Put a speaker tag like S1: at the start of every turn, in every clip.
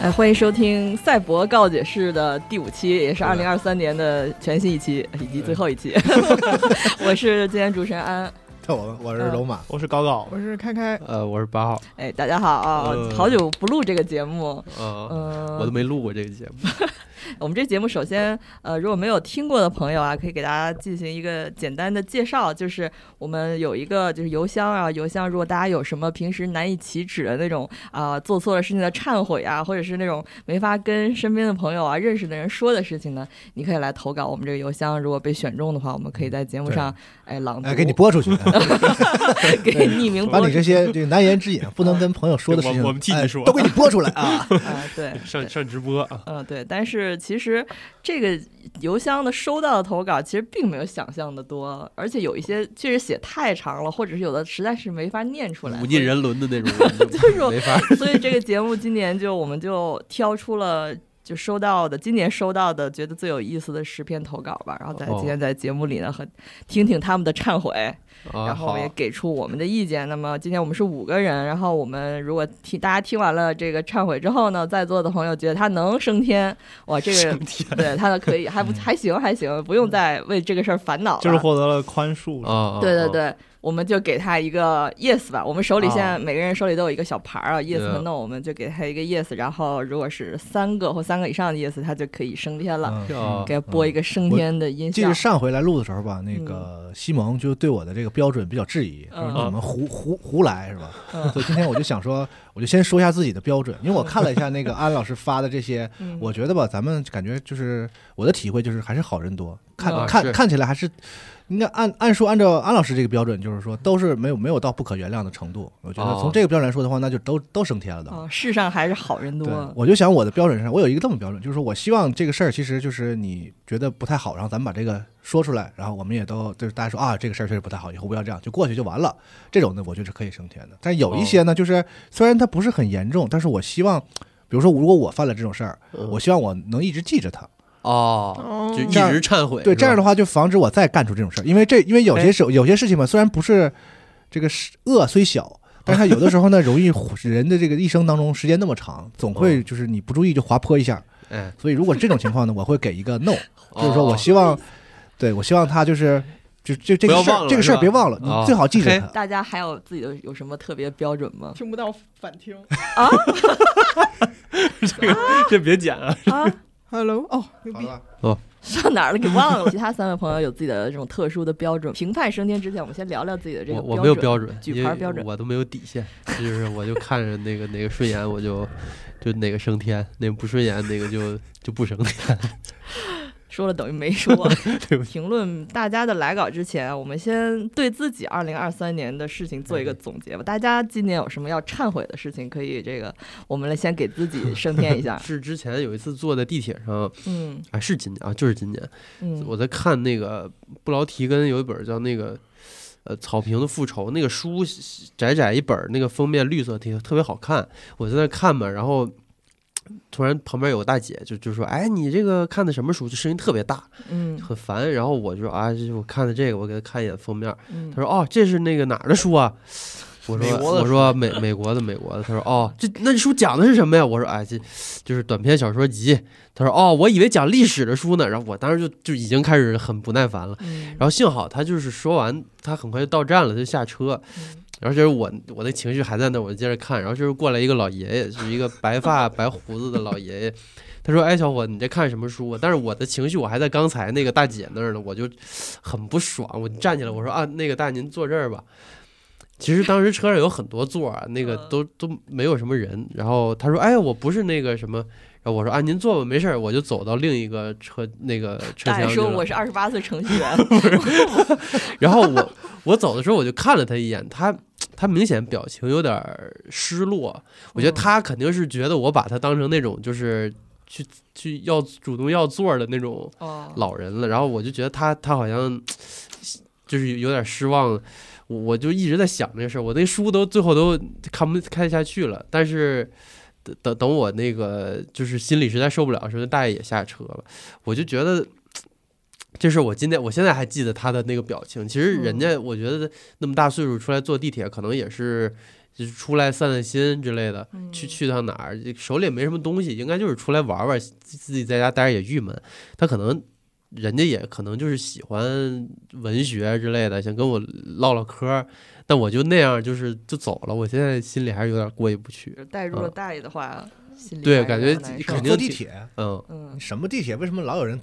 S1: 哎，欢迎收听赛博告解室的第五期，也是二零二三年的全新一期以及最后一期。 我是今天主持人安安，
S2: 这我我是龙马，
S3: 我是高高，
S4: 我是开开，
S5: 呃，我是八号，
S1: 哎，大家好啊，
S5: 嗯
S1: 好久不录这个节目，
S5: 呃，
S1: 嗯、
S5: 我都没录过这个节目，
S1: 我们这节目首先，呃，如果没有听过的朋友啊，可以给大家进行一个简单的介绍，就是我们有一个就是邮箱啊，邮箱如果大家有什么平时难以启齿的那种啊、做错了事情的忏悔啊，或者是那种没法跟身边的朋友啊、认识的人说的事情呢，你可以来投稿我们这个邮箱，如果被选中的话，我们可以在节目上哎朗读，
S3: 呃
S2: 哎，给你播出 去，
S1: 给你匿名
S2: 把
S1: 播
S2: 你这些这个难言之隐、不能跟朋友说的事情，
S3: 我我们替你
S2: 哎
S3: 说
S2: 都给你播出来 啊！
S1: 出啊，对，
S3: 上上直播啊，
S1: 嗯，对，但是其实这个邮箱的收到的投稿其实并没有想象的多，而且有一些确实写太长了，或者是有的实在是没法念出来。
S5: 不尽人伦的那种，我们
S1: 就是
S5: 就
S1: 我
S5: 没法儿。
S1: 所以这个节目今年就我们就挑出了就收到的今年收到的觉得最有意思的十篇投稿吧，然后在
S5: 哦
S1: 今天在节目里呢和听听他们的忏悔，
S5: 啊，
S1: 然后
S5: 好，
S1: 也给出我们的意见。那么今天我们是五个人，然后我们如果听大家听完了这个忏悔之后呢，在座的朋友觉得他能升天，哇，这个对他的可以，还不还行还行，不用再为这个事儿烦恼了。
S3: 就是获得了宽恕。
S5: 啊，
S1: 对对
S5: 啊，
S1: 对，我们就给他一个 yes 吧。我们手里现在
S5: 啊
S1: 每个人手里都有一个小牌儿啊，yes 和
S5: 嗯
S1: no，我们就给他一个 yes。然后如果是三个或三个以上的 yes，他就可以升天了。
S2: 嗯
S5: 啊
S1: 给他播一个升天的音
S2: 记
S1: 效
S2: 得。上回来录的时候吧，那个西蒙就对我的这个标准比较质疑，
S1: 嗯
S2: 说你们胡胡胡来是吧？
S1: 嗯
S2: 所以今天我就想说，我就先说一下自己的标准，因为我看了一下那个安老师发的这些，
S1: 嗯
S2: 我觉得吧，咱们感觉就是我的体会就是还是好人多，看、
S5: 啊
S2: 看
S5: 是
S2: 看起来还是应该按按说按照安老师这个标准，就是说都是没有没有到不可原谅的程度。我觉得
S5: 哦
S2: 从这个标准来说的话，那就都都升天了都。
S1: 啊，世上还是好人多啊
S2: 对。，我就想我的标准上，我有一个这么标准，就是说我希望这个事儿其实就是你觉得不太好，然后咱们把这个说出来，然后我们也都就是大家说啊，这个事儿确实不太好，以后不要这样，就过去就完了。这种呢，我觉得是可以升天的。但有一些呢，就是虽然它不是很严重，但是我希望，比如说如果我犯了这种事儿，我希望我能一直记着它。
S5: 哦，
S4: 哦
S5: 就一
S2: 这样
S5: 直忏悔，
S2: 对，这样的
S5: 话，
S2: 话就防止我再干出这种事儿，因为这因为有些事有些事情嘛，虽然不是这个是恶虽小，但是它有的时候呢，容易 使人的这个一生当中时间那么长，总会就是你不注意就滑坡一下。
S5: 哎，
S2: 所以如果这种情况呢，我会给 一个 no，就是说
S5: 哦
S2: 我希望，对我希望他就是就就这个
S5: 不要
S2: 事
S5: 忘
S2: 儿
S5: 了
S2: 这个事儿
S5: 是吧
S2: 别忘了，你
S5: 哦
S2: 最好记着
S5: OK
S2: 它。
S1: 大家还有自己的有什么特别标准吗？
S4: 听不到反听。
S3: 这个这别剪啊，
S1: 啊，
S4: Hello，哦，牛
S2: 好
S4: 逼！
S2: 了，
S1: 上哪儿了？给忘了。其他三位朋友有自己的这种特殊的标准。评判升天之前，我们先聊聊自己的这个
S5: 我
S1: 准。
S5: 我没有标准，
S1: 举
S5: 因
S1: 牌
S5: 为
S1: 标准
S5: 我都没有底线， 就是我就看着那个哪个顺眼我就就哪个升天，那个不顺眼那个就就不升天，
S1: 说了等于没说。
S5: 对不。
S1: 评论大家的来稿之前，我们先对自己二零二三年的事情做一个总结吧。大家今年有什么要忏悔的事情，可以这个我们来先给自己升天一下
S5: 是之前有一次坐在地铁上，
S1: 嗯
S5: 啊，是今年啊，就是今年，
S1: 嗯
S5: 我在看那个布劳提根有一本叫那个呃草坪的复仇那个书，窄窄一本儿，那个封面绿色挺特别好看，我在那看嘛，然后。突然旁边有个大姐就就说：“哎，你这个看的什么书？”就声音特别大，
S1: 嗯
S5: 很烦。然后我就说：“啊，这是我看的这个，我给她看一眼封面。”
S1: 嗯
S5: 她说：“哦，这是那个哪儿的书啊？”我
S3: 美
S5: 说：“
S3: 国的
S5: 我说美美国的美国的。”她说：“哦，这那这书讲的是什么呀？”我说：“哎，这就是短篇小说集。”她说：“哦，我以为讲历史的书呢。”然后我当时就就已经开始很不耐烦了。
S1: 嗯
S5: 然后幸好他就是说完，他很快就到站了，他就下车。
S1: 嗯
S5: 然后就是我我那情绪还在那儿，我就接着看。然后就是过来一个老爷爷，是一个白发白胡子的老爷爷。他说：“哎，小伙，你在看什么书啊？”但是我的情绪我还在刚才那个大姐那儿呢，我就很不爽。我站起来我说：“啊，那个大爷您坐这儿吧。”其实当时车上有很多座啊，那个
S1: 嗯
S5: 都都没有什么人。然后他说：“哎，我不是那个什么。”然后我说：“啊，您坐吧，没事儿。”我就走到另一个车那个车
S1: 大
S5: 厢
S1: 爷
S5: 去
S1: 说
S5: 了。
S1: 我是二十八岁程序员，
S5: 然后我我走的时候我就看了他一眼，他他明显表情有点儿失落，我觉得他肯定是觉得我把他当成那种就是去去要主动要座儿的那种
S1: 哦，
S5: 老人了，然后我就觉得他他好像就是有点失望了。我我就一直在想这个事儿，我那书都最后都看不看下去了，但是等等等我那个就是心里实在受不了的时候，那大爷也下车了，我就觉得这事儿我今天我现在还记得他的那个表情。其实人家我觉得那么大岁数出来坐地铁，可能也是就是出来散散心之类的，去去趟哪儿，手里也没什么东西，应该就是出来玩玩，自自己在家待着也郁闷。他可能人家也可能就是喜欢文学之类的，想跟我唠唠嗑儿，但我就那样，就是就走了。我现在心里还是有点过意不去，
S1: 就是带入了
S5: 嗯
S1: 大爷的话，心里还
S5: 对
S1: 是
S5: 感觉
S1: 很难受
S5: 肯定
S2: 坐地铁，
S5: 嗯，
S1: 嗯
S2: 你，什么地铁？为什么老有人？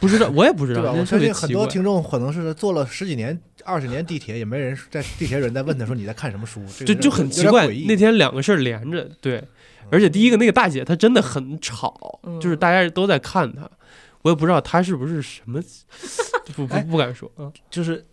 S5: 不知道，我也不知
S2: 对
S5: 道，
S2: 吧？
S5: 那
S2: 我
S5: 特
S2: 相
S5: 别
S2: 信
S5: 奇
S2: 很
S5: 怪
S2: 多听众可能是坐了十几年、二十年地铁，也没人在地铁有人在问他说你在看什么书，这个
S5: 就
S2: 有
S5: 就很奇怪
S2: 有点诡。异嗯
S5: 那天两个事儿连着，对，而且第一个那个大姐她真的很吵，
S1: 嗯
S5: 就是大家都在看她，我也不知道她是不是什么， 不不
S3: 哎
S5: 不敢说啊
S3: 就是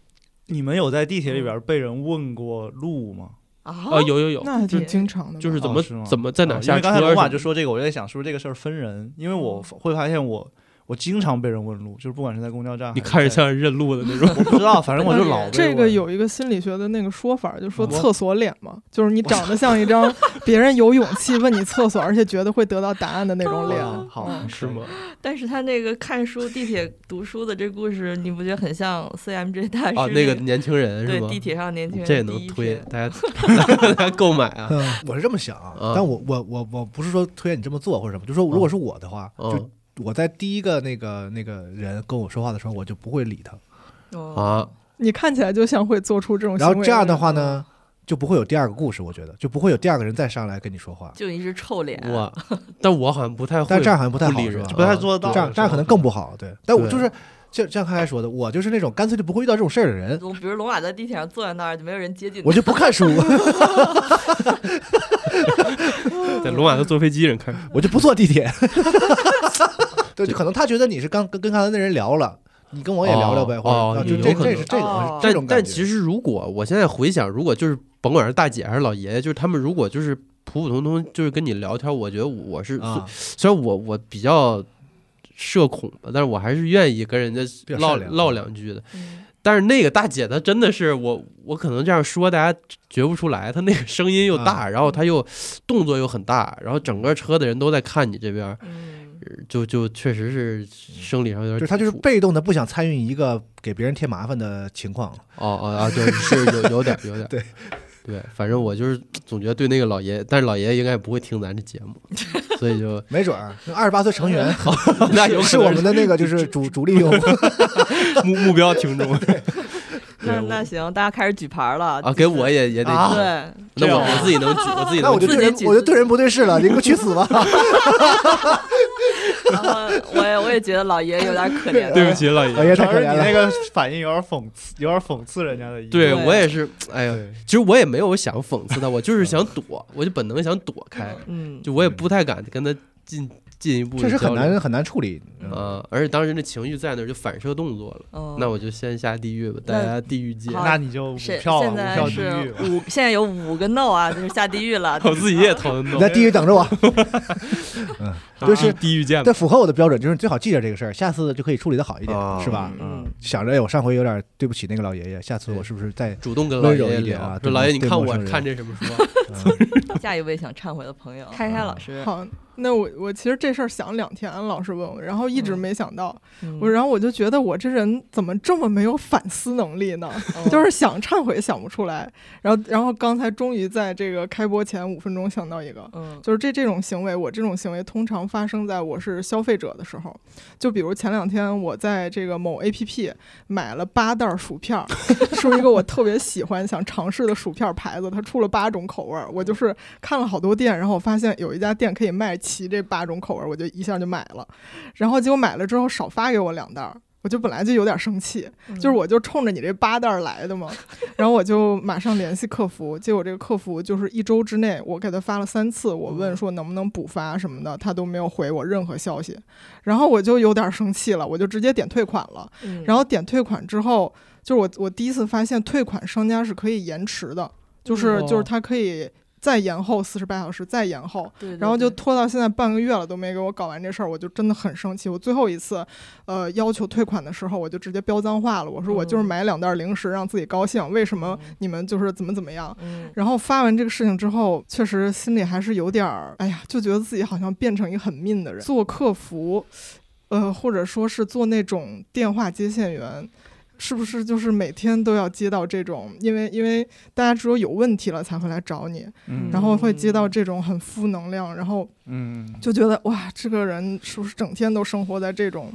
S3: 你们有在地铁里边被人问过路吗？
S1: 啊
S5: 啊，有有有，
S4: 那还挺
S1: 对
S4: 经常的吧，
S5: 就是怎
S3: 哦
S5: 么
S3: 是吗
S5: 怎么在哪
S3: 啊
S5: 下
S3: 因为
S5: 车
S3: 刚才
S5: 什
S3: 龙马
S5: 么哦
S3: 就说这个，我就在想，是不是这个事儿分人？因为我会发现我我经常被人问路，就是不管是在公交站还是在，
S5: 你看着像认路的那 种，
S3: 我不知道，反正我就 老被
S4: 这个
S3: 问
S4: 有一个心理学的那个说法，就说
S3: 我
S4: 厕所脸嘛，就是你长得像一张别人有勇气问你厕所，而且觉得会得到答案的那种脸。
S5: 嗯
S3: 哦好
S5: 是吗？？
S1: 但是他那个看书地铁读书的这故事，你不觉得很像 CMJ 大师
S5: 啊，那个年轻人是
S1: 对
S5: 吗？哦
S1: 地铁上年轻人
S5: 这也
S1: 第
S5: 能
S1: 一
S5: 推，
S1: 篇
S5: 大家大家购买 啊，
S2: 嗯，我是这么想啊
S5: 嗯，
S2: 但我我我我不是说推荐你这么做或者什么，就说如果是我的话，就
S5: 嗯
S2: 我在第一个那个那个人跟我说话的时候，我就不会理他，
S1: 哦
S5: 啊，
S4: 你看起来就像会做出这种行
S2: 然
S4: 为。
S2: 后这样的，话呢，就不会有第二个故事，我觉得就不会有第二个人再上来跟你说话，
S1: 就一直臭脸，
S5: 我，但我好像不太会，
S2: 但这样好像不太好
S5: 理
S2: 是
S5: 人
S2: 吧，
S5: 就
S3: 不太做得
S2: 这
S3: 到，
S2: 样这样可能更不好，对，但我
S5: 对
S2: 就是像像刚才说的，我就是那种干脆就不会遇到这种事儿的人，
S1: 我比如龙马在地铁上坐在那儿，就没有人接近他
S2: 我就不看书，
S5: 在罗马的坐飞机人看，
S2: 我就不坐地铁。 对，就可能他觉得你是刚跟跟刚才那人聊了，你跟我也聊聊呗，
S5: 哦
S2: 或者啊
S5: 哦
S2: 就
S5: 有
S2: 这
S5: 可能
S2: 这是这
S1: 哦
S2: 种这种
S5: 但
S2: 感
S5: 但
S2: 觉。
S5: 其实，如果我现在回想，如果就是甭管是大姐还是老爷爷，就是他们如果就是普普通通就是跟你聊天，我觉得我是、
S2: 啊，
S5: 虽然我我比较社恐吧，但是我还是愿意跟人家
S2: 比较
S5: 唠
S2: 善良啊
S5: 唠两句的。
S1: 嗯
S5: 但是那个大姐她真的是我，我可能这样说大家觉不出来，她那个声音又
S2: 啊
S5: 大，然
S2: 嗯
S5: 后她又动作又很大，然后整个车的人都在看你这边儿，
S1: 嗯，
S5: 就就确实是生理上有点
S2: 就是他
S5: 抵
S2: 就是
S5: 触
S2: 被动的不想参与一个给别人添麻烦的情况。
S5: 哦哦啊，对，是有有点儿有点 儿
S2: 对
S5: 对，反正我就是总觉得对那个老爷爷，但是老爷爷应该也不会听咱这节目，所 以就
S2: 没准儿二十八岁成员
S5: 那有
S2: 是
S5: 可
S2: 我
S5: 能
S2: 们的那个就是主主力用户，
S5: 目目标 听众
S1: 那
S5: 对
S1: 那行，大家开始举牌了
S5: 啊，给我也也得
S2: 啊
S5: 举，
S1: 对，
S5: 那
S1: 这
S5: 我
S1: 样
S5: 我自己能举，我自己
S2: 那
S5: 能
S2: 我就
S5: 举
S2: 对人
S1: 自己
S2: 我就对人不对事了，你给我去死吧！
S1: 然后我也我也觉得老爷有点可怜了，
S5: 对不起老爷
S2: 老爷
S5: 爷，
S2: 太
S3: 主
S2: 可
S3: 要
S2: 怜
S3: 是你那
S2: 了。
S3: 个反应有点讽刺，有点讽刺人家的意思。
S5: 对
S1: 对
S5: 我也是，哎呀，
S3: 对，
S5: 其实我也没有想讽刺他，我就是想躲，我就本能想躲开，
S1: 嗯，
S5: 就我也不太敢跟他进进一步
S2: 确
S5: 的
S2: 实很
S5: 交流
S2: 难很难处理，嗯
S5: 啊，而且当时那情绪在那儿就反射动作了，
S1: 嗯
S5: 那我就先下地狱吧，大
S1: 那
S5: 家地狱见。
S1: 好
S5: 。
S3: 那你就五
S1: 是
S3: 票啊，
S1: 现
S3: 五
S1: 在
S3: 票地狱
S1: 是
S3: 吧。
S1: 五，现在有五个 no 啊，就是下地狱了
S5: 我自己也头疼
S2: 你在地狱等着我。嗯，就是
S5: 地狱见吧
S2: 这符合我的标准，就是你最好记着这个事儿，下次就可以处理的好一点，
S5: 啊
S2: 是吧？
S1: 嗯，
S2: 想着哎我上回有点对不起那个老爷爷，下次我是不是再
S5: 主动跟老爷
S2: 温
S5: 爷
S2: 柔一点
S5: 聊，
S2: 啊
S5: 说
S2: 对
S5: 老爷
S2: 陌
S5: 你
S2: 对
S5: 看
S2: 陌
S5: 我
S2: 生人
S5: 看这什么书啊，
S2: 嗯
S1: 下一位想忏悔的朋友，开开老师，
S4: 好，那我我其实这事儿想两天，老师问我，然后一直
S1: 嗯
S4: 没想到，
S1: 嗯
S4: 我然后我就觉得我这人怎么这么没有反思能力呢？
S1: 哦
S4: 就是想忏悔想不出来，然后然后刚才终于在这个开播前五分钟想到一个，
S1: 嗯
S4: 就是这这种行为，我这种行为通常发生在我是消费者的时候，就比如前两天我在这个某 APP 买了八袋儿薯片儿， 是一个我特别喜欢想尝试的薯片儿牌子，它出了八种口味儿，我就是看了好多店，然后我发现有一家店可以卖齐这八种口味儿，我就一下就买了，然后结果买了之后少发给我两袋儿。我就本来就有点生气，
S1: 嗯
S4: 就是我就冲着你这八袋儿来的嘛，然后我就马上联系客服，结果这个客服就是一周之内，我给他发了三次，我问说能不能补发什么的，他都没有回我任何消息，然后我就有点生气了，我就直接点退款了。
S1: 嗯
S4: 然后点退款之后，就是我我第一次发现退款商家是可以延迟的，就是
S5: 哦
S4: 就是他可以再延后四十八小时，再延后，
S1: 对对
S4: 然后就
S1: 对
S4: 拖到现在半个月了都没给我搞完这事儿，我就真的很生气。我最后一次，呃，要求退款的时候，我就直接飙脏话了。我说我就是
S1: 嗯
S4: 买两袋零食让自己高兴，为什么
S1: 嗯
S4: 你们就是怎么怎么样？
S1: 嗯
S4: 然后发完这个事情之后，确实心里还是有点儿，哎呀，就觉得自己好像变成一个很 mean 的人。做客服，呃，或者说是做那种电话接线员，是不是就是每天都要接到这种？因为因为大家只有有问题了才会来找你，
S3: 嗯
S4: 然后会接到这种很负能量，然后
S3: 嗯，
S4: 就觉得哇，这个人是不是整天都生活在这种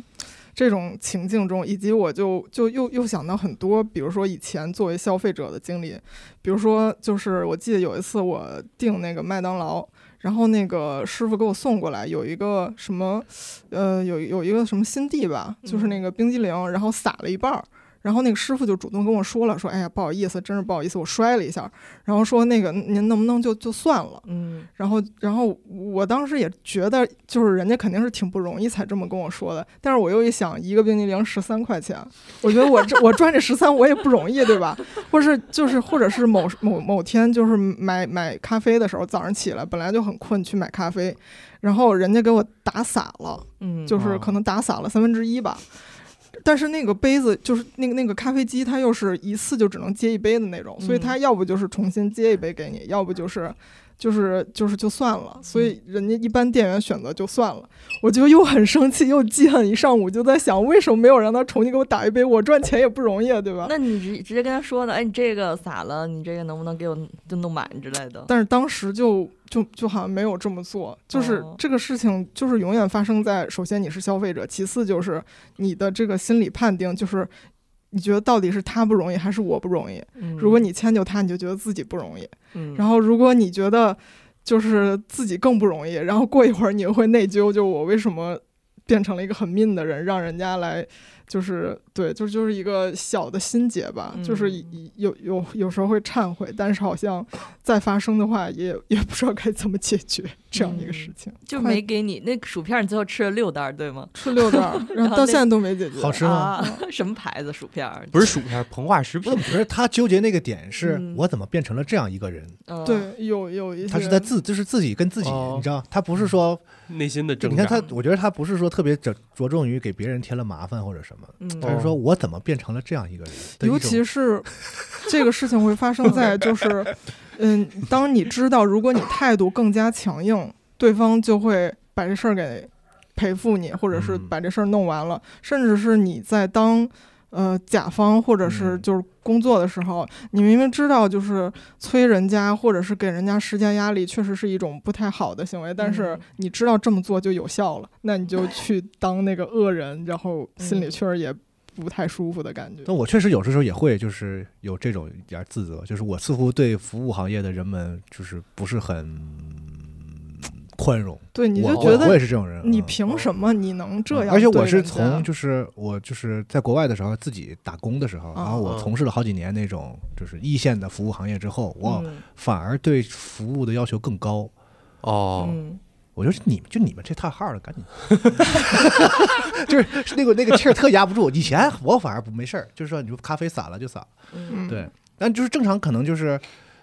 S4: 这种情境中？以及我就就又又想到很多，比如说以前作为消费者的经历，比如说就是我记得有一次我订那个麦当劳。然后那个师傅给我送过来，有一个什么，呃，有有一个什么新地吧，就是那个冰激凌，然后撒了一半儿，然后那个师傅就主动跟我说了，说，哎呀，不好意思，真是不好意思，我摔了一下，然后说那个嗯您能不能就就算了，
S1: 嗯
S4: 然后，然后我当时也觉得，就是人家肯定是挺不容易才这么跟我说的。但是我又一想，一个冰激凌十三块钱，我觉得我这我赚这十三我也不容易，对吧？或是就是或者是某某某天就是买买咖啡的时候，早上起来本来就很困，去买咖啡，然后人家给我打洒了，
S1: 嗯，
S4: 就是可能打洒了三分之一吧。但是那个杯子就是那个那个咖啡机，它又是一次就只能接一杯的那种，所以
S1: 嗯
S4: 它要不就是重新接一杯给你，要不就是就是就是就算了。所以
S1: 嗯
S4: 人家一般店员选择就算了，我就又很生气，又记恨一上午，就在想为什么没有让他重新给我打一杯，我赚钱也不容易啊，对吧？
S1: 那你直直接跟他说呢？哎，你这个撒了，你这个能不能给我就弄满之类的？
S4: 但是当时就就就好像没有这么做，就是
S1: 哦
S4: 这个事情就是永远发生在首先你是消费者，其次就是你的这个心理判定就是。你觉得到底是他不容易还是我不容易？如果你迁就他，你就觉得自己不容易。
S1: 嗯，嗯
S4: 然后如果你觉得就是自己更不容易，然后过一会儿你又会内疚，就我为什么变成了一个很 mean 的人，让人家来就是对，就就是一个小的心结吧，就是
S1: 嗯
S4: 一有有有时候会忏悔，但是好像再发生的话也也不知道该怎么解决这样一
S1: 嗯
S4: 个事情。
S1: 就
S4: 快
S1: 没给你那个薯片，你最后吃了六袋儿，对吗？
S4: 吃六袋儿，然
S1: 然
S4: 后
S1: 后
S4: 到
S1: 那
S4: 现在都没解决。
S2: 好吃吗？
S1: 啊，什么牌子薯片儿？
S5: 不是薯片，膨化食
S2: 不
S5: 品
S2: 是，不是，他纠结那个点是
S1: 嗯
S2: 我怎么变成了这样一个人？
S1: 嗯，
S4: 对，有有一些
S2: 他是在自，就是自己跟自己，
S5: 哦
S2: 你知道，他不是说，
S5: 内心的
S3: 嗯
S5: 挣
S2: 你
S5: 扎。
S2: 看他，我觉得他不是说特别着着重于给别人添了麻烦或者什么，
S1: 嗯，
S5: 哦
S2: 他是
S3: 哦
S2: 说我怎么变成了这样一个人的一种，
S4: 尤其是这个事情会发生在 就是，嗯，当你知道如果你态度更加强硬，对方就会把这事儿给赔付你，或者是
S2: 嗯
S4: 把这事儿弄完了，甚至是你在当。呃，甲方或者是
S2: 嗯
S4: 就是工作的时候，你明明知道就是催人家或者是给人家施加压力，确实是一种不太好的行为，但是
S1: 嗯
S4: 你知道这么做就有效了，那你就去当那个恶人，然后心里
S1: 嗯
S4: 确实也不太舒服的感觉。
S2: 但我确实有时候也会就是有这种一点自责，就是我似乎对服务行业的人们就是不是很宽容，
S4: 对，你就
S2: 我
S4: 觉
S2: 我我也
S4: 得
S2: 是这种人，
S4: 你
S2: 嗯
S4: 凭什么你能这样？
S2: 而且我是从就是我就是在国外的时候自己打工的时候，然
S4: 嗯
S2: 后我从事了好几年那种就是一线的服务行业之后，我
S1: 嗯
S2: 反而对服务的要求更高。
S5: 哦，
S1: 嗯，
S2: 我就是你们就你们这太号了，赶紧，就是是那个那个气儿特压不住。以前我反而不没事儿，就是说你说咖啡洒了就洒，
S1: 嗯
S4: 嗯，
S2: 对，但就是正常可能就是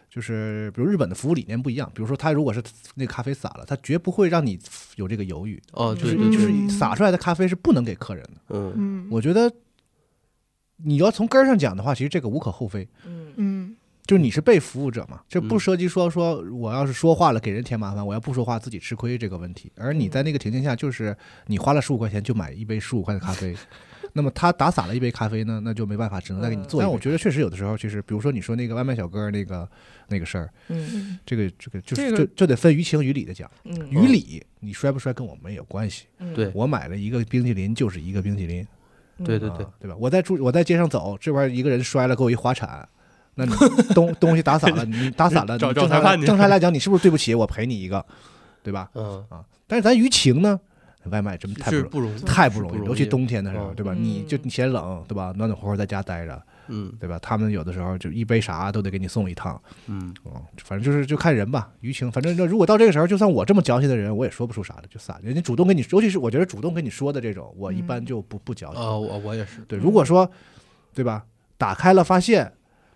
S2: 就是比如日本的服务理念不一样，比如说他如果是那个咖啡洒了，他绝不会让你有这个犹豫，
S5: 哦，
S2: 就
S5: 对
S2: 是
S5: 对
S2: 嗯就
S5: 对，
S2: 是洒出来的咖啡是不能给客人的。
S5: 嗯，
S4: 嗯，
S2: 我觉得你要从根儿上讲的话，其实这个无可厚非，
S1: 嗯
S4: 嗯
S2: 就是你是被服务者嘛，这不
S5: 嗯
S2: 涉及说说我要是说话了给人添麻烦，我要不说话自己吃亏这个问题。而你在那个情境下，就是你花了十五块钱就买一杯十五块的咖啡。那么他打洒了一杯咖啡呢，那就没办法，只能再给你
S1: 嗯
S2: 做一杯。但我觉得确实有的时候，其实比如说你说那个外卖小哥那个那个事儿，
S1: 嗯
S4: 嗯
S2: 这个这个就
S4: 这
S2: 是
S4: 个
S2: 就就得分于情于理的讲。
S1: 嗯，
S2: 于理，你摔不摔跟我们也有关系。
S1: 嗯
S5: 对
S2: 我买了一个冰淇淋就是一个冰淇淋，
S5: 对对对
S2: 啊，对吧？我在住我在街上走，这边一个人摔了，给我一滑铲，那你东 东西打洒了，你打洒了，
S5: 找
S2: 你
S5: 找
S2: 正常来
S5: 裁判去
S2: 正常来讲，你是不是对不起？我赔你一个，对吧？
S5: 嗯，
S2: 但是咱舆情呢，外卖真太不
S5: 是
S2: 容
S5: 不容易，
S2: 太不
S5: 是
S2: 容
S5: 不
S2: 易，
S5: 容
S2: 尤其
S5: 易
S2: 冬天的时候，
S5: 嗯
S2: 对吧？
S1: 嗯
S2: 你就你嫌冷，对吧？暖暖和和在家待着，
S5: 嗯
S2: 对吧？他们有的时候就一杯啥都得给你送一趟，
S5: 嗯，
S2: 嗯，反正就是就看人吧，舆情。反正就如果到这个时候，就算我这么矫情的人，我也说不出啥来，就散。人家主动跟你，尤其是我觉得主动跟你说的这种，我一般
S4: 嗯
S2: 就不不矫情。
S5: 啊，我我也是，
S2: 对，如果说，对吧？打开了发现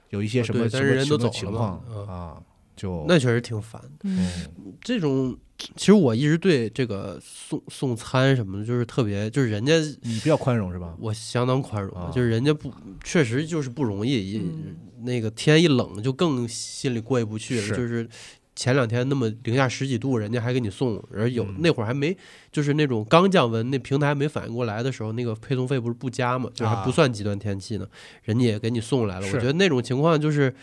S2: 有一些什
S5: 哦
S2: 么什
S5: 对但是
S2: 么
S5: 人
S2: 什
S5: 都
S2: 么
S5: 走
S2: 情
S5: 了
S2: 况
S5: 嘛嗯
S2: 啊，就
S5: 那确实挺烦的。
S2: 嗯
S5: 这种其实我一直对这个送送餐什么的，就是特别，就是人家
S2: 你比较宽容是吧？
S5: 我相当宽容，
S2: 啊
S5: 就是人家不确实就是不容易，一
S1: 嗯
S5: 那个天一冷就更心里过意不去了，
S2: 是
S5: 就是前两天那么零下十几度，人家还给你送，然后有、
S2: 嗯
S5: 那会儿还没就是那种刚降温，那平台还没反应过来的时候，那个配送费不是不加嘛，就还不
S2: 啊
S5: 算极端天气呢，人家也给你送来了。我
S2: 是
S5: 觉得那种情况就是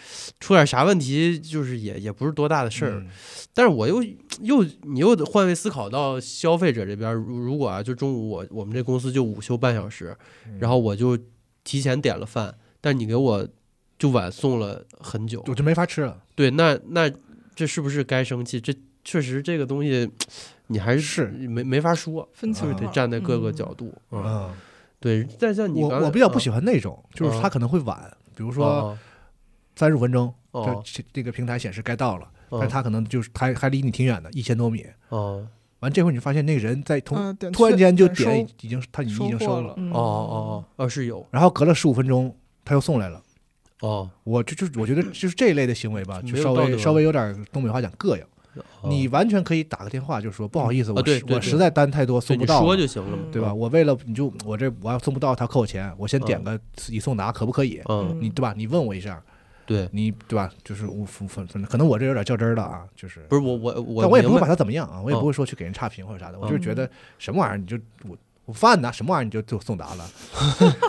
S5: 出点啥问题，就是也也不是多大的事儿。
S2: 嗯
S5: 但是我又又你又得换位思考到消费者这边儿，如如果啊，就中午我我们这公司就午休半小时，
S2: 嗯
S5: 然后我就提前点了饭，但你给我就晚送了很久，
S2: 我就没法吃了。
S5: 对，那那这是不是该生气？这确实这个东西，你还
S2: 是
S5: 没没法说，
S4: 分
S2: 啊
S5: 就
S4: 情
S5: 是得
S4: 况
S5: 站在各个
S4: 嗯
S5: 角度啊、嗯
S2: 嗯，
S5: 对，但像你
S2: 我
S5: 刚才啊
S2: 我比较不喜
S5: 欢
S2: 欢那种，就是它
S5: 嗯
S2: 可能会晚，比如说
S5: 说
S2: 三十五分钟，这
S5: 哦
S2: 这这个平台显示该到了，但
S5: 哦
S2: 是它可能就是还还离你挺远的，一千多米。
S5: 哦
S2: 完这会儿你发现那个人在同
S4: 嗯、点
S2: 突然
S4: 确
S2: 间就
S4: 点收
S2: 点已经他已经已经
S4: 收
S2: 收
S4: 获
S2: 了，
S1: 嗯
S5: 哦哦哦，是有
S2: 然后隔了十五分钟他又送来了。
S5: 哦，
S2: 我就就我觉得就是这一类的行为吧，
S5: 没
S2: 就
S5: 有
S2: 稍
S5: 道德
S2: 微稍微有点东北话讲膈应。
S5: 哦
S2: 你完全可以打个电话，就说不好意思，我
S5: 对
S2: 实
S5: 对
S2: 我
S5: 对
S2: 实在单太多
S5: 对
S2: 送
S5: 你
S2: 不到
S5: 说
S2: 了，
S5: 就嗯行了嘛，
S2: 对吧？我为了你就我这我要送不到，他扣我钱，我先点个已送达，可不可以？
S5: 嗯，
S2: 你对吧？你问我一下，
S5: 对，
S2: 你对吧？就是我反反正可能我这有点较真儿了啊，就是
S5: 不是我我我，
S2: 但我也不会
S5: 明白
S2: 把他怎么样啊，我也
S5: 嗯
S2: 不会说去给人差评或者啥的，我
S5: 嗯
S2: 就是觉得什么玩意儿你就我我饭呢，什么玩意儿你就就送达 了，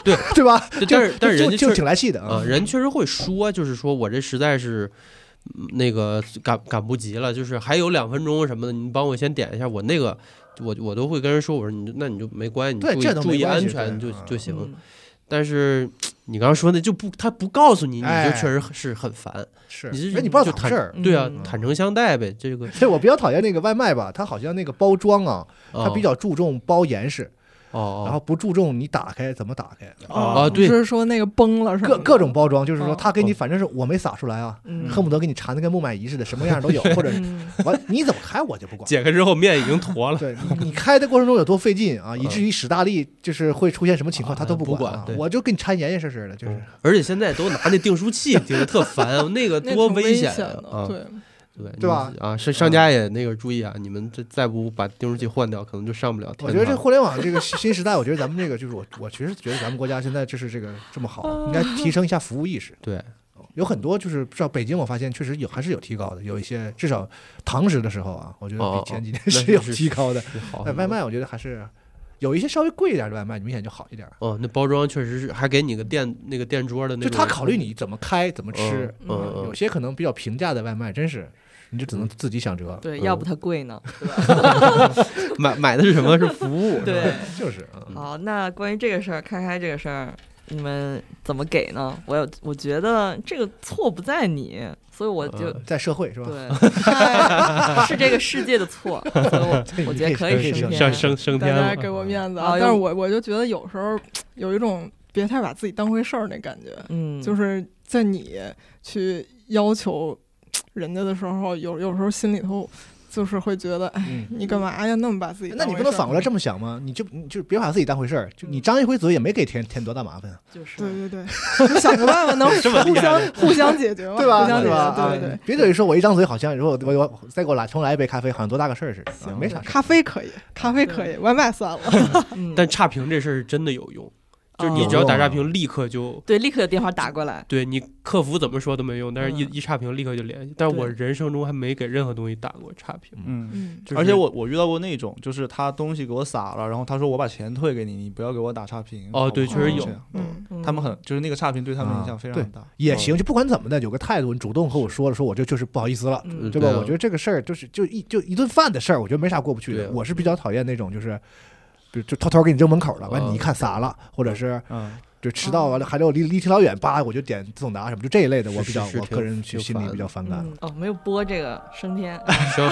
S5: 对
S2: 对吧？
S5: 对但是但是
S2: 就
S5: 人家
S2: 就
S5: 确实
S2: 挺来气的
S5: 啊，
S2: 啊，
S5: 人确实会说，就是说我这实在是嗯那个赶赶不及了，就是还有两分钟什么的，你帮我先点一下，我那个我我都会跟人说，我说你那你就没关系，
S2: 对
S5: 你注
S2: 这
S5: 意
S2: 都
S5: 注
S2: 没
S5: 意
S2: 关
S5: 安
S2: 系
S5: 全就
S2: 对嗯
S5: 就行。
S1: 嗯
S5: 但是你刚刚说那就不他不告诉你，你就
S2: 哎
S5: 确实是很烦，
S2: 是，
S5: 你
S2: 哎
S5: 这
S2: 你不知道
S5: 就
S2: 咋回
S5: 坦
S2: 事儿。
S5: 对啊，
S1: 嗯
S5: 坦诚相待呗，这个
S2: 对，我比较讨厌那个外卖吧，它好像那个包装啊，它
S5: 啊
S2: 比较注重包严实，
S5: 哦
S2: 然后
S5: 哦
S2: 不注重你打开怎么打开，
S5: 啊对
S4: 就是说那个崩了是吧？
S2: 各各种包装，就是说
S4: 哦
S2: 它给你
S5: 哦
S2: 反正是我没撒出来啊，
S1: 嗯
S2: 恨不得给你缠的跟木乃伊似的，什么样 都有，或者
S1: 嗯
S2: 完你怎么开我就不管。
S5: 解开之后面已经坨 了，
S2: 对你开的过程中有多费劲啊，以
S5: 嗯
S2: 至于史大力就是会出现什么情况
S5: 啊
S2: 他都不
S5: 不管
S2: 啊
S5: 对
S2: 我就给你缠严严实实的，就是
S5: 嗯而且现在都拿那订书器订的特 烦，那个
S4: 那
S5: 多
S4: 挺
S5: 危
S4: 险
S5: 啊
S4: 的，
S5: 啊！
S4: 对，
S5: 对
S2: 对吧？嗯
S5: 你啊，商商家也那个注意啊，你们这再不把订书器换掉，可能就上不了天
S2: 我
S5: 堂。
S2: 觉得这互联网这个新 新时代，我觉得咱们这个就是我，我其实觉得咱们国家现在就是这个这么好，
S5: 哦
S2: 应该提升一下服务意识。
S5: 对，
S2: 有很多就是不知道北京，我发现确实有还是有提高的，有一些至少唐时的时候啊，我觉
S5: 哦哦
S2: 得
S5: 哦
S2: 比前几年
S5: 那
S2: 是有
S5: 是
S2: 提高的。
S5: 是好
S2: 但
S5: 很
S2: 外
S5: 多
S2: 卖我觉得还是有一些稍微贵一点的外卖，明显就好一点。
S5: 哦，那包装确实是还给你个垫那个垫桌的那
S2: 就
S5: 种，
S2: 他考虑你怎么开怎么吃，
S5: 嗯嗯嗯
S2: 有些可能比较平价的外卖，真是你就只能自己想辙。
S1: 对，
S5: 嗯
S1: 要不它贵 呢。，
S5: 买买的是什么是服务
S1: 对，
S2: 就是嗯
S1: 好，那关于这个事儿，开开这个事儿，你们怎么给呢？我有，我觉得这个错不在你，所以我就、
S5: 嗯
S2: 在社会
S3: 呃
S2: 是吧？
S1: 对， 是这个世界的错，所以 我
S2: 对
S1: 我
S2: 你
S1: 觉得
S2: 可
S1: 可
S2: 以
S1: 以
S2: 可以
S1: 升
S2: 对
S5: 上
S1: 天。
S5: 升升
S4: 啊大
S5: 天
S4: 家
S5: 了，
S4: 给我面子
S1: 啊
S4: 啊！但是
S1: 又
S4: 我我就觉得有时候有一种别太把自己当回事儿那感觉，
S1: 嗯，
S4: 就是在你去要求人家的时候，有有时候心里头就是会觉得，哎，
S2: 嗯。
S4: 你干嘛呀？那么把自己
S2: 那
S4: 当回事
S2: 你
S4: 儿，
S2: 不能反过来这么想吗？你就你就别把自己当回事儿，就你
S1: 嗯
S2: 张一回嘴也没给添添多大麻烦啊，
S1: 就是
S4: 对对对， 就想个办法能互
S2: 哦
S4: 相互相解决嘛，
S2: 对吧？
S4: 互相解
S2: 对吧？
S4: 决，
S2: 啊
S4: 对对对。
S2: 别等于说我一张嘴好像如果我我我再给我来重来一杯咖啡，好像多大个事儿似的啊，
S1: 行
S2: 没啥事儿。
S4: 咖啡可以，咖啡可以，外卖算了。
S1: 嗯，
S5: 但差评这事儿真的有用，就是
S1: 哦
S5: 你只要打
S2: 有用啊
S5: 差评，立刻就。
S1: 对，立刻有电话打过来。
S5: 对你客服怎么说都没用，但是一、
S1: 嗯
S5: 一差评立刻就联系。但我人生中还没给任何东西打过差评，
S3: 嗯。
S4: 嗯，
S5: 就是
S3: 而且我我遇到过那种，就是他东西给我撒了，然后他说我把钱退给你，你不要给我打差评。
S5: 哦对
S3: 我
S5: 确实
S3: 这
S5: 有
S3: 样
S4: 嗯，
S1: 嗯
S3: 他们很就是那个差评对他们影
S2: 啊
S3: 响非
S2: 对
S3: 常大。
S5: 哦
S2: 也行，就不管怎么的，有个态度，你主动和我说了，说我这就是不好意思了，
S1: 嗯
S2: 对吧？
S5: 对啊
S2: 我觉得这个事儿就是就一就一顿饭的事儿，我觉得没啥过不去
S5: 对
S2: 的。
S5: 啊
S2: 我是比较讨厌那种就是，比如就偷偷给你扔门口了，完
S5: 啊
S2: 你一看洒了，或者是
S3: 嗯，
S2: 就迟到完了还得我离离挺老远，叭我就点自动达什么，就这一类的，
S5: 是
S2: 我
S5: 是
S2: 比较
S5: 是
S2: 我
S5: 挺
S2: 个人去
S5: 挺
S2: 心里
S5: 烦
S2: 比较反感。
S1: 嗯哦，没有播这个升 天，
S5: 升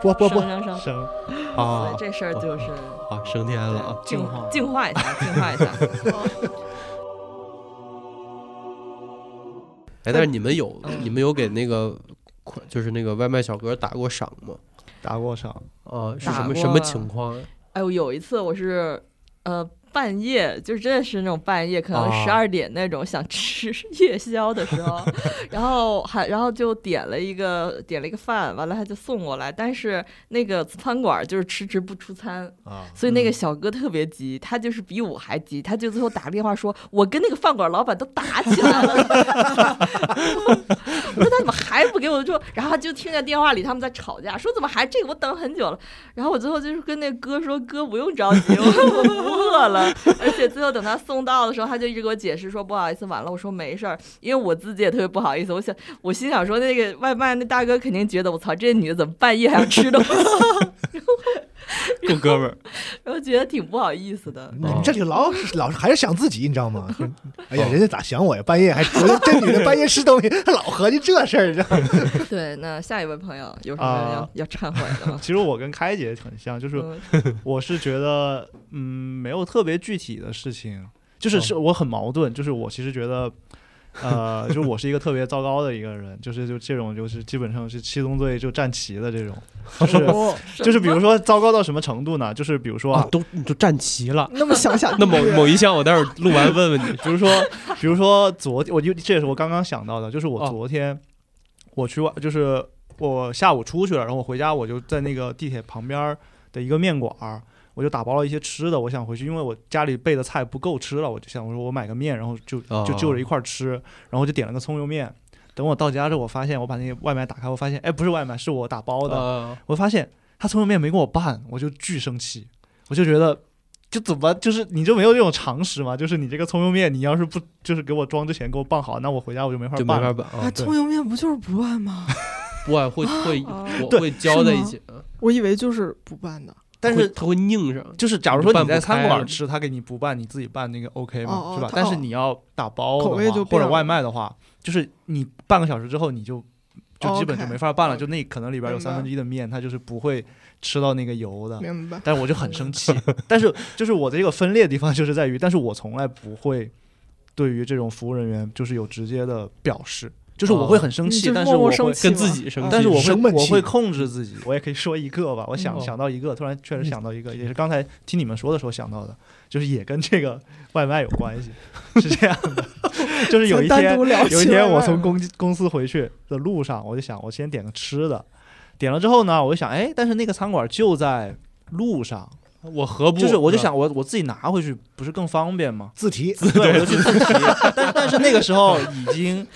S2: 不不不
S1: 升，升升，
S5: 升
S1: 所以
S5: 啊
S1: 这事儿就是
S5: 啊升天了啊！
S1: 净
S3: 哦净化
S1: 净化一下，净化一下。
S5: 哎，但是你们有
S1: 嗯
S5: 你们有给那个快就是那个外卖小哥打过赏吗？
S3: 打过赏，
S5: 啊，是
S1: 打
S5: 什么
S1: 过
S5: 什么情况 啊？
S1: 哎呦，有一次我是呃半夜，就真的是那种半夜，可能
S5: 啊
S1: 十二点那种、想吃 夜宵的时候，然后还然后就点了一个点了一个饭，完了他就送过来，但是那个餐馆就是迟迟不出餐，
S2: 啊，
S1: 所以那个
S5: 嗯
S1: 小哥特别急，他就是比我还急，他就最后打个电话说：“ 我跟那个饭馆老板都打起来了。”我说：“他怎么还不给我我就然后他就听见电话里他们在吵架，说怎么还这个我等很久了。然后我最后就是跟那哥说，哥不用着急，我我不饿了。而且最后等他送到的时候，他就一直给我解释说不好意思晚了。我说没事儿，因为我自己也特别不好意思，我想我心想说那个外卖那大哥肯定觉得我操这女的怎么半夜还要吃东西，
S3: 够哥们儿。
S1: 然后觉得挺不好意思的。
S3: 哦
S2: 你这里老老是还是想自己，你知道吗？ 就是哎
S5: 哦
S2: 呀，人家咋想我呀？半夜还这这女的半夜吃东西， 老合计这事儿，你知道吗？
S1: 对，那下一位朋友有什么要、
S3: 啊
S1: 要忏悔的吗？
S3: 其实我跟开姐很像，就是
S1: 嗯
S3: 我是觉得，嗯，没有特别具体的事情，
S5: 哦
S3: 就是是我很矛盾，就是我其实觉得，呃，就是我是一个特别糟糕的一个人，就是就这种就是基本上是七宗罪就占齐的这种，就是
S4: 哦，
S3: 就是比如说糟糕到什么程度呢？就是比如说
S5: 啊
S3: 啊，，
S5: 都你都站齐了。
S4: 那么想想，
S5: 那某某一项，我待会儿录完问问你。
S3: 比如说比如说昨我就这也是我刚刚想到的，就是我
S5: 哦
S3: 昨天我去外就是我下午出去了，然后我回家我就在那个地铁旁边儿的一个面馆儿。我就打包了一些吃的，我想回去，因为我家里备的菜不够吃了，我就想我说我买个面，然后就
S5: 哦
S3: 就就着一块儿吃，然后我就点了个葱油面。等我到家之后，我发现我把那个外卖打开，我发现哎不是外卖，是我打包的，
S5: 呃，
S3: 我发现他葱油面没给我拌，我就巨生气，我就觉得就怎么就是你就没有这种常识嘛？就是你这个葱油面，你要是不就是给我装之前给我拌好，那我回家我就没法
S5: 就没
S3: 拌
S5: 法
S3: 了。
S5: 办啊
S4: 啊，，葱油面不就是不拌吗？
S5: 不然会会
S1: 哦
S5: 我
S3: 对
S5: 会浇在一起，啊
S4: 我以为就是不拌的。
S3: 但
S5: 会
S3: 是
S5: 它会拧上。
S3: 就是假如说你在餐
S5: 拌不
S3: 馆
S5: 开
S3: 吃，他给你不拌，你自己拌那个 OK
S4: 哦
S3: 嘛，
S4: 哦
S3: 是吧
S4: 它？
S3: 但是你要打包的
S4: 口味
S3: 话
S4: 就
S3: 或
S4: 变
S3: 者
S4: 了
S3: 外卖的话，就是你半个小时之后你就。就基本就
S4: OK，
S3: 没法拌了，
S4: 嗯
S3: 就那可能里边有
S4: 明白
S3: 三分之一的面，它就是不会吃到那个油的。
S4: 明白，
S3: 但是我就很生气。但是就是我的这个分裂的地方就是在于，但是我从来不会对于这种服务人员就是有直接的表示，就是我
S5: 哦
S3: 会很生
S4: 你
S3: 气，
S4: 就是
S3: 但是
S4: 默
S3: 我
S4: 默
S3: 会
S4: 生气
S5: 跟
S4: 嘛，
S5: 自己生气
S4: 嗯
S3: 但是我
S2: 生
S3: 会
S2: 闷气
S3: 我会控制自己，我也可以说一个吧。我想、
S5: 嗯
S3: 想到一个，突然确
S4: 嗯
S3: 实想到一个，也是刚才听你们说的时候想到的，就是也跟这个外卖有关系，是这样的， 就是有一
S4: 咱
S3: 天
S4: 单独聊起
S3: 有一天我
S4: 外卖
S3: 从公公司回去的路上，我就想我先点个吃的，点了之后呢，我就想哎，但是那个餐馆就在路上，
S5: 我何不
S3: 就是我就想我我自己拿回去不是更方便吗？
S2: 自提，
S3: 对， 我就去自提。但但是那个时候已经，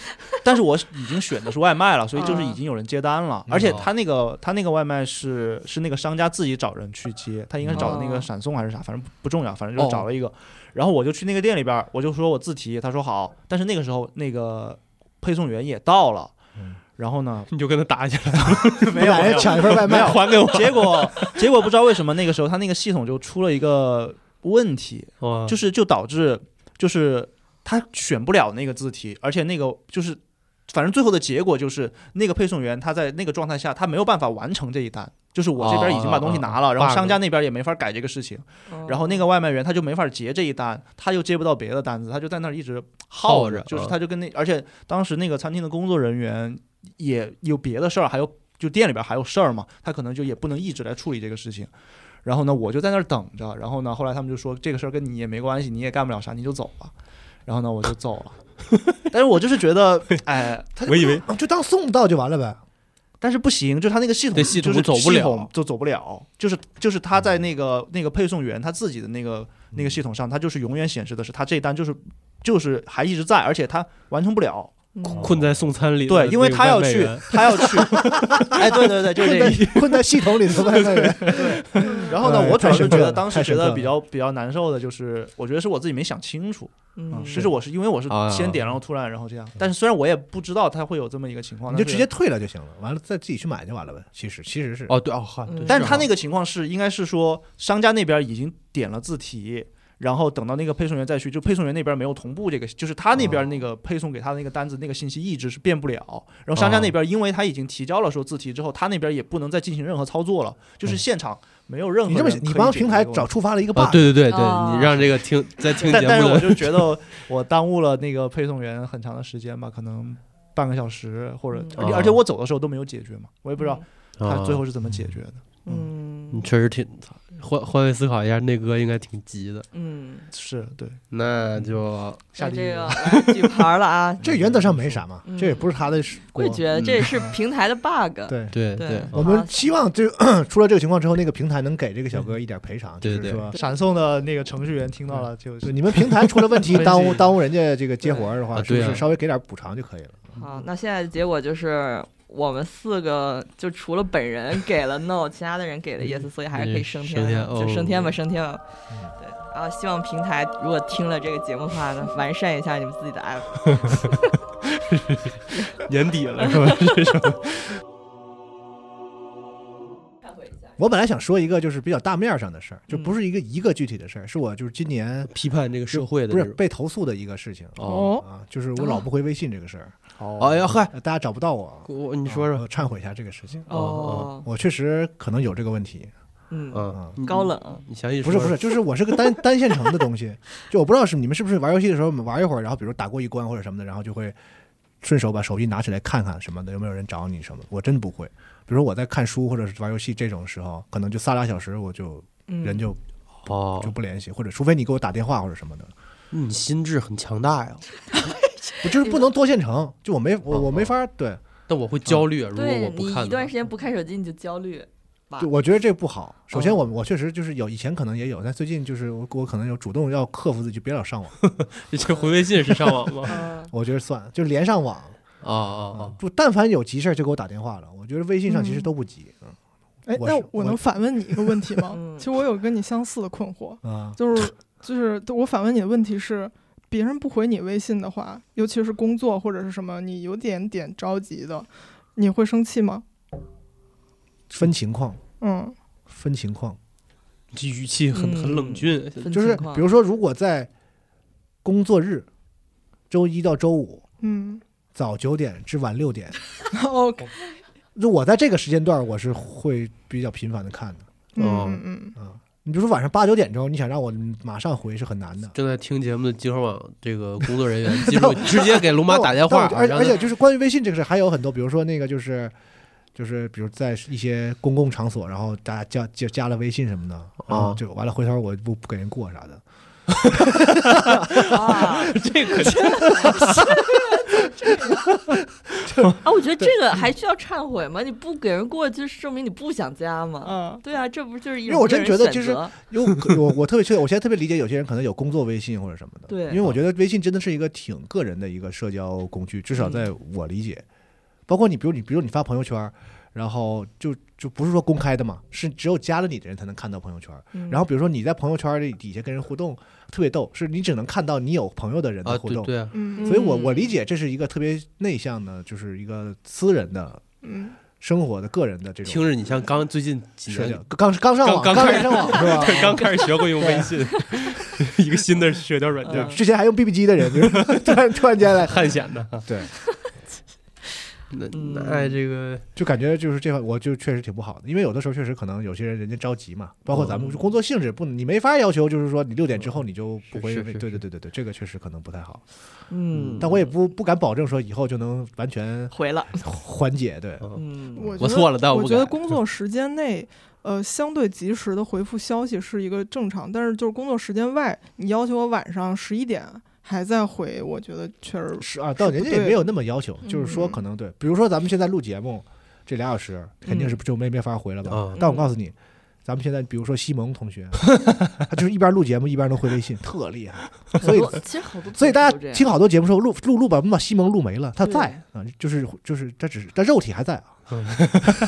S3: 但是我是已经选的是外卖了，所以就是已经有人接单了。
S5: 嗯，
S3: 而且他那个他那个外卖是是那个商家自己找人去接，他应该是找的那
S1: 哦
S3: 个闪送还是啥，反正不不重要，反正就是找了一个。然后我就去那个店里边儿，我就说我自提，他说好。但是那个时候那个配送员也到了
S2: 嗯，
S3: 然后呢
S5: 你就跟他打起来，
S3: 没有
S2: 来
S3: 没有
S2: 抢一份外
S3: 没有
S2: 卖，
S5: 还给我。
S3: 结果结果不知道为什么那个时候他那个系统就出了一个问题，
S5: 哇
S3: 就是就导致就是他选不了那个字体，而且那个就是反正最后的结果就是那个配送员他在那个状态下他没有办法完成这一单，就是我这边已经把东西拿了，
S5: 哦哦哦
S3: 然后
S5: bug
S3: 商家那边也没法改这个事情，
S5: 哦
S1: 嗯
S3: 然后那个外卖员他就没法结这一单，他又接不到别的单子，他就在那儿一直耗
S5: 耗着
S3: 就是
S5: 嗯
S3: 他就跟那而且当时那个餐厅的工作人员也有别的事儿，还有就店里边还有事儿嘛，他可能就也不能一直来处理这个事情。然后呢，我就在那儿等着。然后呢，后来他们就说这个事儿跟你也没关系，你也干不了啥，你就走吧。然后呢，我就走了。但是我就是觉得，哎，
S2: 他
S5: 我以为
S2: 就当送到就完了呗。
S3: 但是不行，就是他那个系统
S5: 对系统
S3: 就是
S5: 走不了
S3: 系统就走不了，就是就是他在那个那个配送员他自己的那个那个系统上，他就是永远显示的是他这一单就是就是还一直在，而且他完成不了，
S1: 嗯
S5: 困在送餐里的那个外卖
S3: 对，
S5: 员。
S3: 因为他要去，他要去，哎，对对对，就是
S2: 困
S3: 这个意思。
S2: 在困在系统里的外卖员，
S3: 然后呢，
S2: 哎
S3: 我主
S2: 太
S3: 要是
S2: 深
S3: 觉
S2: 刻
S3: 得
S2: 了
S3: 当时
S2: 太
S3: 觉
S2: 深
S3: 得
S2: 刻
S3: 比较比较难受的就是，我觉得是我自己没想清楚，
S1: 嗯，
S3: 其实我是因为我是
S5: 啊
S3: 先点，然后突然然后这样，但是虽然我也不知道他会有这么一个情况，
S2: 你就直
S3: 但是
S2: 接退了就行了，完了再自己去买就完了呗。其实其实是，
S5: 哦对哦，好
S1: 嗯
S5: 对
S3: 但是他那
S5: 个
S3: 个情况是，应该是说商家那边已经点了字体，然后等到那个配送员再去，就配送员那边没有同步这个，就是他那边那个配送给他的那个单子那个信息一直是变不了。然后商家那边因为他已经提交了说字体之后，他那边也不能再进行任何操作了，就是现场没有任何
S2: 你这么
S3: 人
S2: 你
S3: 可以
S2: 帮
S3: 解决
S2: 平台
S3: 这个问
S2: 找
S3: 题。
S2: 触发了一个 bug，、，
S5: 啊，对对对对，
S1: 哦
S5: 你让这个听在听节
S3: 但
S5: 目
S3: 但是我
S5: 的
S3: 就觉得我耽误了那个配送员很长的时间吧，可能半个小时或者，
S1: 嗯
S3: 而且而且我走的时候都没有解决嘛，我也不知道他
S5: 啊
S3: 最后是怎么解决的。
S1: 嗯
S5: 你确实挺操换换位思考一下，那哥应该挺急的，嗯
S1: 嗯，
S3: 是对，
S5: 那就
S3: 下
S1: 那
S3: 题
S1: 这个来举牌了啊
S2: 这原则上没啥嘛，
S1: 嗯
S2: 这也不是他的锅
S1: 会。觉得这是
S3: 嗯
S1: 平台的 bug，
S2: 对，
S5: 对
S1: 对
S2: 我们希望就 出了这个情况之后，那个平台能给这个小哥一点赔偿，
S5: 对
S2: 就是说，
S3: 闪送的那个程序员听到了就
S2: 就是你们平台出了问 题，
S3: 分析
S2: 耽误耽误人家这个接活儿的
S5: 啊
S2: 话，是
S5: 对
S2: 不
S5: 啊
S2: 是稍微给点补偿就可以了？
S1: 好，那现在的结果就是我们四个就除了本人给了 no，其他的人给了 yes，所以还是可以升天的，
S5: 嗯升天哦
S1: 就升天吧，升天吧
S2: 嗯。
S1: 对，然后希望平台如果听了这个节目的话呢，完善一下你们自己的 app。
S3: 年底了 是吧？这种
S2: 我本来想说一个就是比较大面儿上的事儿，就
S1: 嗯
S2: 不是一个一个具体的事儿，是我就是今年
S5: 批判这个社会的
S2: 不
S5: 这
S2: 是
S5: 种
S2: 被投诉的一个事情
S5: 哦
S2: 啊，就是我老不回微信这个事儿，嗯
S5: 哎呀嗨，
S2: 大家找不到我。
S5: 我你说
S2: 啊
S5: 说，
S2: 我忏悔一下这个事情。
S5: 哦
S1: 哦，
S2: 我确实可能有这个问题
S1: 嗯，
S5: 嗯，
S2: 啊，
S5: 你
S1: 高，冷，
S5: 你详细
S2: 不是
S5: 说
S2: 不是，就是我是个单 单线程的东西，就我不知道是你们是不是玩游戏的时候玩一会儿，然后比如打过一关或者什么的，然后就会顺手把手机拿起来看看什么的，有没有人找你什么的。我真不会，比如我在看书或者是玩游戏这种时候，可能就仨俩小时我就
S1: 嗯
S2: 人就
S5: 哦
S2: 就，不联系，或者除非你给我打电话或者什么的，
S5: 你心智很强大呀，
S2: 我就是不能多线程，就我没我我没法对，
S5: 但我会焦虑啊，如果
S1: 对
S5: 我
S1: 你
S5: 不看
S1: 一
S5: 的
S1: 段
S5: 话
S1: 时间不看手机你就焦虑，吧
S2: 就我觉得这不好。首先
S1: 哦
S2: 我我确实就是有以前可能也有，但最近就是我我可能有主动要克服自己，别老上网。
S5: 这回微信是上网 吗？
S1: 嗯，？
S2: 我觉得算，就是连上网，
S5: 哦哦
S2: 不，但凡有急事儿就给我打电话了。我觉得微信上其实都不急，
S4: 哎，
S2: 我
S4: 那
S2: 是
S4: 我
S2: 我
S4: 能反问你一个问题吗
S1: 嗯
S4: 其实我有跟你相似的困惑，
S2: 嗯啊，
S4: 就是就是我反问你的问题是，别人不回你微信的话，尤其是工作或者是什么，你有点点着急的，你会生气吗？
S2: 分情况，
S4: 嗯，
S2: 分情况，
S5: 哦，这语气很很冷峻，
S1: 嗯分
S2: 就是
S1: 情况
S2: 比如说，如果在工作日，周一到周五
S4: 嗯
S2: 早九点至晚六点，
S4: ，OK，
S2: 就我在这个时间段儿，我是会比较频繁的看的
S4: 嗯
S5: 哦
S4: 嗯嗯，
S2: 啊。你比如说晚上八九点钟，你想让我马上回是很难的。
S5: 正在听节目的金河网这个工作人 员进入，直接给龙马打电话
S2: 但我
S5: 啊，
S2: 但我
S5: 然
S2: 而而
S5: 后
S2: 且就是关于微信这个事儿，还有很多，比如说那个就是。就是比如在一些公共场所，然后大家加就加了微信什么的，然
S5: 哦
S2: 后就完了，回头我不不给人过啥的，
S1: 啊，
S5: 这个真
S1: 啊，我觉得这个还需要忏悔吗？你不给人过，就是证明你不想加吗？
S4: 啊，
S1: 对啊，这不就是一
S2: 因
S1: 种
S2: 为我真觉
S1: 个人
S2: 得
S1: 选
S2: 就是
S1: 择
S2: 因为我我我特别确，我现在特别理解有些人可能有工作微信或者什么的，
S1: 对
S2: 因为
S5: 哦
S2: 我觉得微信真的是一个挺个人的一个社交工具，至少在我理解，包括你，比如你，比如你发朋友圈，然后就就不是说公开的嘛，是只有加了你的人才能看到朋友圈，
S1: 嗯
S2: 然后比如说你在朋友圈里底下跟人互动，特别逗，是你只能看到你有朋友的人
S5: 啊，
S2: 的互
S5: 对
S2: 动，
S5: 对啊，
S4: 嗯
S2: 所以我
S1: 嗯
S2: 我理解这是一个特别内向的，就是一个私人的
S4: 嗯，
S2: 生活的个人的这种
S5: 听着你像刚最近几
S2: 社交
S5: 年，
S2: 刚刚上网，
S5: 刚
S2: 刚
S5: 刚开始
S2: 上网是 吧？
S5: 刚开始学会用微 信，一个新的社交软 件，
S1: 嗯
S2: 之前还用 BB 机的人，就是 突然突然间 来，
S5: 探险的。
S2: 对，
S5: 那
S1: 嗯
S5: 那哎这个
S2: 就感觉就是这方，我就确实挺不好的，因为有的时候确实可能有些人人家着急嘛，包括咱们
S1: 嗯
S2: 工作性质不，你没法要求就是说你六点之后你就不回
S5: 是是
S2: 微，
S5: 是
S2: 对对对对对，这个确实可能不太好，
S1: 嗯，
S2: 但我也不不敢保证说以后就能完全
S1: 回了，
S2: 缓解，
S4: 哦
S2: 对，
S1: 嗯，
S4: 我觉
S5: 我
S4: 得
S5: 错了但我
S4: 我
S5: 不
S4: 觉得
S5: 改
S4: 工作时间内，呃，相对及时的回复消息是一个正常，但是就是工作时间外，你要求我晚上十一点还在回，我觉得确实
S2: 是啊，但
S4: 是
S2: 人
S4: 不
S2: 家也
S4: 对
S2: 没有那么要求，就是说
S4: 嗯
S2: 可能对，比如说咱们现在录节目这俩小时，肯定是就没没法回了吧，
S5: 啊
S4: 哦
S2: 但我告诉你，咱们现在比如说西蒙同 学，他就是一边录节目一边能回微信，特厉害。所以
S1: 很多其实好多，
S2: 所以大家听好多节目说录录录吧，我们把西蒙录没了，他在啊、就是就是他只是他肉体还在啊，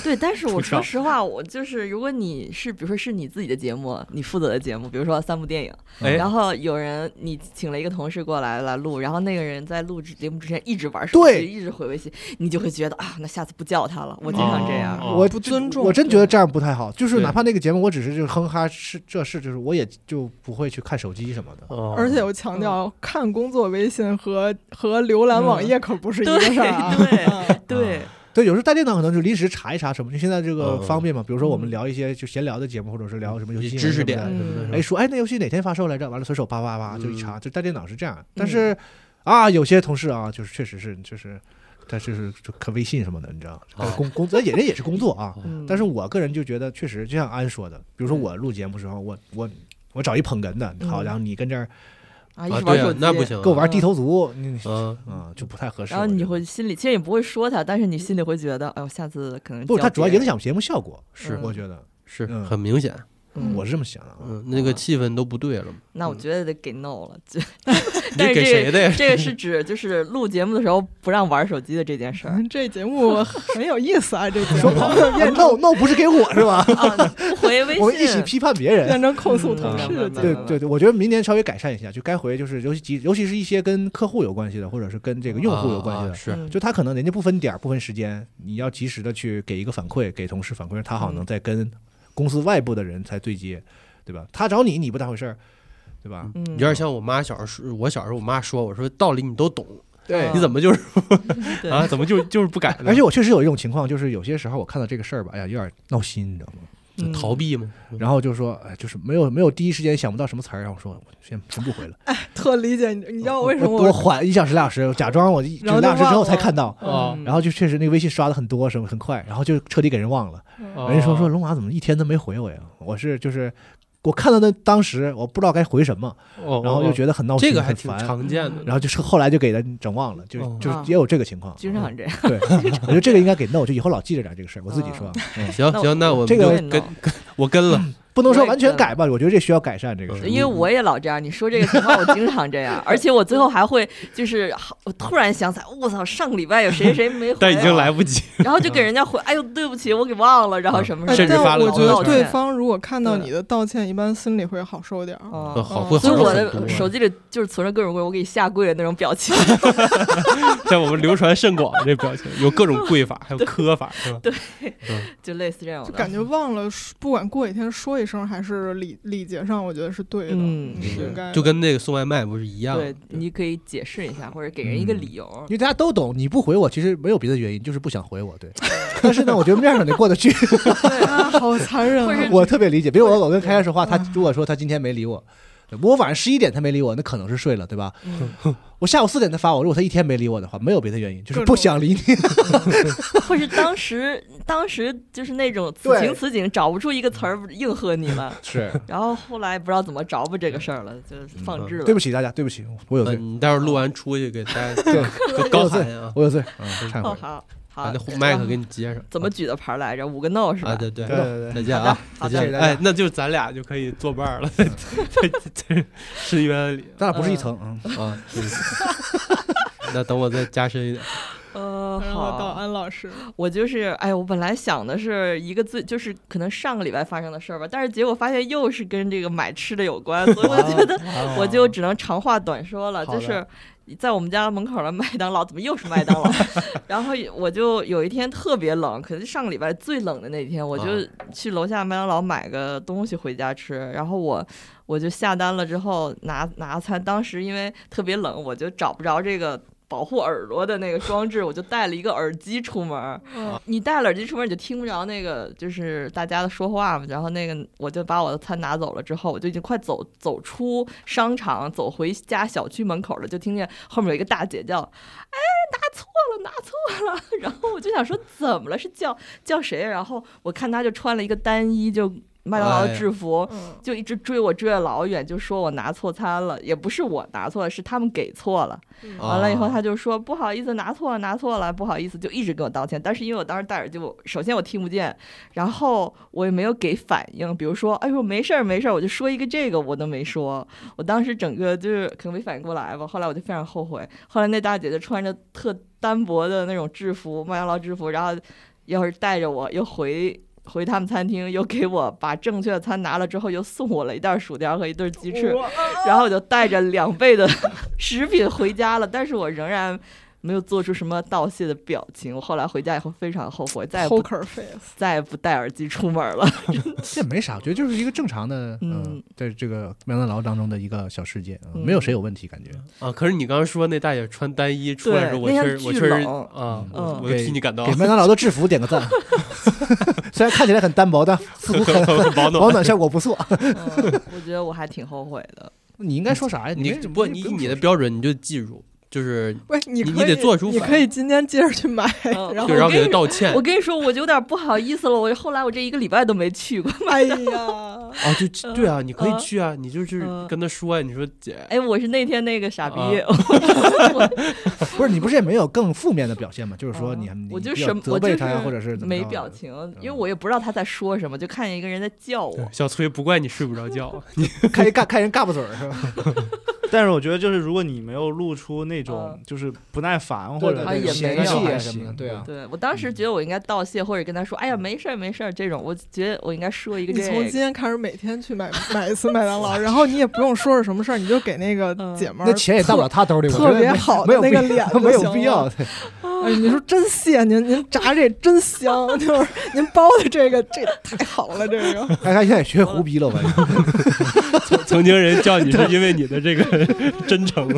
S1: 对，但是我
S5: 出
S1: 说
S5: 场
S1: 实话，我就是如果你是比如说是你自己的节目，你负责的节目，比如说三部电影，
S4: 嗯
S5: 哎
S1: 然后有人你请了一个同事过来来录，然后那个人在录制节目之前一直玩手
S2: 对
S1: 机，一直回微信，你就会觉得啊，那下次不叫他了，我经常这样。
S5: 哦
S2: 我
S4: 不尊重
S2: 我真觉得这样不太好。就是
S5: 对
S2: 哪怕那个节目，我只是就是哼哈是这事，就是我也就不会去看手机什么的。
S5: 哦
S4: 而且我强调，看工作微信和和浏览
S5: 嗯
S4: 网页可不是一个
S1: 对
S4: 事儿 啊。
S1: 对啊对，
S2: 对，有时候带电脑可能就临时查一查什么，就现在这个
S5: 嗯
S2: 方便嘛。比如说我们
S1: 嗯
S2: 聊一些就闲聊的节目，或者是聊什么游戏新闻
S5: 知识
S2: 什么的
S5: 点什么的，
S1: 嗯
S2: 哎，说哎，那游戏哪天发售来着？完了，随手叭叭叭
S5: 嗯
S2: 就一查，就带电脑是这样。
S1: 嗯
S2: 但是、啊，有些同事啊，就是确实是就是，他就是就看微信什么的，你知道，呃
S5: 哦
S2: 工工咱也人也是工作啊。
S1: 嗯
S2: 但是我个人就觉得，确实就像安说的，比如
S5: 嗯
S2: 说我录节目时候，我我我找一捧哏的，好，
S1: 嗯
S2: 然后你跟这儿
S1: 啊，一
S5: 啊
S1: 直玩
S5: 对
S1: 手
S5: 啊
S1: 机，
S5: 那不行啊，
S2: 给我玩地头族，你
S5: 嗯，
S2: 嗯就不太合适。
S1: 然后
S2: 我觉
S1: 你
S2: 得
S1: 会心里其实也不会说他，但是你心里会觉得，哎呦，下次可能
S2: 不，
S1: 叫
S2: 它主要
S1: 别
S2: 影
S1: 人
S2: 响节目效果，
S5: 是
S1: 嗯
S2: 我觉得。
S5: 是
S2: 嗯
S5: 很明显，
S1: 嗯
S2: 我是这么想的啊。
S5: 嗯，那个气氛都不对了嘛。
S1: 那我觉得得给弄了。就
S5: 嗯 你
S1: 但是
S5: 这给谁的呀？
S1: 这个是指就是录节目的时候不让玩手机的这件事 儿
S4: 这节目很有意思啊，这节
S2: 说
S4: 目
S2: 跑了，验 闹闹不是给我是吧？
S1: 啊，不回微信，
S2: 我们一起批判别人。
S4: 变成控诉
S1: 嗯
S4: 同
S5: 嗯
S4: 事
S1: 明白
S4: 的
S1: 明白
S4: 节目。
S2: 对
S1: 明白
S2: 对对，我觉得明年稍微改善一下，就该回就是尤其几尤其是一些跟客户有关系的，或者是跟这个用户有关系的
S5: 啊，是，
S1: 嗯
S2: 就他可能人家不分点儿不分时间，你要及时的去给一个反馈，给同事反馈，让他好能再跟公司外部的人才对接，对吧？他找你你不当回事儿，对吧？
S1: 嗯
S5: 啊有点像我妈小时候说，我小时候我妈说，我说道理你都懂，
S1: 对
S5: 你怎么就是
S1: 嗯对
S5: 啊？怎么就就是不改呢？
S2: 而且我确实有一种情况，就是有些时候我看到这个事儿吧，哎呀，有点闹心，你知道吗？
S1: 嗯
S5: 逃避嘛。
S2: 然后就说，哎，就是没有没有第一时间想不到什么词儿，然后我说我先先不回了。
S5: 嗯
S4: 特理解你，你知哦道我为什么
S2: 我多
S4: 我
S2: 缓一小时俩小时，我假装我一就
S4: 然后就
S2: 俩小时之后
S4: 忘了
S2: 才看到，
S4: 嗯
S5: 啊
S2: 然后就确实那个微信刷的很多，什么很快，然后就彻底给人忘了。
S5: 人
S2: 人家说说龙马怎么一天都没回我呀？我是就是我看到那当时我不知道该回什么，
S5: 哦，
S2: 然后就
S5: 得
S2: 觉得很闹心，
S5: 这个还
S2: 很
S5: 挺
S2: 烦。
S5: 常见的。
S2: 然后就是后来就给他整忘了，就
S5: 哦
S2: 就是
S1: 啊
S2: 也有这个情况。
S1: 经常这样，
S2: 对，我觉得这个应该给弄，就以后老记着点这个事儿。我自己说，嗯
S5: 行
S1: 那
S5: 行，那我们
S2: 这个
S5: 就
S1: 我嗯也
S5: 跟
S1: 弄
S5: 我跟了，
S2: 不能说完全改吧，我觉得这需要改善这个事儿。
S1: 因为我也老这样，你说这个情况，我经常这样，而且我最后还会就是，好我突然想起来，我操，上个礼拜有谁谁没回，
S5: 但已经，来不及。
S1: 然后就给人家回，哎呦，对不起，我给忘了，然后什么
S4: 哎
S1: 什么，
S5: 甚至
S4: 但
S5: 发了
S4: 我
S5: 个
S4: 觉
S5: 朋友
S4: 得
S5: 圈
S4: 对方如果看到
S1: 对
S4: 你的道歉，一般心里会好受点儿。
S5: 呃
S1: 哦，
S5: 好，会
S1: 所以
S5: 好啊
S1: 我
S5: 很多
S1: 的手机里就是存着各种各种我给你下跪的那种表情，
S5: 像我们流传甚广这表情，有 各种跪法，还有磕法，是吧？对，
S1: 就类似这种
S4: 就
S1: 的，
S4: 感觉忘了，不管过几天说一声还是礼礼节上，我觉得是对的，
S1: 嗯
S4: 是
S5: 是
S4: 应该的
S5: 就跟那个送外卖不是一样？嗯
S1: 对，你可以解释一下，或者给人一个理由
S2: 因。为大家都懂，你不回我其实没有别的原因，就是不想回我。对，但是呢，我觉得面上得过得去。
S4: 啊，好残忍
S1: 或者
S4: 啊！
S2: 我特别理解，比如我我跟开开说话，他如果说他今天没理我，我晚上十一点他没理我，那可能是睡了，对吧？
S1: 嗯
S2: 我下午四点他发我，如果他一天没理我的话，没有别的原因，就是
S4: 各
S2: 不
S4: 种
S2: 想理你。
S1: 或是当时当时就是那种此
S2: 对
S1: 情此景找不出一个词儿应和你了，
S2: 是，
S1: 然后后来不知道怎么着吧这个事儿了，就是
S5: 嗯
S1: 放置了。
S2: 对不起大家，对不起，我有
S5: 呃
S2: 罪，
S1: 嗯
S5: 你待会儿录完出去给大家
S2: 对，
S5: 就高喊啊，
S2: 我 有罪，嗯，忏
S1: 哦，
S2: 悔。
S1: 好好
S5: 把，那麦克给你接上。
S1: 怎么举的牌来着？五个 no 是吧？
S5: 啊？对对
S3: 对对对，
S5: 再见啊，
S1: 好
S5: 再
S1: 的
S5: 见。
S2: 好的
S5: 哎，那就咱俩就可以作伴儿了，
S1: 嗯
S5: 在在是一般里
S2: 咱俩不是一层，嗯，
S5: 啊。 是那等我再加深一点。
S1: 呃，
S4: 然后
S1: 好，
S4: 到嗯安老师，
S1: 我就是，哎，我本来想的是一个最，就是可能上个礼拜发生的事儿吧，但是结果发现又是跟这个买吃的有关，所以我觉得
S3: 得
S1: 我就只能长话短说了，
S3: 哦好
S1: 就
S3: 的
S1: 是。在我们家门口的麦当劳怎么又是麦当劳？ 然后我就有一天特别冷，可是上个礼拜最冷的那天，我就
S5: 啊
S3: 嗯
S1: 去楼下麦当劳买个东西回家吃。然后我我就下单了之后拿拿餐，当时因为特别冷，我就找不着这个保护耳朵的那个装置，我就戴了一个耳机出门儿。你戴了耳机出门，你就听不着那个就是大家的说话嘛。然后那个我就把我的餐拿走了之后，我就已经快走走出商场，走回家小区门口了，就听见后面有一个大姐叫：“哎，拿错了，拿错了！”然后我就想说怎么了？是叫叫谁？然后我看她就穿了一个单衣，就麦当劳
S5: 哎
S1: 的制服。
S4: 嗯，
S1: 就一直追我追了老远，就说我拿错餐了，也不是我拿错了，是他们给错了。
S4: 嗯
S1: 完了以后，
S5: 啊
S1: 他就说不好意思，拿错了，拿错了，不好意思，就一直跟我道歉。但是因为我当时戴耳机，我首先我听不见，然后我也没有给反应，比如说哎呦没事儿没事儿，我就说一个这个我都没说，我当时整个就是可能没反应过来吧。后来我就非常后悔。后来那大姐就穿着特单薄的那种制服，麦当劳制服，然后要是带着我又回回他们餐厅，又给我把正确的餐拿了之后，又送我了一袋薯条和一对鸡翅，然后我就带着两倍的 食品回家了，但是我仍然。没有做出什么道谢的表情，我后来回家以后非常后悔，再也不
S4: poker face，
S1: 再也不戴耳机出门了。
S2: 这没啥，我觉得就是一个正常的，嗯
S1: 嗯，
S2: 在这个麦当劳当中的一个小事件，嗯
S1: 嗯
S2: 没有谁有问题，感觉。
S5: 啊，可是你刚刚说那大姐穿单衣出来的时候，我
S1: 对
S5: 确
S1: 那
S5: 实
S1: 天
S5: 我
S1: 巨
S5: 确实
S1: 冷嗯
S5: 啊，我我替你感到
S2: 嗯给麦当劳的制服点个赞，啊 虽然看起来很单薄，但似乎很
S5: 很保暖
S2: 保。暖效果不错。
S1: 嗯我觉得我还挺后悔的。
S2: 你应该说啥呀？
S5: 你
S2: 没
S5: 不
S2: 你
S5: 你
S2: 不用
S5: 你的
S2: 说
S5: 标准你就记住，就是
S4: 喂，你
S5: 你
S4: 可以
S5: 得做出
S4: 你
S5: 反
S4: 可以今天接着去买，
S1: 嗯
S4: 然
S5: 就
S4: 后
S5: 然后给
S1: 我跟
S5: 他
S1: 你
S5: 道歉
S1: 我，跟你说，我就有点不好意思了。我后来我这一个礼拜都没去过。
S4: 哎呀，
S5: 啊，就对啊，你可以
S1: 嗯
S5: 去啊，你就是
S1: 嗯
S5: 跟他说啊，你说姐，
S1: 哎，我是那天那个傻逼，
S5: 啊
S1: 我
S2: 不是你不是也没有更负面的表现吗？就是说你
S1: 啊
S2: 你
S1: 我就
S2: 比较
S1: 什么
S2: 责
S1: 我就
S2: 备他，或者
S1: 是
S2: 是怎么
S1: 没
S2: 着
S1: 表
S2: 的
S1: 情，因为我也不知道他在说什么，就看见一个人在叫我。
S5: 小崔不怪你睡不着觉，
S2: 看一干看人嘎巴嘴儿是吧？
S3: 但是我觉得，就是如果你没有露出那种
S1: 嗯
S3: 就是不耐烦
S2: 对
S3: 或
S2: 对
S3: 者
S1: 啊
S3: 那
S1: 也
S3: 种
S1: 没
S3: 嫌
S1: 有
S3: 弃
S2: 还
S3: 啊
S2: 行
S3: 什么的，
S2: 对啊
S1: 对我当时觉得我应该道谢，或者跟他说：“哎呀，没事儿，没事儿。”这种，我觉得我应该说一个
S4: 你
S1: 这
S4: 从
S1: 个。
S4: 今天开始每天去买 买一次麦当劳，然后你也不用说是什么事儿，你就给那个
S1: 嗯
S4: 姐们
S2: 那
S4: 儿
S2: 钱也到不了他兜里，我
S4: 特
S2: 觉得
S4: 别
S2: 没
S4: 好的
S2: 没有
S4: 那个
S2: 必
S4: 脸 就
S2: 没有
S4: 行
S2: 必要。
S4: 了
S2: 对
S4: 哎，你说真谢您，您炸这真香， 就是您包的这个，这太好了，这个。
S2: 哎，他现在也学胡逼了，我 感觉。
S5: 曾曾经人叫你是因为你 的这个真诚，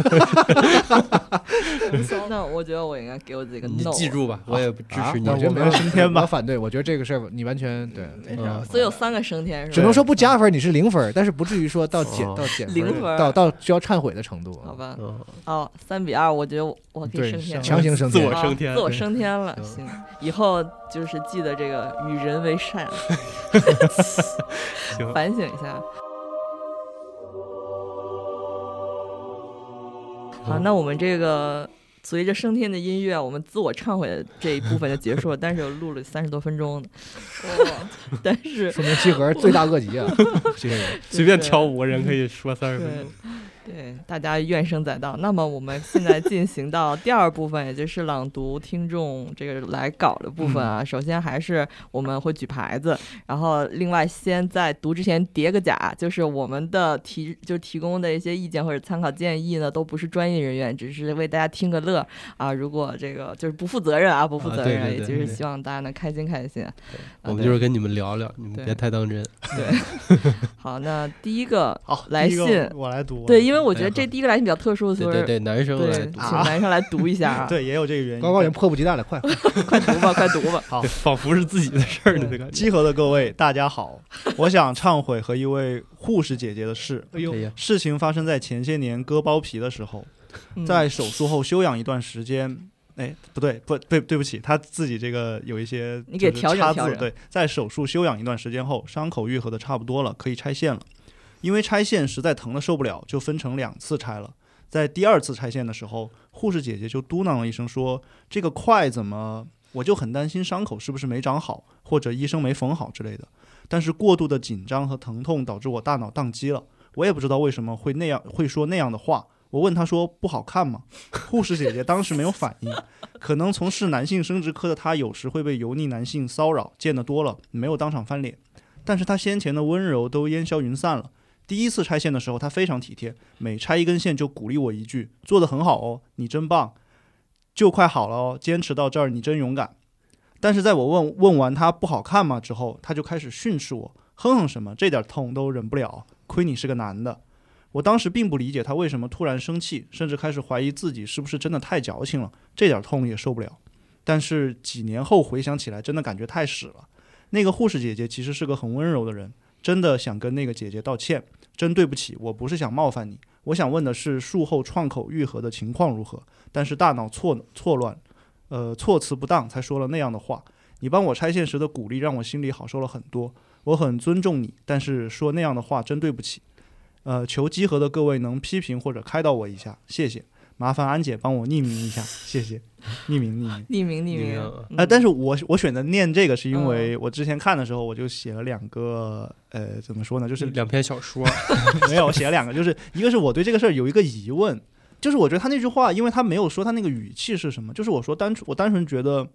S1: 那我觉得我应该给我自己个
S5: 你
S1: no。
S5: 记住吧，我也不支
S2: 啊
S5: 持你
S2: 我。觉得没有
S3: 升天吧
S2: 我反对，我觉得这个事儿你完全对，啊
S4: 没
S5: 啥
S1: 所以有三个升天是吧？
S2: 只能说不加分，你是零分，但是不至于说到减
S5: 哦
S2: 到减
S1: 零分
S2: 到到需要忏悔的程度。啊
S1: 好吧，
S5: 嗯，
S1: 哦，三比二，我觉得我我可以
S2: 对
S1: 升天了，
S2: 强行升
S5: 自
S2: 天
S5: 我升天
S1: 啊自我升天了。
S5: 嗯
S1: 行，以后就是记得这个与人为善，
S5: 行
S1: 反省一下。好，
S5: 嗯
S1: 那我们这个随着升天的音乐，我们自我忏悔的这一部分就结束了，但是又录了三十多分钟的， 但是
S2: 说明集合罪大恶极 啊！这些人
S5: 随便挑五个人可以说三十分
S1: 对嗯
S5: 钟。
S1: 对，大家怨声载道。那么我们现在进行到第二部分，也就是朗读听众这个来稿的部分
S5: 嗯
S1: 啊。首先还是我们会举牌子，然后另外先在读之前叠个甲，就是我们的提就提供的一些意见或者参考建议呢，都不是专业人员，只是为大家听个乐啊。如果这个就是不负责任啊，不负
S5: 啊
S1: 责
S5: 对
S1: 任，
S5: 对对
S1: 也就是
S5: 对
S1: 希望大家能开心开心。啊
S5: 我们
S1: 对
S5: 就是跟你们聊聊，你们
S1: 对
S5: 别太当真。
S1: 好，那第一个
S3: 好，
S1: 来
S3: 第一个
S1: 信
S3: 我来读。
S1: 对，因为我觉得
S5: 哎
S1: 这第一个来信比较特殊，
S5: 对
S1: 所以
S5: 对对，男生来
S1: 对，
S5: 读
S2: 啊
S1: 请，男生来读一下 啊。
S3: 对也有这个原因。
S2: 高高已经迫不及待了，快！
S1: 快读吧，快读吧。
S5: 对 仿佛是自己的事儿呢，这个。
S3: 集合的各位，大家好，我想忏悔和一位护士姐姐的事。哎
S5: 哎呀
S3: 事情发生在前些年割包皮的时候，
S1: 嗯
S3: 在手术后休养一段时间。哎，不对，不对，对不起，他自己这个有一些
S1: 你给
S3: 就是
S1: 调整
S3: 差
S1: 调
S3: 字。
S1: 整
S3: 对，在手术休养一段时间后，伤口愈合的差不多了，可以拆线了。因为拆线实在疼的受不了，就分成两次拆了。在第二次拆线的时候，护士姐姐就嘟囔了一声说：“这个块怎么？”我就很担心伤口是不是没长好，或者医生没缝好之类的。但是过度的紧张和疼痛导致我大脑宕机了，我也不知道为什么会那样会说那样的话。我问她说：“不好看吗？”护士姐姐当时没有反应，可能从事男性生殖科的她有时会被油腻男性骚扰，见得多了，没有当场翻脸。但是她先前的温柔都烟消云散了。第一次拆线的时候，她非常体贴，每拆一根线就鼓励我一句：“做得很好哦，你真棒，就快好了哦，坚持到这儿，你真勇敢。”但是在我问问完她不好看吗之后，她就开始训斥我，哼哼什么，这点痛都忍不了，亏你是个男的。我当时并不理解她为什么突然生气，甚至开始怀疑自己是不是真的太矫情了。这点痛也受不了。但是几年后回想起来，真的感觉太屎了。那个护士姐姐其实是个很温柔的人，真的想跟那个姐姐道歉，真对不起，我不是想冒犯你，我想问的是术后创口愈合的情况如何？但是大脑错错乱，呃，措辞不当才说了那样的话。你帮我拆线时的鼓励让我心里好受了很多，我很尊重你，但是说那样的话真对不起。呃，求集合的各位能批评或者开导我一下，谢谢。麻烦安姐帮我匿 名一下，谢谢。匿名匿名。
S1: 匿名匿
S5: 匿
S1: 名
S5: 名
S1: 啊
S3: 啊、但是我我选择念这个是因
S5: 嗯
S3: 为我之前看的时候我就写了两个，呃，怎么说呢，
S5: 就
S3: 就
S5: 是
S3: 是
S5: 两篇小说，
S3: 没有我写了两个，就是一个是我对这个事儿有一个疑问，就是我觉得他那句话，因为他没有说他那个语气是什么，就是我说单纯我单纯觉得，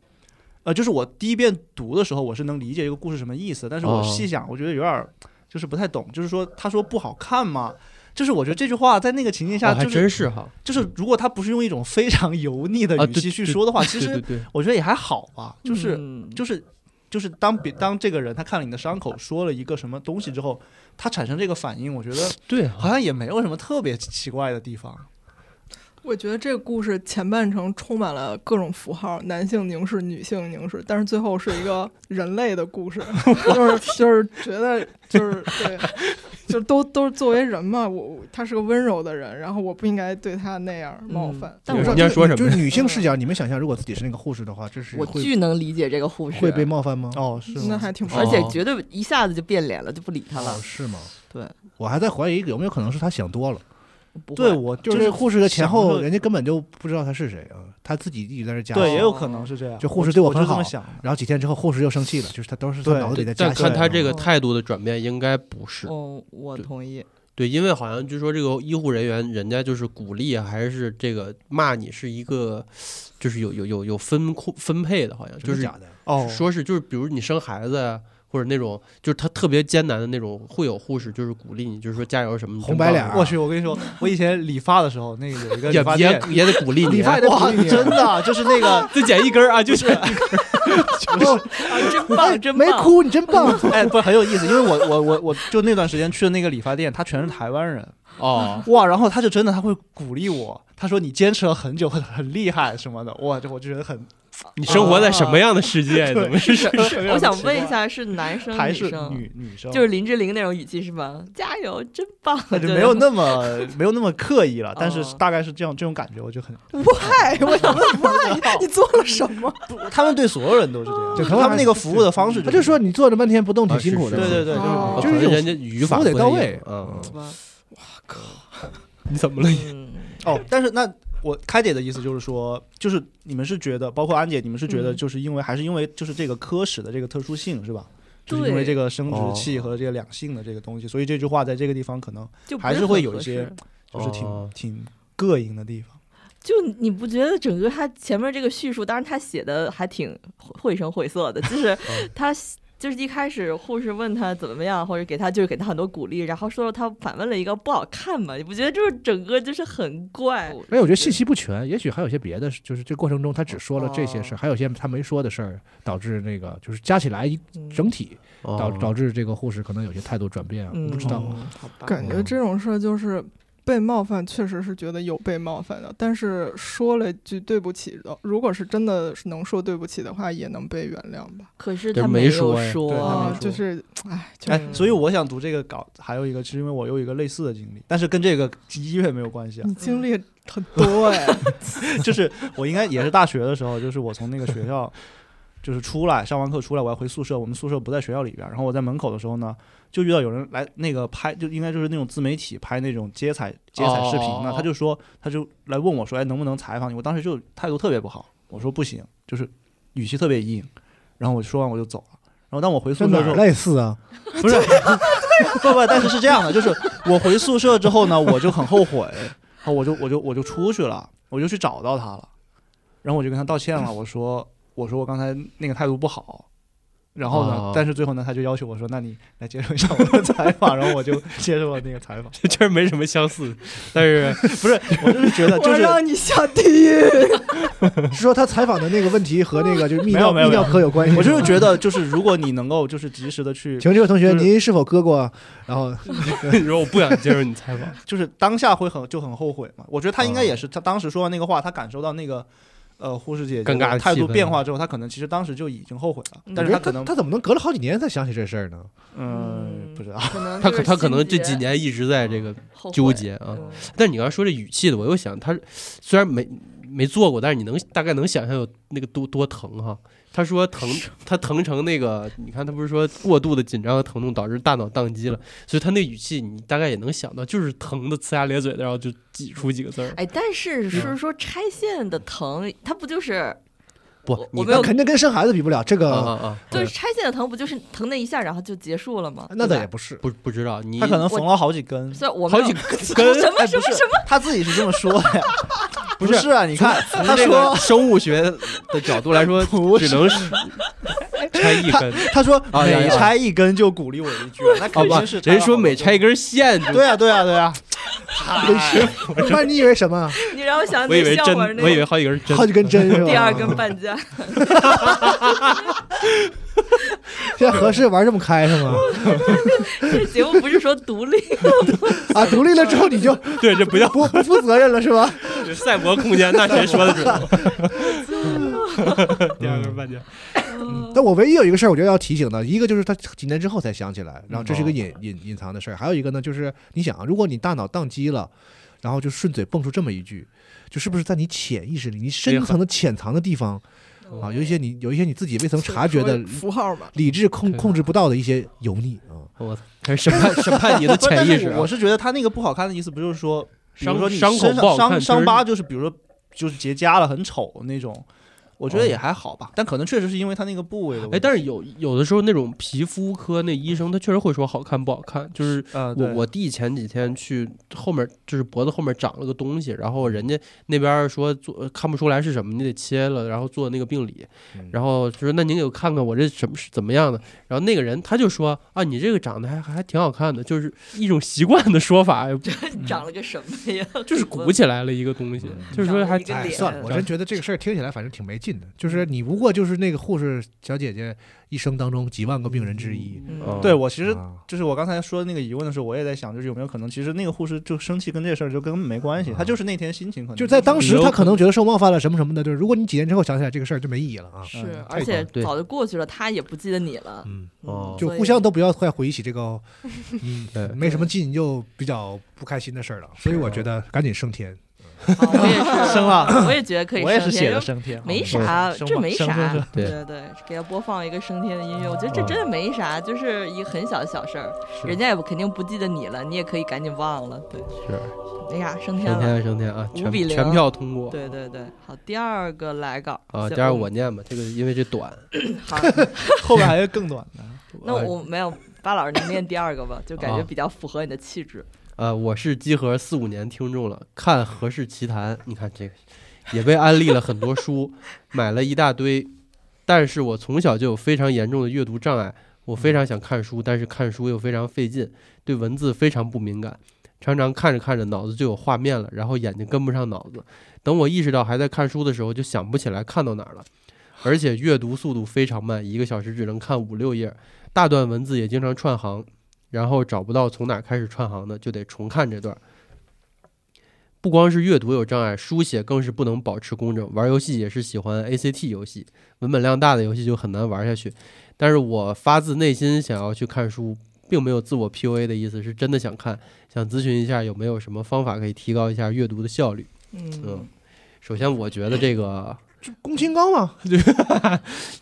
S3: 呃，就是我第一遍读的时候我是能理解这个故事什么意思，但是我
S5: 哦
S3: 细想，我觉得有点儿就是不太懂，就是说他说不好看嘛。就是我觉得这句话在那个情境
S5: 哦
S3: 下，
S5: 还
S3: 就是、
S5: 真是哈。
S3: 就是如果他不是用一种非常油腻的
S5: 嗯啊
S3: 语
S5: 对
S3: 气去
S5: 对
S3: 说的话，其
S5: 对
S3: 实
S5: 对对，
S3: 我觉得也还好吧，就是、
S1: 嗯
S3: 就是就是当别当这个人他看了你的伤口，说了一个什么东西之后，他产生这个反应，我觉得
S5: 对啊
S3: 好
S5: 哈，
S3: 像也没有什么特别奇怪的地方。
S4: 我觉得这个故事前半程充满了各种符号，男性凝视、女性凝视，但是最 后是一个人类的故事，就是就是觉得就是对，就都都是作为人嘛，我我他是个温柔的人，然后我不应该对他那样冒犯。
S1: 但
S5: 有
S1: 我
S5: 人家说什么
S2: 就是女性
S4: 嗯
S2: 视角，你们想象，如果自己是那个护士的话，这是
S1: 我
S2: 会
S1: 巨能理解这个护士，
S2: 会被冒犯
S5: 嗯
S2: 吗？
S3: 哦，是
S4: 那
S3: 吗
S4: 还挺
S1: 而且
S5: 哦
S1: 绝对一下子就变脸了，就不理他了
S2: 哦，。是吗？
S1: 对，
S2: 我还在怀疑有没有可能是他想多了，
S1: 不
S3: 对
S1: 会，
S3: 我
S2: 就
S3: 就是
S2: 护士的前
S3: 想
S2: 后，
S3: 着
S2: 人家根本就不知道他是谁啊，他自己一直在这加。
S3: 对，也有
S1: 哦
S3: 可能是这样。
S2: 就护士对
S3: 我
S2: 我很
S3: 就这
S2: 好
S3: 么想的。
S2: 然后几天之后，护士又生气了，就是他都是他
S3: 对
S2: 脑子里在啊加
S5: 但
S2: 戏。
S5: 看他这个
S4: 哦
S5: 态度的转变，应该不是
S1: 嗯，我同 意。
S5: 对，因为好像据说这个医护人员，人家就是鼓励啊还是这个骂你是一个，就是有有有有分库分配的，好像
S2: 真
S5: 就
S2: 的
S5: 是
S2: 假的，
S3: 哦，
S5: 说是就是比如你生孩子啊，或者那种就是他特别艰难的那种，会有护士就是鼓励你，就是说加油什么，你
S2: 红
S5: 真
S2: 白
S5: 棒
S2: 脸儿
S5: 啊
S3: 我去，我跟你说， 我以前理发的时候，那个有一个理
S5: 也
S3: 发店
S5: 也，也得鼓励你
S2: 理发
S5: 啊，
S2: 也得 鼓
S3: 哇，
S2: 励 你啊
S3: 真的就是 那个，
S5: 就剪一根儿啊，就是
S1: 啊，真棒，真
S2: 没
S1: 棒！
S2: 哭，你真棒。
S3: 哎， 不是很有意思，因为我我我我就那段时间去的那个理发店，他全是台湾人，
S5: 哦，
S3: 哇，然后他就真的他会鼓励我，他说你坚持了很久，很很厉害什么的，哇，这我就觉得很
S5: 你生活在什么样的世界？怎么是
S3: 是
S1: 我想问一，下，是男生
S3: 还
S1: 女
S3: 是
S1: 生？
S3: 女女生，
S1: 就是林志玲那种语气是吧？加油，真棒！
S3: 那就
S1: 对
S3: 没有那么没有那么刻意了，但是
S1: 哦
S3: 大概是这样这种感觉，我就很，
S4: Why？我想问 Why？你做了什么？
S3: 不他们对所有人都是
S2: 对
S3: 这样，
S2: 他们
S3: 他们那个服务的啊方式，
S2: 哦他就说你坐着半天不
S5: 啊
S2: 动，挺辛苦的。
S3: 对对对，
S4: 哦
S2: 就是
S5: 可能
S2: 这种
S5: 人家语法
S2: 服务得
S5: 不
S2: 到
S5: 一样
S2: 位
S5: 嗯，
S1: 好吧
S5: 你怎么了？
S1: 嗯，
S3: 哦，但是那我开姐的意思就是说，就是你们是觉得，包括安姐，你们是觉得，
S1: 嗯
S3: 就是因为、还是因为就是这个科室的这个特殊性是吧？ 就是因为
S1: 对，
S3: 这个生
S2: 哦
S3: 殖器和这个两性的这个东西，所以这句话在这个地方可能
S1: 就不
S3: 还是
S1: 很
S3: 会有
S1: 合
S3: 一些
S1: 适
S3: 就是挺、
S5: 哦
S3: 挺膈应的地方。
S1: 就你不觉得整个他前面这个叙述，当然他写的还挺绘声绘色的，就是
S5: 嗯
S1: 他就是一开始护士问他怎么样，或者给他就是给他很多鼓励，然后说他反问了一个不好看嘛，你不觉得就是整个就是很怪？
S2: 没有，我觉得信息不全，也许还有些别的，就是这过程中他只说了这些
S3: 哦
S2: 事儿，还有些他没说的事儿，导致那个就是加起来一
S1: 嗯
S2: 整体导
S5: 哦
S2: 导致这个护士可能有些态度转变啊，
S1: 嗯
S2: 我不知 道。
S3: 哦
S1: 好吧，
S4: 感觉这种事儿就是被冒犯，确实是觉得有被冒犯的，但是说了句对不起的，如果是真的是能说对不起的话，也能被原谅吧。
S1: 可是
S5: 这
S1: 他
S5: 没
S1: 有
S5: 说呀对他没
S1: 说
S4: 啊，就是，哎，就
S3: 哎
S4: 是，
S3: 所以我想读这个稿，还有一个是因为我有一个类似的经历，但是跟这个音乐没有关系啊
S4: 你，经历很多哎，
S3: 就是我应该也是大学的时候，就是我从那个学校就是出来，上完课出来，我要回宿舍。我们宿舍不在学校里边儿，然后我在门口的时候呢，就遇到有人来那个拍，就应该就是那种自媒体拍那种接彩接彩视频
S5: 哦哦
S3: 呢
S5: 哦。
S3: 他就说，他就来问我说，哎，能不能采访你？我当时就态度特别不好，我说不行，就是语气特别硬。然后我说完我就走了。然后当我回宿
S2: 这哪
S3: 舍的时
S2: 儿
S3: 候，
S2: 类似啊？
S3: 不是，不不，但是是这样的，就是我回宿舍之后呢，我就很后悔，然后我就我就我就出去了，我就去找到他了，然后我就跟他道歉了，我说我说我刚才那个态度不好。然后呢？
S5: 哦
S3: 但是最后呢，他就要求我说：“那你来接受一下我的采访。”然后我就接受了那个采访。
S5: 这儿没什么相似，但 是
S3: 不是，我 就是觉得，就
S4: 我
S3: 是
S4: 让你下地 狱。
S2: 是说他采访的那个问题和那个就是泌尿 泌
S3: 没有没有
S2: 尿科有关系吗？
S3: 我就是觉得，就是如果你能够就是及时的 去，
S2: 请问这位同学，
S3: 就是
S2: 您是否割过？啊然后
S5: 你说我不想接受你采访，
S3: 就是当下会很就很后悔嘛。我觉得他
S5: 哦
S3: 应该也是，他当时说完那个话，他感受到那个呃护士姐姐
S5: 尴尬的
S3: 的态
S5: 气
S3: 度
S5: 氛
S3: 变化之后，他可能其实当时就已经后悔了，但是
S2: 我觉得
S3: 他可能
S2: 他怎么能隔了好几年才想起这事儿呢？
S3: 嗯
S1: 嗯
S3: 不知道，
S1: 可能
S5: 他
S1: 就是
S5: 可他可能这
S1: 心
S5: 几
S1: 结
S5: 年一直在这个
S1: 后悔
S5: 纠结啊。
S1: 嗯
S5: 但你刚才说这语气的，我又想，他虽然没没做过，但是你能大概能想象有那个多多疼哈。他说疼，他疼成那个，你看他不是说过度的紧张和疼痛导致大脑宕机了，所以他那语气你大概也能想到，就是疼的呲牙咧嘴的，然后就挤出几个字儿。
S1: 哎，但是是说拆线的疼，它不就是
S5: 不
S1: 我，
S5: 你
S1: 我没有
S2: 那肯定跟生孩子比不了，这
S5: 啊
S2: 个
S5: 啊啊，
S1: 就
S2: 对
S1: 是拆线的疼，不就是疼那一下，然后就结束了吗？
S2: 那
S1: 对
S2: 倒
S1: 吧
S2: 也不是。
S5: 不不知道嗯你
S3: 他可能缝了好几根，
S1: 虽然我没
S5: 好
S1: 有
S5: 几
S1: 什
S5: 根
S1: 么什么
S3: 哎
S1: 什
S3: 不
S1: 么
S3: 是
S1: 什么，
S3: 他自己是这么说 的呀，不
S5: 不是
S3: 是啊？你看他
S5: 这个
S3: 说
S5: 生物学的角度来 说，只能是拆一根。
S3: 他说
S5: 啊呀
S3: 每
S5: 呀
S3: 拆一根就鼓励我一句，那
S5: 好
S3: 肯
S5: 吧
S3: 定是，
S5: 啊人家说
S3: 了好
S5: 每
S3: 多
S5: 拆一根线就
S3: 根，对啊对啊对啊，
S2: 不然你以为什么？啊
S1: 你让我想
S5: 我以
S1: 起
S5: 为
S1: 笑
S5: 真，
S1: 话那
S5: 我以为啊
S1: 种
S5: 好几根是真
S2: 好。几根针是吧？
S1: 第二根半价，
S2: 现在合适玩这么 开是吗？
S1: 这节目不是说独立，
S2: 啊，独立了之后你就
S5: 对，这不叫
S2: 不不负责任了是 吧？
S5: 赛博空间，那谁说的准？第二个半截。
S3: 嗯
S2: 但我唯一有一个事儿，我觉得要提醒的，一个就是他几年之后才想起来，然后这
S5: 哦
S2: 是一个隐隐隐藏的事儿。还有一个呢，就是你想啊，如果你大脑宕机了，然后就顺嘴蹦出这么一句，就是不是在你潜意识里、你深层的潜藏的地方
S1: 哦
S2: 啊，有 一些你有一些你自己未曾察觉的嗯
S4: 所谓符号嘛，
S2: 理智控
S1: 啊
S2: 控制不到的一些油腻啊。
S5: 我操，开始审判审判你的
S3: 不但
S5: 潜意识
S3: 是
S5: 啊，
S3: 我我是觉得他那个不好看的意思，不就是说，比如
S5: 伤
S3: 说你
S5: 伤口
S3: 身
S5: 不
S3: 上
S5: 好看
S3: 伤
S5: 其
S3: 伤
S5: 实
S3: 疤，就是比如说就是结痂了，很丑那种。我觉得也还好吧，但可能确实是因为他那个部位的问
S5: 嗯
S3: 题。
S5: 哎，但是有有的时候那种皮肤科那医生他确实会说好看不好看，就是
S3: 呃，
S5: 我
S3: 对
S5: 我弟前几天去后面就是脖子后面长了个东西，然后人家那边儿说做呃看不出来是什么，你得切了，然后做那个病理
S2: 嗯，
S5: 然后就说那您给我看看我这什么是怎么样的，然后那个人他就说啊你这个长得还还挺好看的，就是一种习惯的说法，哎
S1: 长了个什么呀？
S5: 就是鼓起来了一个东西，就是说
S1: 长
S5: 还
S1: 了一个
S2: 哎，
S1: 脸
S2: 算了，我真觉得这个事儿听起来反正挺没劲的，就是你不过就是那个护士小姐姐一生当中几万个病人之一。
S1: 嗯
S3: 对我其实
S2: 啊
S3: 就是我刚才说那个疑问的时候，我也在想，就是有没有可能，其实那个护士就生气跟这事儿就根本没关
S5: 嗯
S3: 系，
S2: 啊
S3: 他就是那天心情可能
S2: 就在当时，
S5: 有
S2: 他
S5: 可
S2: 可能觉得受冒犯了什么什么的，就是如果你几年之后想起来这个事儿就没意义了啊。
S1: 是
S3: 嗯，
S1: 而
S2: 太
S1: 且
S5: 对
S1: 早就过去了，他也不记得你了，
S2: 嗯，
S5: 哦
S1: 嗯
S2: 就
S1: 所以
S2: 互相都不要太回忆起这 个，嗯
S5: 对，啊
S2: 没什么劲又比较不开心的事儿了。所以我觉得赶紧升天。
S1: 好哦我也 是
S3: 生 了，
S1: 我也觉得可以
S3: 我也是
S1: 升天
S3: 写了
S1: 就
S3: 升天，
S1: 没啥，
S3: 生
S1: 这
S3: 吧嗯
S1: 没
S3: 生生
S1: 啥
S3: 生，
S5: 对
S1: 对对，给他播放一个升天的音乐，我觉得这真的没啥，就是一个很小的小事儿，人家也不肯定不记得你了，你也可以赶紧忘了，对，
S5: 是
S1: 没啥，升天
S5: 升
S1: 了，
S5: 天升天啊，
S1: 五
S5: 全
S1: 比零
S5: 全票通过。
S1: 对对对，好，第二个来稿
S5: 啊，
S1: 行
S5: 第二我念吧，这个因为这短，
S1: 好，
S3: 后面还有更短 的，
S1: 那我没有，巴老师您念第二个吧，就感觉
S5: 啊
S1: 比较符合你的气质，
S5: 呃，我是集合四五年听众了，看《何氏奇谈》，你看这个也被安利了很多书，买了一大堆，但是我从小就有非常严重的阅读障碍，我非常想看书，但是看书又非常费劲，对文字非常不敏感，常常看着看着脑子就有画面了，然后眼睛跟不上脑子，等我意识到还在看书的时候，就想不起来看到哪儿了。而且阅读速度非常慢，一个小时只能看五六页，大段文字也经常串行，然后找不到从哪儿开始串行的，就得重看这段儿。不光是阅读有障碍，书写更是不能保持工整。玩游戏也是喜欢 ACT 游戏，文本量大的游戏就很难玩下去。但是我发自内心想要去看书，并没有自我 PUA 的意思，是真的想看，想咨询一下有没有什么方法可以提高一下阅读的效率。嗯
S1: 嗯，
S5: 首先，我觉得这个，
S2: 就宫崎刚嘛，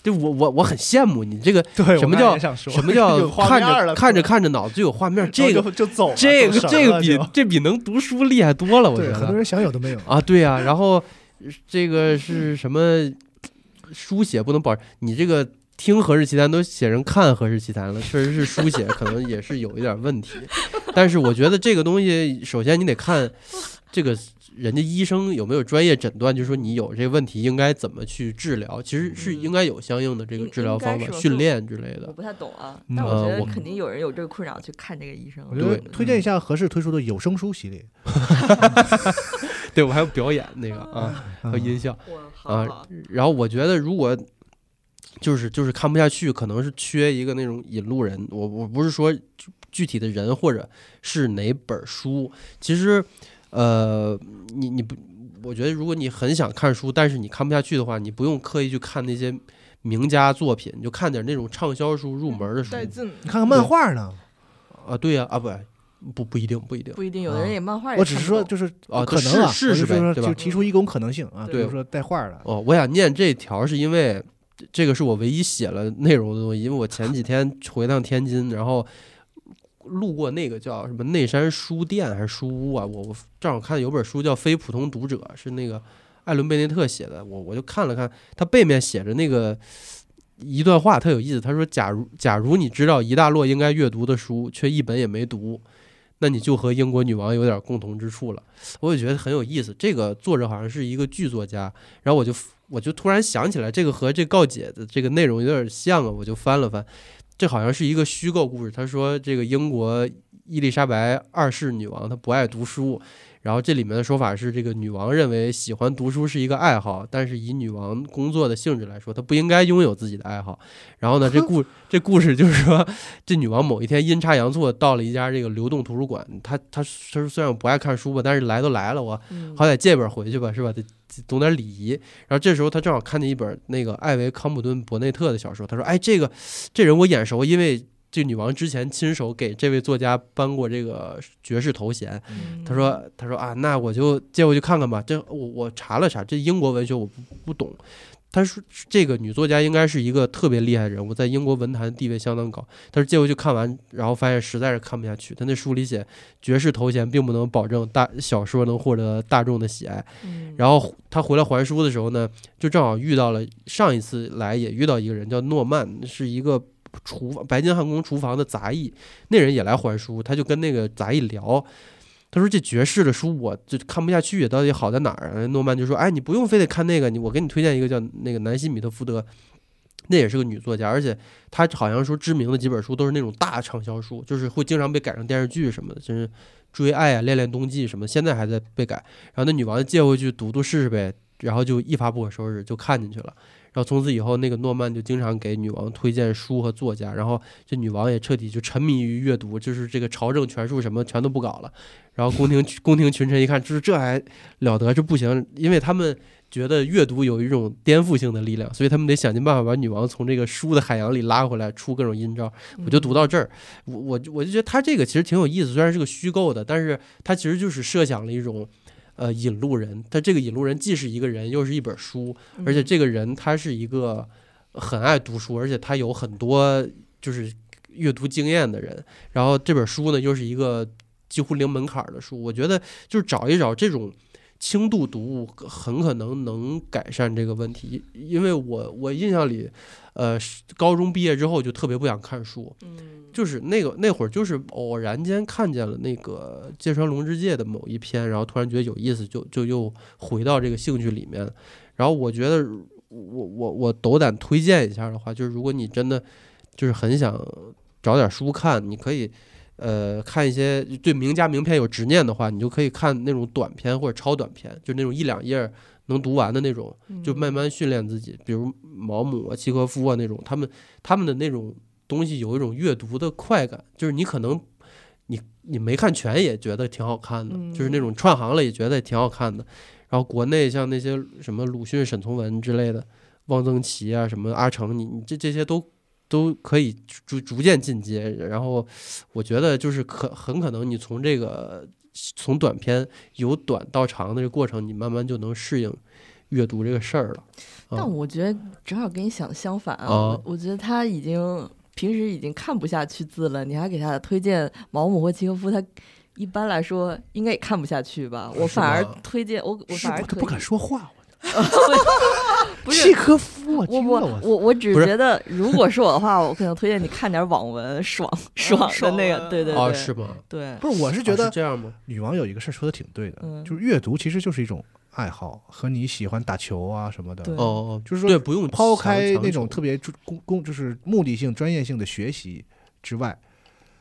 S5: 对我我我很羡慕你这个
S3: 对，
S5: 什么
S3: 我刚才
S5: 叫
S3: 也想说
S5: 什么叫
S3: 有画
S5: 看
S3: 面儿了
S5: 着看着看着脑子就有画面，这
S3: 然
S5: 个
S3: 后就就走 了，
S5: 这个
S3: 就
S5: 这
S3: 神了
S5: 个比
S3: 就
S5: 这比能读书厉害多了，我觉
S2: 对，很多
S5: 得
S2: 人想有都没有。
S5: 啊，对呀、然后呃这个是什么书写不能保，你这个听《何氏奇谈》都写成看《何氏奇谈》了，确实是书写可能也是有一点问题， 但是我觉得这个东西，首先你得看这个。人家医生有没有专业诊断，就说你有这个问题，应该怎么去治疗？其实是
S1: 嗯
S5: 应该有相应的这个
S1: 应
S5: 治疗
S1: 应该
S5: 方
S1: 是
S5: 法、
S1: 吧
S5: 训
S1: 就
S5: 练之类的
S1: 我。不太懂啊，
S2: 嗯
S1: 但我觉
S5: 呃
S1: 得
S5: 我
S1: 肯定有人有这个困扰，去看这个医生，
S2: 我觉得
S5: 对
S2: 推荐一下合适推出的有声书系列，
S5: 对我还有表演那个 啊，还有音效。
S1: 我好
S5: 啊
S1: 好，
S5: 然后我觉得如果就是就是看不下去，可能是缺一个那种引路人。我我不是说具具体的人或者是哪本书，其实呃，你你不，我觉得如果你很想看书，但是你看不下去的话，你不用刻意去看那些名家作品，你就看点那种畅销书、入门的书
S4: 嗯带劲，
S2: 你看看漫画呢。
S5: 啊。对呀啊，不不不一定不一定。
S1: 不一定，有的人也漫画也
S2: 我只
S1: 看
S2: 是
S1: 不
S2: 说，
S1: 懂
S2: 就是
S5: 哦
S2: 可能啊，
S5: 试试
S2: 我就
S5: 呗
S2: 说
S5: 对吧
S2: 就提出一种可能性啊，比
S1: 对
S2: 如说带画儿的，
S5: 哦，我想念这条是因为这这个是我唯一写了内容的东西，因为我前几天回趟天津，然后路过那个叫什么内山书店还是书屋啊，我我正好看有本书叫《非普通读者》，是那个艾伦贝内特写的，我我就看了看，它背面写着那个。一段话特有意思，他说：“假如假如你知道一大摞应该阅读的书，却一本也没读，那你就和英国女王有点共同之处了。”我也觉得很有意思。这个作者好像是一个剧作家，然后我就我就突然想起来，这个和这告解的这个内容有点像啊，我就翻了翻，这好像是一个虚构故事。他说这个英国伊丽莎白二世女王她不爱读书，然后这里面的说法是，这个女王认为喜欢读书是一个爱好，但是以女王工作的性质来说，她不应该拥有自己的爱好。然后呢，这故这故事就是说，这女王某一天阴差阳错到了一家这个流动图书馆，她她她说虽然我不爱看书吧，但是来都来了，我
S1: 嗯
S5: 好歹借本回去吧，是吧？得懂点礼仪。然后这时候他正好看见一本那个艾维康普顿伯内特的小说，他说：“哎，这个这人我眼熟，因为这女王之前亲手给这位作家颁过这个爵士头衔。”
S1: 嗯
S5: 他说：“他说啊，那我就借回去看看吧。这我我查了查，这英国文学我不不懂。他说这个女作家应该是一个特别厉害的人物，在英国文坛地位相当高。他说借回去看完，然后发现实在是看不下去。他那书里写，爵士头衔并不能保证大小说能获得大众的喜爱。
S1: 嗯
S5: 然后他回来还书的时候呢，就正好遇到了上一次来也遇到一个人叫诺曼，是一个厨房白金汉宫厨房的杂役，那人也来还书，他就跟那个杂役聊。他说：“这爵士的书我就看不下去，到底好在哪儿啊？”诺曼就说：“哎，你不用非得看那个，你我给你推荐一个叫那个南希·米特福德，那也是个女作家，而且她好像说知名的几本书都是那种大畅销书，就是会经常被改成电视剧什么的，真是《追爱》啊，《恋恋冬季》什么的，现在还在被改。然后那女王借回去读读试试呗，然后就一发不可收拾，就看进去了。然后从此以后，那个诺曼就经常给女王推荐书和作家，然后这女王也彻底就沉迷于阅读，就是这个朝政权术什么全都不搞了。然后宫廷宫廷群臣 一看，就是这还了得，这不行，因为他们觉得阅读有一种颠覆性的力量，所以他们得想尽办法把女王从这个书的海洋里拉回来，出各种阴招。我就读到这儿，我我就我就觉得他这个其实挺有意思，虽然是个虚构的，但是他其实就是设想了一种。呃，引路人，他这个引路人既是一个人，又是一本书，
S1: 嗯
S5: 而且这个人他是一个很爱读书，而且他有很多就是阅读经验的人。然后这本书呢，又是一个几乎零门槛儿的书。我觉得就是找一找这种轻度读物，很可能能改善这个问题。因为我我印象里，呃，是高中毕业之后就特别不想看书，就是那个那会儿，就是偶然间看见了那个芥川龙之介的某一篇，然后突然觉得有意思，就就又回到这个兴趣里面。然后我觉得如，我我我斗胆推荐一下的话，就是如果你真的就是很想找点书看，你可以呃看一些对名家名片有执念的话，你就可以看那种短篇或者超短篇，就那种一两页儿能读完的那种。就慢慢训练自己，比如毛姆啊、契诃夫啊那种，他们他们的那种东西有一种阅读的快感，就是你可能你你没看全也觉得挺好看的，就是那种串行了也觉得挺好看的。然后国内像那些什么鲁迅、沈从文之类的，汪曾祺啊、什么阿城，你你这这些都。都可以逐逐渐进阶，然后我觉得就是可很可能你从这个从短篇由短到长的这个过程，你慢慢就能适应阅读这个事儿了。嗯
S1: 但我觉得正好跟你想的相反啊，
S5: 啊
S1: 我我觉得他已经平时已经看不下去字了，你还给他推荐毛姆或契诃夫，他一般来说应该也看不下去吧？我
S5: 是吧
S1: 反而推荐我，我
S2: 是
S1: 反而
S2: 我都
S1: 可
S2: 不
S1: 以
S2: 敢说话，我
S1: 不
S2: 契
S1: 是。
S2: 诃夫，我
S1: 我
S2: 听了
S1: 我
S2: 我
S1: 我我只
S5: 不是
S1: 觉得，如果是我的话，我可能推荐你看点网文，爽嗯 爽的
S4: 爽
S1: 那
S4: 文
S1: 个，对对
S5: 哦，
S1: 对，
S5: 是吗？啊
S1: 对，
S2: 不是，我是
S5: 是
S2: 觉得
S5: 这样吗？
S2: 女王有一个事儿说的挺对的，
S1: 哦嗯
S2: 就是阅读其实就是一种爱好，和你喜欢打球啊什么的，
S1: 对
S5: 哦哦，
S2: 就是说
S5: 对，不用
S2: 抛
S5: 强
S2: 开
S5: 强
S2: 那种
S5: 求
S2: 特别注公公就是目的性、专业性的学习之外，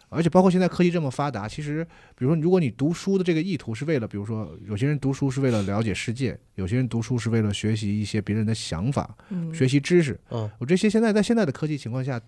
S2: 而且包括现在科技这么发达，其实比如说，如果你读书的这个意图是为了，比如说有些人读书是为了了解世界，有些人读书是为了学习一些别人的想法、
S1: 嗯
S2: 学习知识。
S5: 嗯，
S2: 我这些现在在现在的科技情况下，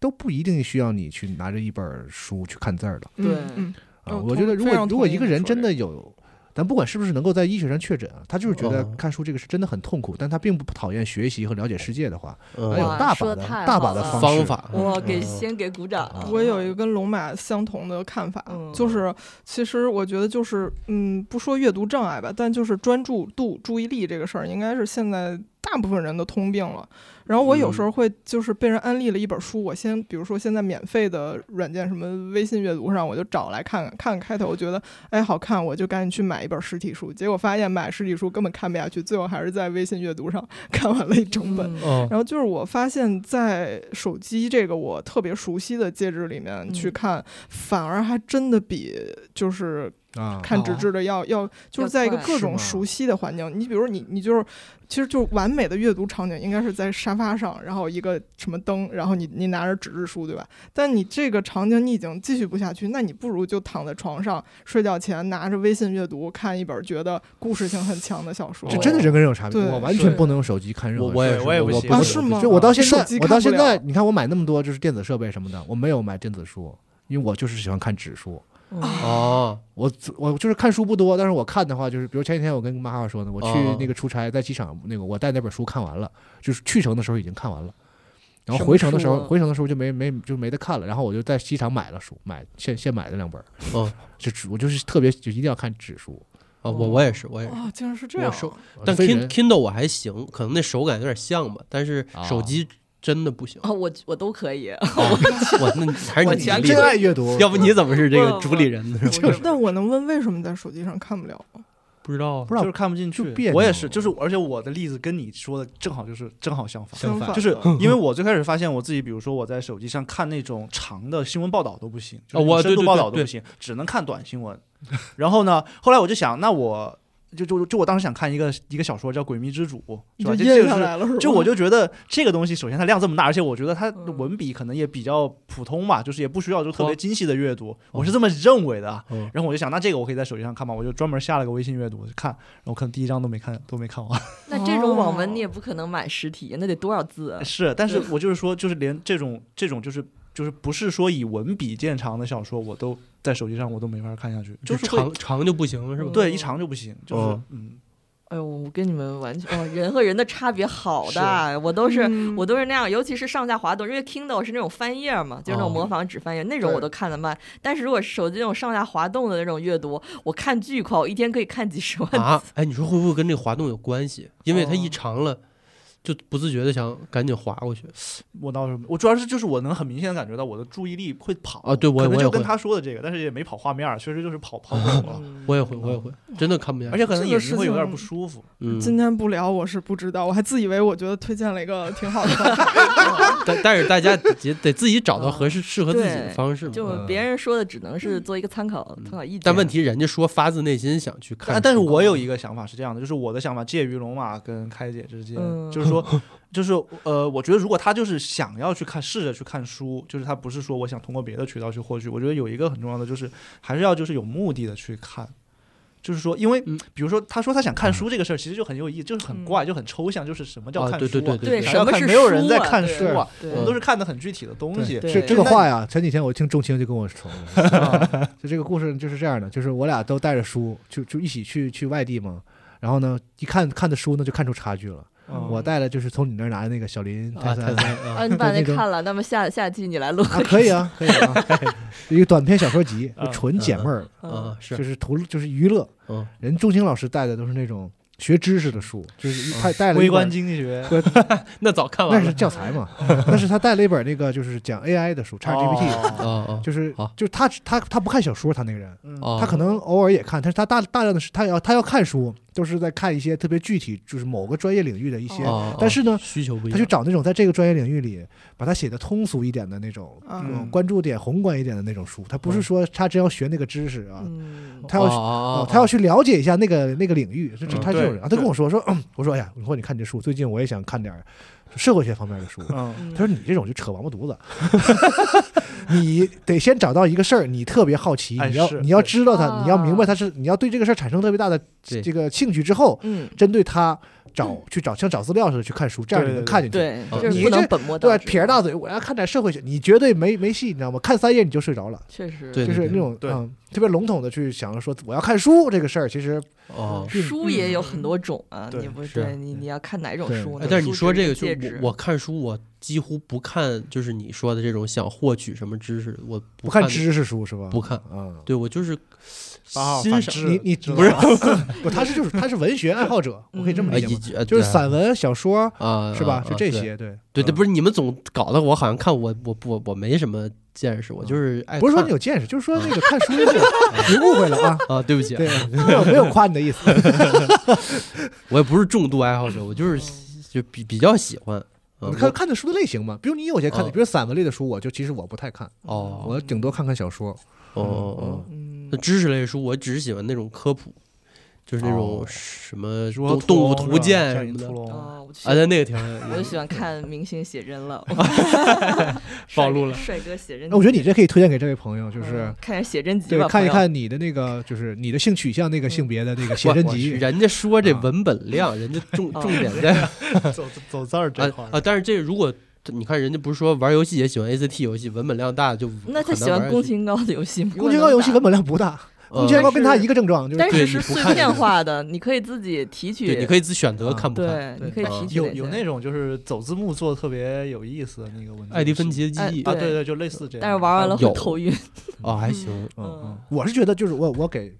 S2: 都不一定需要你去拿着一本书去看字儿的。
S1: 对
S4: 嗯，
S2: 啊，
S4: 嗯
S2: 我
S4: 同
S2: 觉得如
S4: 非
S2: 果
S4: 常
S2: 如果
S4: 同意
S2: 一个
S4: 你
S2: 人
S4: 说
S2: 真
S4: 这
S2: 的有，咱不管是不是能够在医学上确诊啊，他就是觉得
S4: 嗯
S5: 哦
S2: 看书这个是真的很痛苦，但他并不讨厌学习和了解世界的话，还有
S5: 嗯，
S1: 哇
S2: 大把
S1: 说得
S2: 的
S1: 太
S2: 大把
S1: 好
S2: 的
S1: 了
S2: 方
S5: 方
S2: 式
S5: 法，
S1: 我给
S5: 嗯
S1: 先给鼓掌
S2: 啊。
S4: 我有一个跟龙马相同的看法，
S1: 嗯
S4: 就是其实我觉得就是，嗯，不说阅读障碍吧，但就是专注度、注意力这个事儿，应该是现在大部分人的通病了。然后我有时
S1: 嗯
S4: 候会就是被人安利了一本书，我先比如说现在免费的软件什么微信阅读上，我就找来看看，看看开头我觉得哎好看，我就赶紧去买一本实体书，结果发现买实体书根本看不下去，最后还是在微信阅读上 看完了一整本。
S1: 嗯
S5: 嗯
S4: 然后就是我发现，在手机这个我特别熟悉的介质里面去看，反而还真的比就是
S2: 啊，
S4: 看
S1: 哦
S4: 纸质的要要就是在一个
S1: 快
S4: 各
S2: 是吗
S4: 种熟悉的环境，你比如你你就是其实就是完美的阅读场景应该是在沙发上，然后一个什么灯，然后你你拿着纸质书对吧？但你这个场景你已经继续不下去，那你不如就躺在床上睡觉前拿着微信阅读看一本觉得故事性很强的小说。
S2: 这真的人跟人有差别，
S4: 对
S2: 我完
S3: 对
S2: 全不能用手机看任何
S5: 我
S2: 事。
S5: 我也
S3: 我也
S5: 我
S3: 不
S5: 我
S3: 行
S5: 能
S4: 啊是吗
S2: 就我到现
S4: 手
S2: 在
S4: 机，
S2: 我
S4: 看
S2: 到
S4: 不
S2: 现
S4: 了
S2: 在，你看我买那么多就是电子设备什么的，我没有买电子书，因为我就是喜欢看纸书。
S1: 嗯
S5: 哦，
S2: 我我就是看书不多，但是我看的话，就是比如前几天我跟妈妈说呢，我去
S5: 哦
S2: 那个出差，在机场那个我带那本书看完了，就是去程的时候已经看完了，然后
S1: 什么
S2: 回程的时候
S1: 书啊
S2: 回程的时候就没没就没得看了，然后我就在机场买了书，买现现买的两本，
S5: 哦，
S2: 就只我就是特别就一定要看纸书，
S5: 啊，我我也是，我也是。
S4: 哦，竟然是这
S5: 我
S4: 样
S5: 手
S4: 啊，
S5: 但
S2: 非
S5: Kin
S2: 人
S5: Kindle 我还行，可能那手感有点像吧，但是手机真的不行。哦
S1: 哦，我我都可以，
S5: 我那你还是
S2: 我
S5: 哎你
S1: 全
S5: 厉
S2: 真
S5: 害，
S2: 爱阅读，
S5: 要不你怎么是这
S1: 不
S5: 个
S1: 不
S5: 主理人呢？
S1: 我这
S4: 但我能问为什么在手机上看不了吗？
S5: 不知道啊，
S2: 不知道
S3: 就是看不进去
S2: 就别，
S3: 我也
S2: 扭
S3: 是，就是而且我的例子跟你说的正好就是正 好相反，
S5: 相反
S4: 反
S3: 就是嗯
S4: 的
S3: 因为我最开始发现我自己，比如说我在手机上看那种长的新闻报道都不行，就是
S5: 我
S3: 深
S5: 对
S3: 度
S5: 对
S3: 报
S5: 对
S3: 道都
S5: 对
S3: 不行，只能看短新闻。然后呢，后来我就想，那我就就就我当时想看一个一个小说叫《诡秘之主》，
S4: 你就
S3: 是吧？这这
S4: 咽下
S3: 就是
S4: 来了是吧？
S3: 就我就觉得这个东西，首先它量这么大，而且我觉得它的
S1: 嗯
S3: 文笔可能也比较普通吧，就是也不需要就特别
S5: 哦
S3: 精细的阅读，我是这么认为的啊
S5: 嗯。
S3: 然后我就想，那这个我可以在手机上看嘛，我就专门下了个微信阅读看，然后可能第一章都没看，都没 看完。
S1: 那这种网文你也不可能买实体，那得多少字？啊
S3: 是，但是我就是说，就是连这种这种就是就是不是说以文笔见长的小说，我都在手机上我都没法看下去，
S5: 就是
S3: 会
S5: 长长就不行 是吧？
S3: 对一长就不行，就是
S5: 嗯
S3: 嗯，
S1: 哎呦，我跟你们完全，哇，人和人的差别好大，啊我都是。
S4: 嗯
S1: 我都是那样，尤其是上下滑动，因为 Kindle 是那种翻页嘛，就是那
S5: 哦
S1: 种模仿纸翻页，那种
S4: 对
S1: 我都看得慢。但是如果是手机那种上下滑动的那种阅读，我看巨快，我一天可以看几十万字。
S5: 啊，哎，你说会不会跟这个滑动有关系？因为它一
S1: 哦
S5: 长了，就不自觉的想赶紧滑过去。
S3: 我倒是我主要是就是我能很明显的感觉到我的注意力会跑
S5: 啊对我
S3: 可能
S5: 我也
S3: 就跟
S5: 会
S3: 他说的这个，但是也没跑画面儿，确实就是跑 跑走了。
S1: 嗯
S5: 我也会，我也会，真的看不见。
S3: 而且可能
S4: 这个
S3: 眼
S4: 事
S3: 睛会有点
S4: 情
S3: 不舒服。
S5: 嗯，
S4: 今天不聊，我是不知道，我还自以为我觉得推荐了一个挺好的
S5: 但但是大家得得自己找到合适适合自己的
S1: 嗯对
S5: 方式嘛。
S1: 就别人说的只能是做一个参考、参考意见。
S5: 但问题人家说发自内心想去
S2: 啊
S5: 看，啊
S3: 但但是我有一个想法是这样的，就是我的想法介于龙马跟开姐之间，
S1: 嗯
S3: 就是 说，就是呃，我觉得如果他就是想要去看，试着去看书，就是他不是说我想通过别的渠道去获取，我觉得有一个很重要的就是还是要就是有目的的去看。就是说，因为
S5: 嗯
S3: 比如说，他说他想看书这个事儿，其实就很有意义，就是很
S1: 嗯
S3: 怪，就很抽象，就是什么叫
S5: 啊
S3: 看书、啊？
S5: 对对嗯对
S1: 对
S5: 对
S3: 想
S1: 什
S3: 要
S1: 么
S3: 看
S1: 是
S3: 没有人
S1: 书
S3: 在
S1: 啊
S3: 看
S1: 对
S3: 书啊，
S1: 对
S3: 我们都是看的很具体的东西。
S1: 对
S2: 这这个
S3: 那
S2: 话呀，前几天我听钟青就跟我说了，就这个故事就是这样的，就是我俩都带着书，就就一起去去外地嘛。然后呢，一看看的书呢，就看出差距了。
S3: 嗯
S2: 我带了就是从你那儿拿的那个小林
S5: 啊，
S2: 泰
S5: 太
S2: 森，
S5: 太啊
S1: 啊，你把
S2: 对
S1: 那
S2: 那种
S1: 看了，那么下下期你来录。
S2: 啊，可以啊，可以啊，一个短篇小说集，
S3: 啊
S2: 就纯解闷儿，
S5: 啊，
S2: 嗯就是是图就是娱乐。
S5: 嗯，
S2: 人钟青老师带的都是那种学知识的书，就是他带了一
S3: 微观
S2: 本，
S3: 经济学，
S5: 那早看
S2: 那
S5: 完
S2: 是
S5: 了
S2: 教材嘛，但是他带了一本那个就是讲 AI 的书，ChatGPT，
S5: 啊
S3: 哦
S5: 啊
S2: 就是
S5: 好
S2: 就是他他他不看小说，他那个人。
S3: 嗯
S5: 啊，
S2: 他可能偶尔也看，但是他大大量的是他要他要看书，都是在看一些特别具体，就是某个专业领域的一些。
S5: 啊啊
S2: 但是呢，
S5: 需求不一
S2: 他
S5: 样，
S2: 去找那种在这个专业领域里把它写的通俗一点的那种，
S4: 嗯
S2: 呃关注点宏观一点的那种书。他不是
S5: 嗯
S2: 说他真要学那个知识啊，
S1: 嗯，
S2: 他要去。
S5: 哦
S2: 哦他要去了解一下那个那个领域，这这
S5: 嗯
S2: 他这种
S3: 对
S2: 人啊，他跟我说说，嗯我说哎呀，我说你看你这书，最近我也想看点儿社会学方面的书，
S3: 嗯
S1: 嗯
S2: 他说：“你这种就扯王八犊子， 你得先找到一个事儿，你特别好奇，
S3: 哎
S2: 你要
S3: 是
S2: 你要
S3: 对
S2: 知道它，
S1: 啊
S2: 你要明白它是，你要对这个事儿产生特别大的
S5: 对
S2: 这个兴趣之后，
S1: 嗯，
S2: 针对它找去找像找资料似的去看书，这样
S3: 对
S2: 你能
S3: 对
S2: 看进去。
S1: 对，
S5: 啊
S1: 就是
S2: 你
S1: 不能
S2: 这
S1: 本末
S2: 对
S1: 倒
S2: 吧，
S1: 置。
S2: 撇着大嘴，我要看点社会学，你绝对没没戏，你知道吗？看三页你就睡着了，
S1: 确实，
S5: 对
S2: 就是那种
S3: 对
S2: 嗯特别笼统的去想着说我要看书这个事儿，其实
S5: 哦。
S2: 并
S1: 书也有很多种啊，
S3: 对
S1: 你不
S5: 是
S1: 对你你要看哪种
S2: 对
S1: 书呢
S5: 哎？但是你
S1: 书
S5: 说
S1: 只
S5: 这个，
S1: 一
S5: 就
S1: 介质
S5: 我我看书，我几乎不看，就是你说的这种想获取什么知识，我
S2: 不
S5: 不
S2: 看
S5: 的，
S2: 知识书是吧？
S5: 不看
S2: 嗯。
S5: 对我就是
S3: 八号
S5: 欣
S3: 反
S5: 赏
S3: 制
S2: 你你
S3: 知道嗯
S2: 不是
S3: 吧，
S2: 不，他是就是他是文学爱好者，我可以这么
S5: 啊，
S2: 理解
S5: 一
S2: 吗？
S5: 句啊
S2: 就是
S5: 对啊
S2: 散文、小说，
S5: 啊，
S2: 是吧？
S5: 啊
S2: 就这。
S5: 啊
S2: 些，对
S5: 对对，
S2: 嗯
S5: 不是你们总搞得我好像看我我我我没什么见识，我
S2: 嗯
S5: 就是爱
S2: 不是说
S5: 看
S2: 你有见识，就是说那个看书 这个，你误会了啊。
S5: 啊， 对不起，
S2: 对，没有没有夸你的意思。
S5: 我也不是重度爱好者，我就是喜就比比较喜欢。嗯
S2: 你看
S5: 我
S2: 看的书的类型嘛，比如你有些看的，
S5: 嗯
S2: 比如散文类的书，我就其实我不太看，
S5: 哦
S2: 我顶多看看小说。
S5: 哦哦哦，
S1: 嗯，
S5: 那知识类书我只是喜欢那种科普，就是那种
S3: 哦
S5: 什么
S3: 如何
S5: 动动物
S3: 屠龙
S5: 图
S3: 是吧
S5: 鉴
S3: 像
S5: 什
S3: 你
S5: 么的
S3: 屠龙
S1: 啊，我就喜
S5: 啊，但那个挺好
S1: 我就
S5: 的
S1: 喜欢看明星写真了，
S5: 暴露了
S1: 帅哥帅哥写真集。
S2: 那我觉得你这可以推荐给这位朋友，就是
S1: 嗯看点写真集
S2: 对
S1: 吧，
S2: 看一
S1: 朋友。
S2: 看你的那个就是你的性取向那个性别的那个写
S5: 我
S2: 真
S5: 我去
S2: 集，
S5: 人家说这
S2: 啊
S5: 文本量，人家重
S1: 啊
S5: 重点在
S3: 走走字儿这块
S5: 啊
S3: 儿
S5: 啊！但是这如果你看人家不是说玩游戏也喜欢 ACT 游戏，文本量大就
S1: 那他
S5: 很难
S1: 喜欢
S5: 玩
S1: 宫
S5: 游戏，嗯
S1: 廷高的游戏吗？
S2: 宫崎高游戏文本量不大，宫崎
S5: 呃
S2: 高跟他
S1: 但是
S2: 一个症状，就是
S1: 但是
S5: 对
S1: 是
S5: 你不
S1: 碎
S5: 看
S1: 片化的，你可以自己提取。
S5: 对，你可以自选择
S3: 啊
S5: 看不看。
S1: 对，
S3: 对
S1: 你可以提取
S3: 有
S1: 哪
S3: 有
S1: 些
S3: 那种就是走字幕做的特别有意思的那个文字，
S5: 艾迪芬奇
S1: 哎
S5: 的记忆
S1: 对
S3: 啊，对对，就类似这样。
S1: 但是玩完了会
S5: 有
S1: 头晕。
S5: 哦，还行，
S1: 嗯，
S2: 我是觉得就是我我给，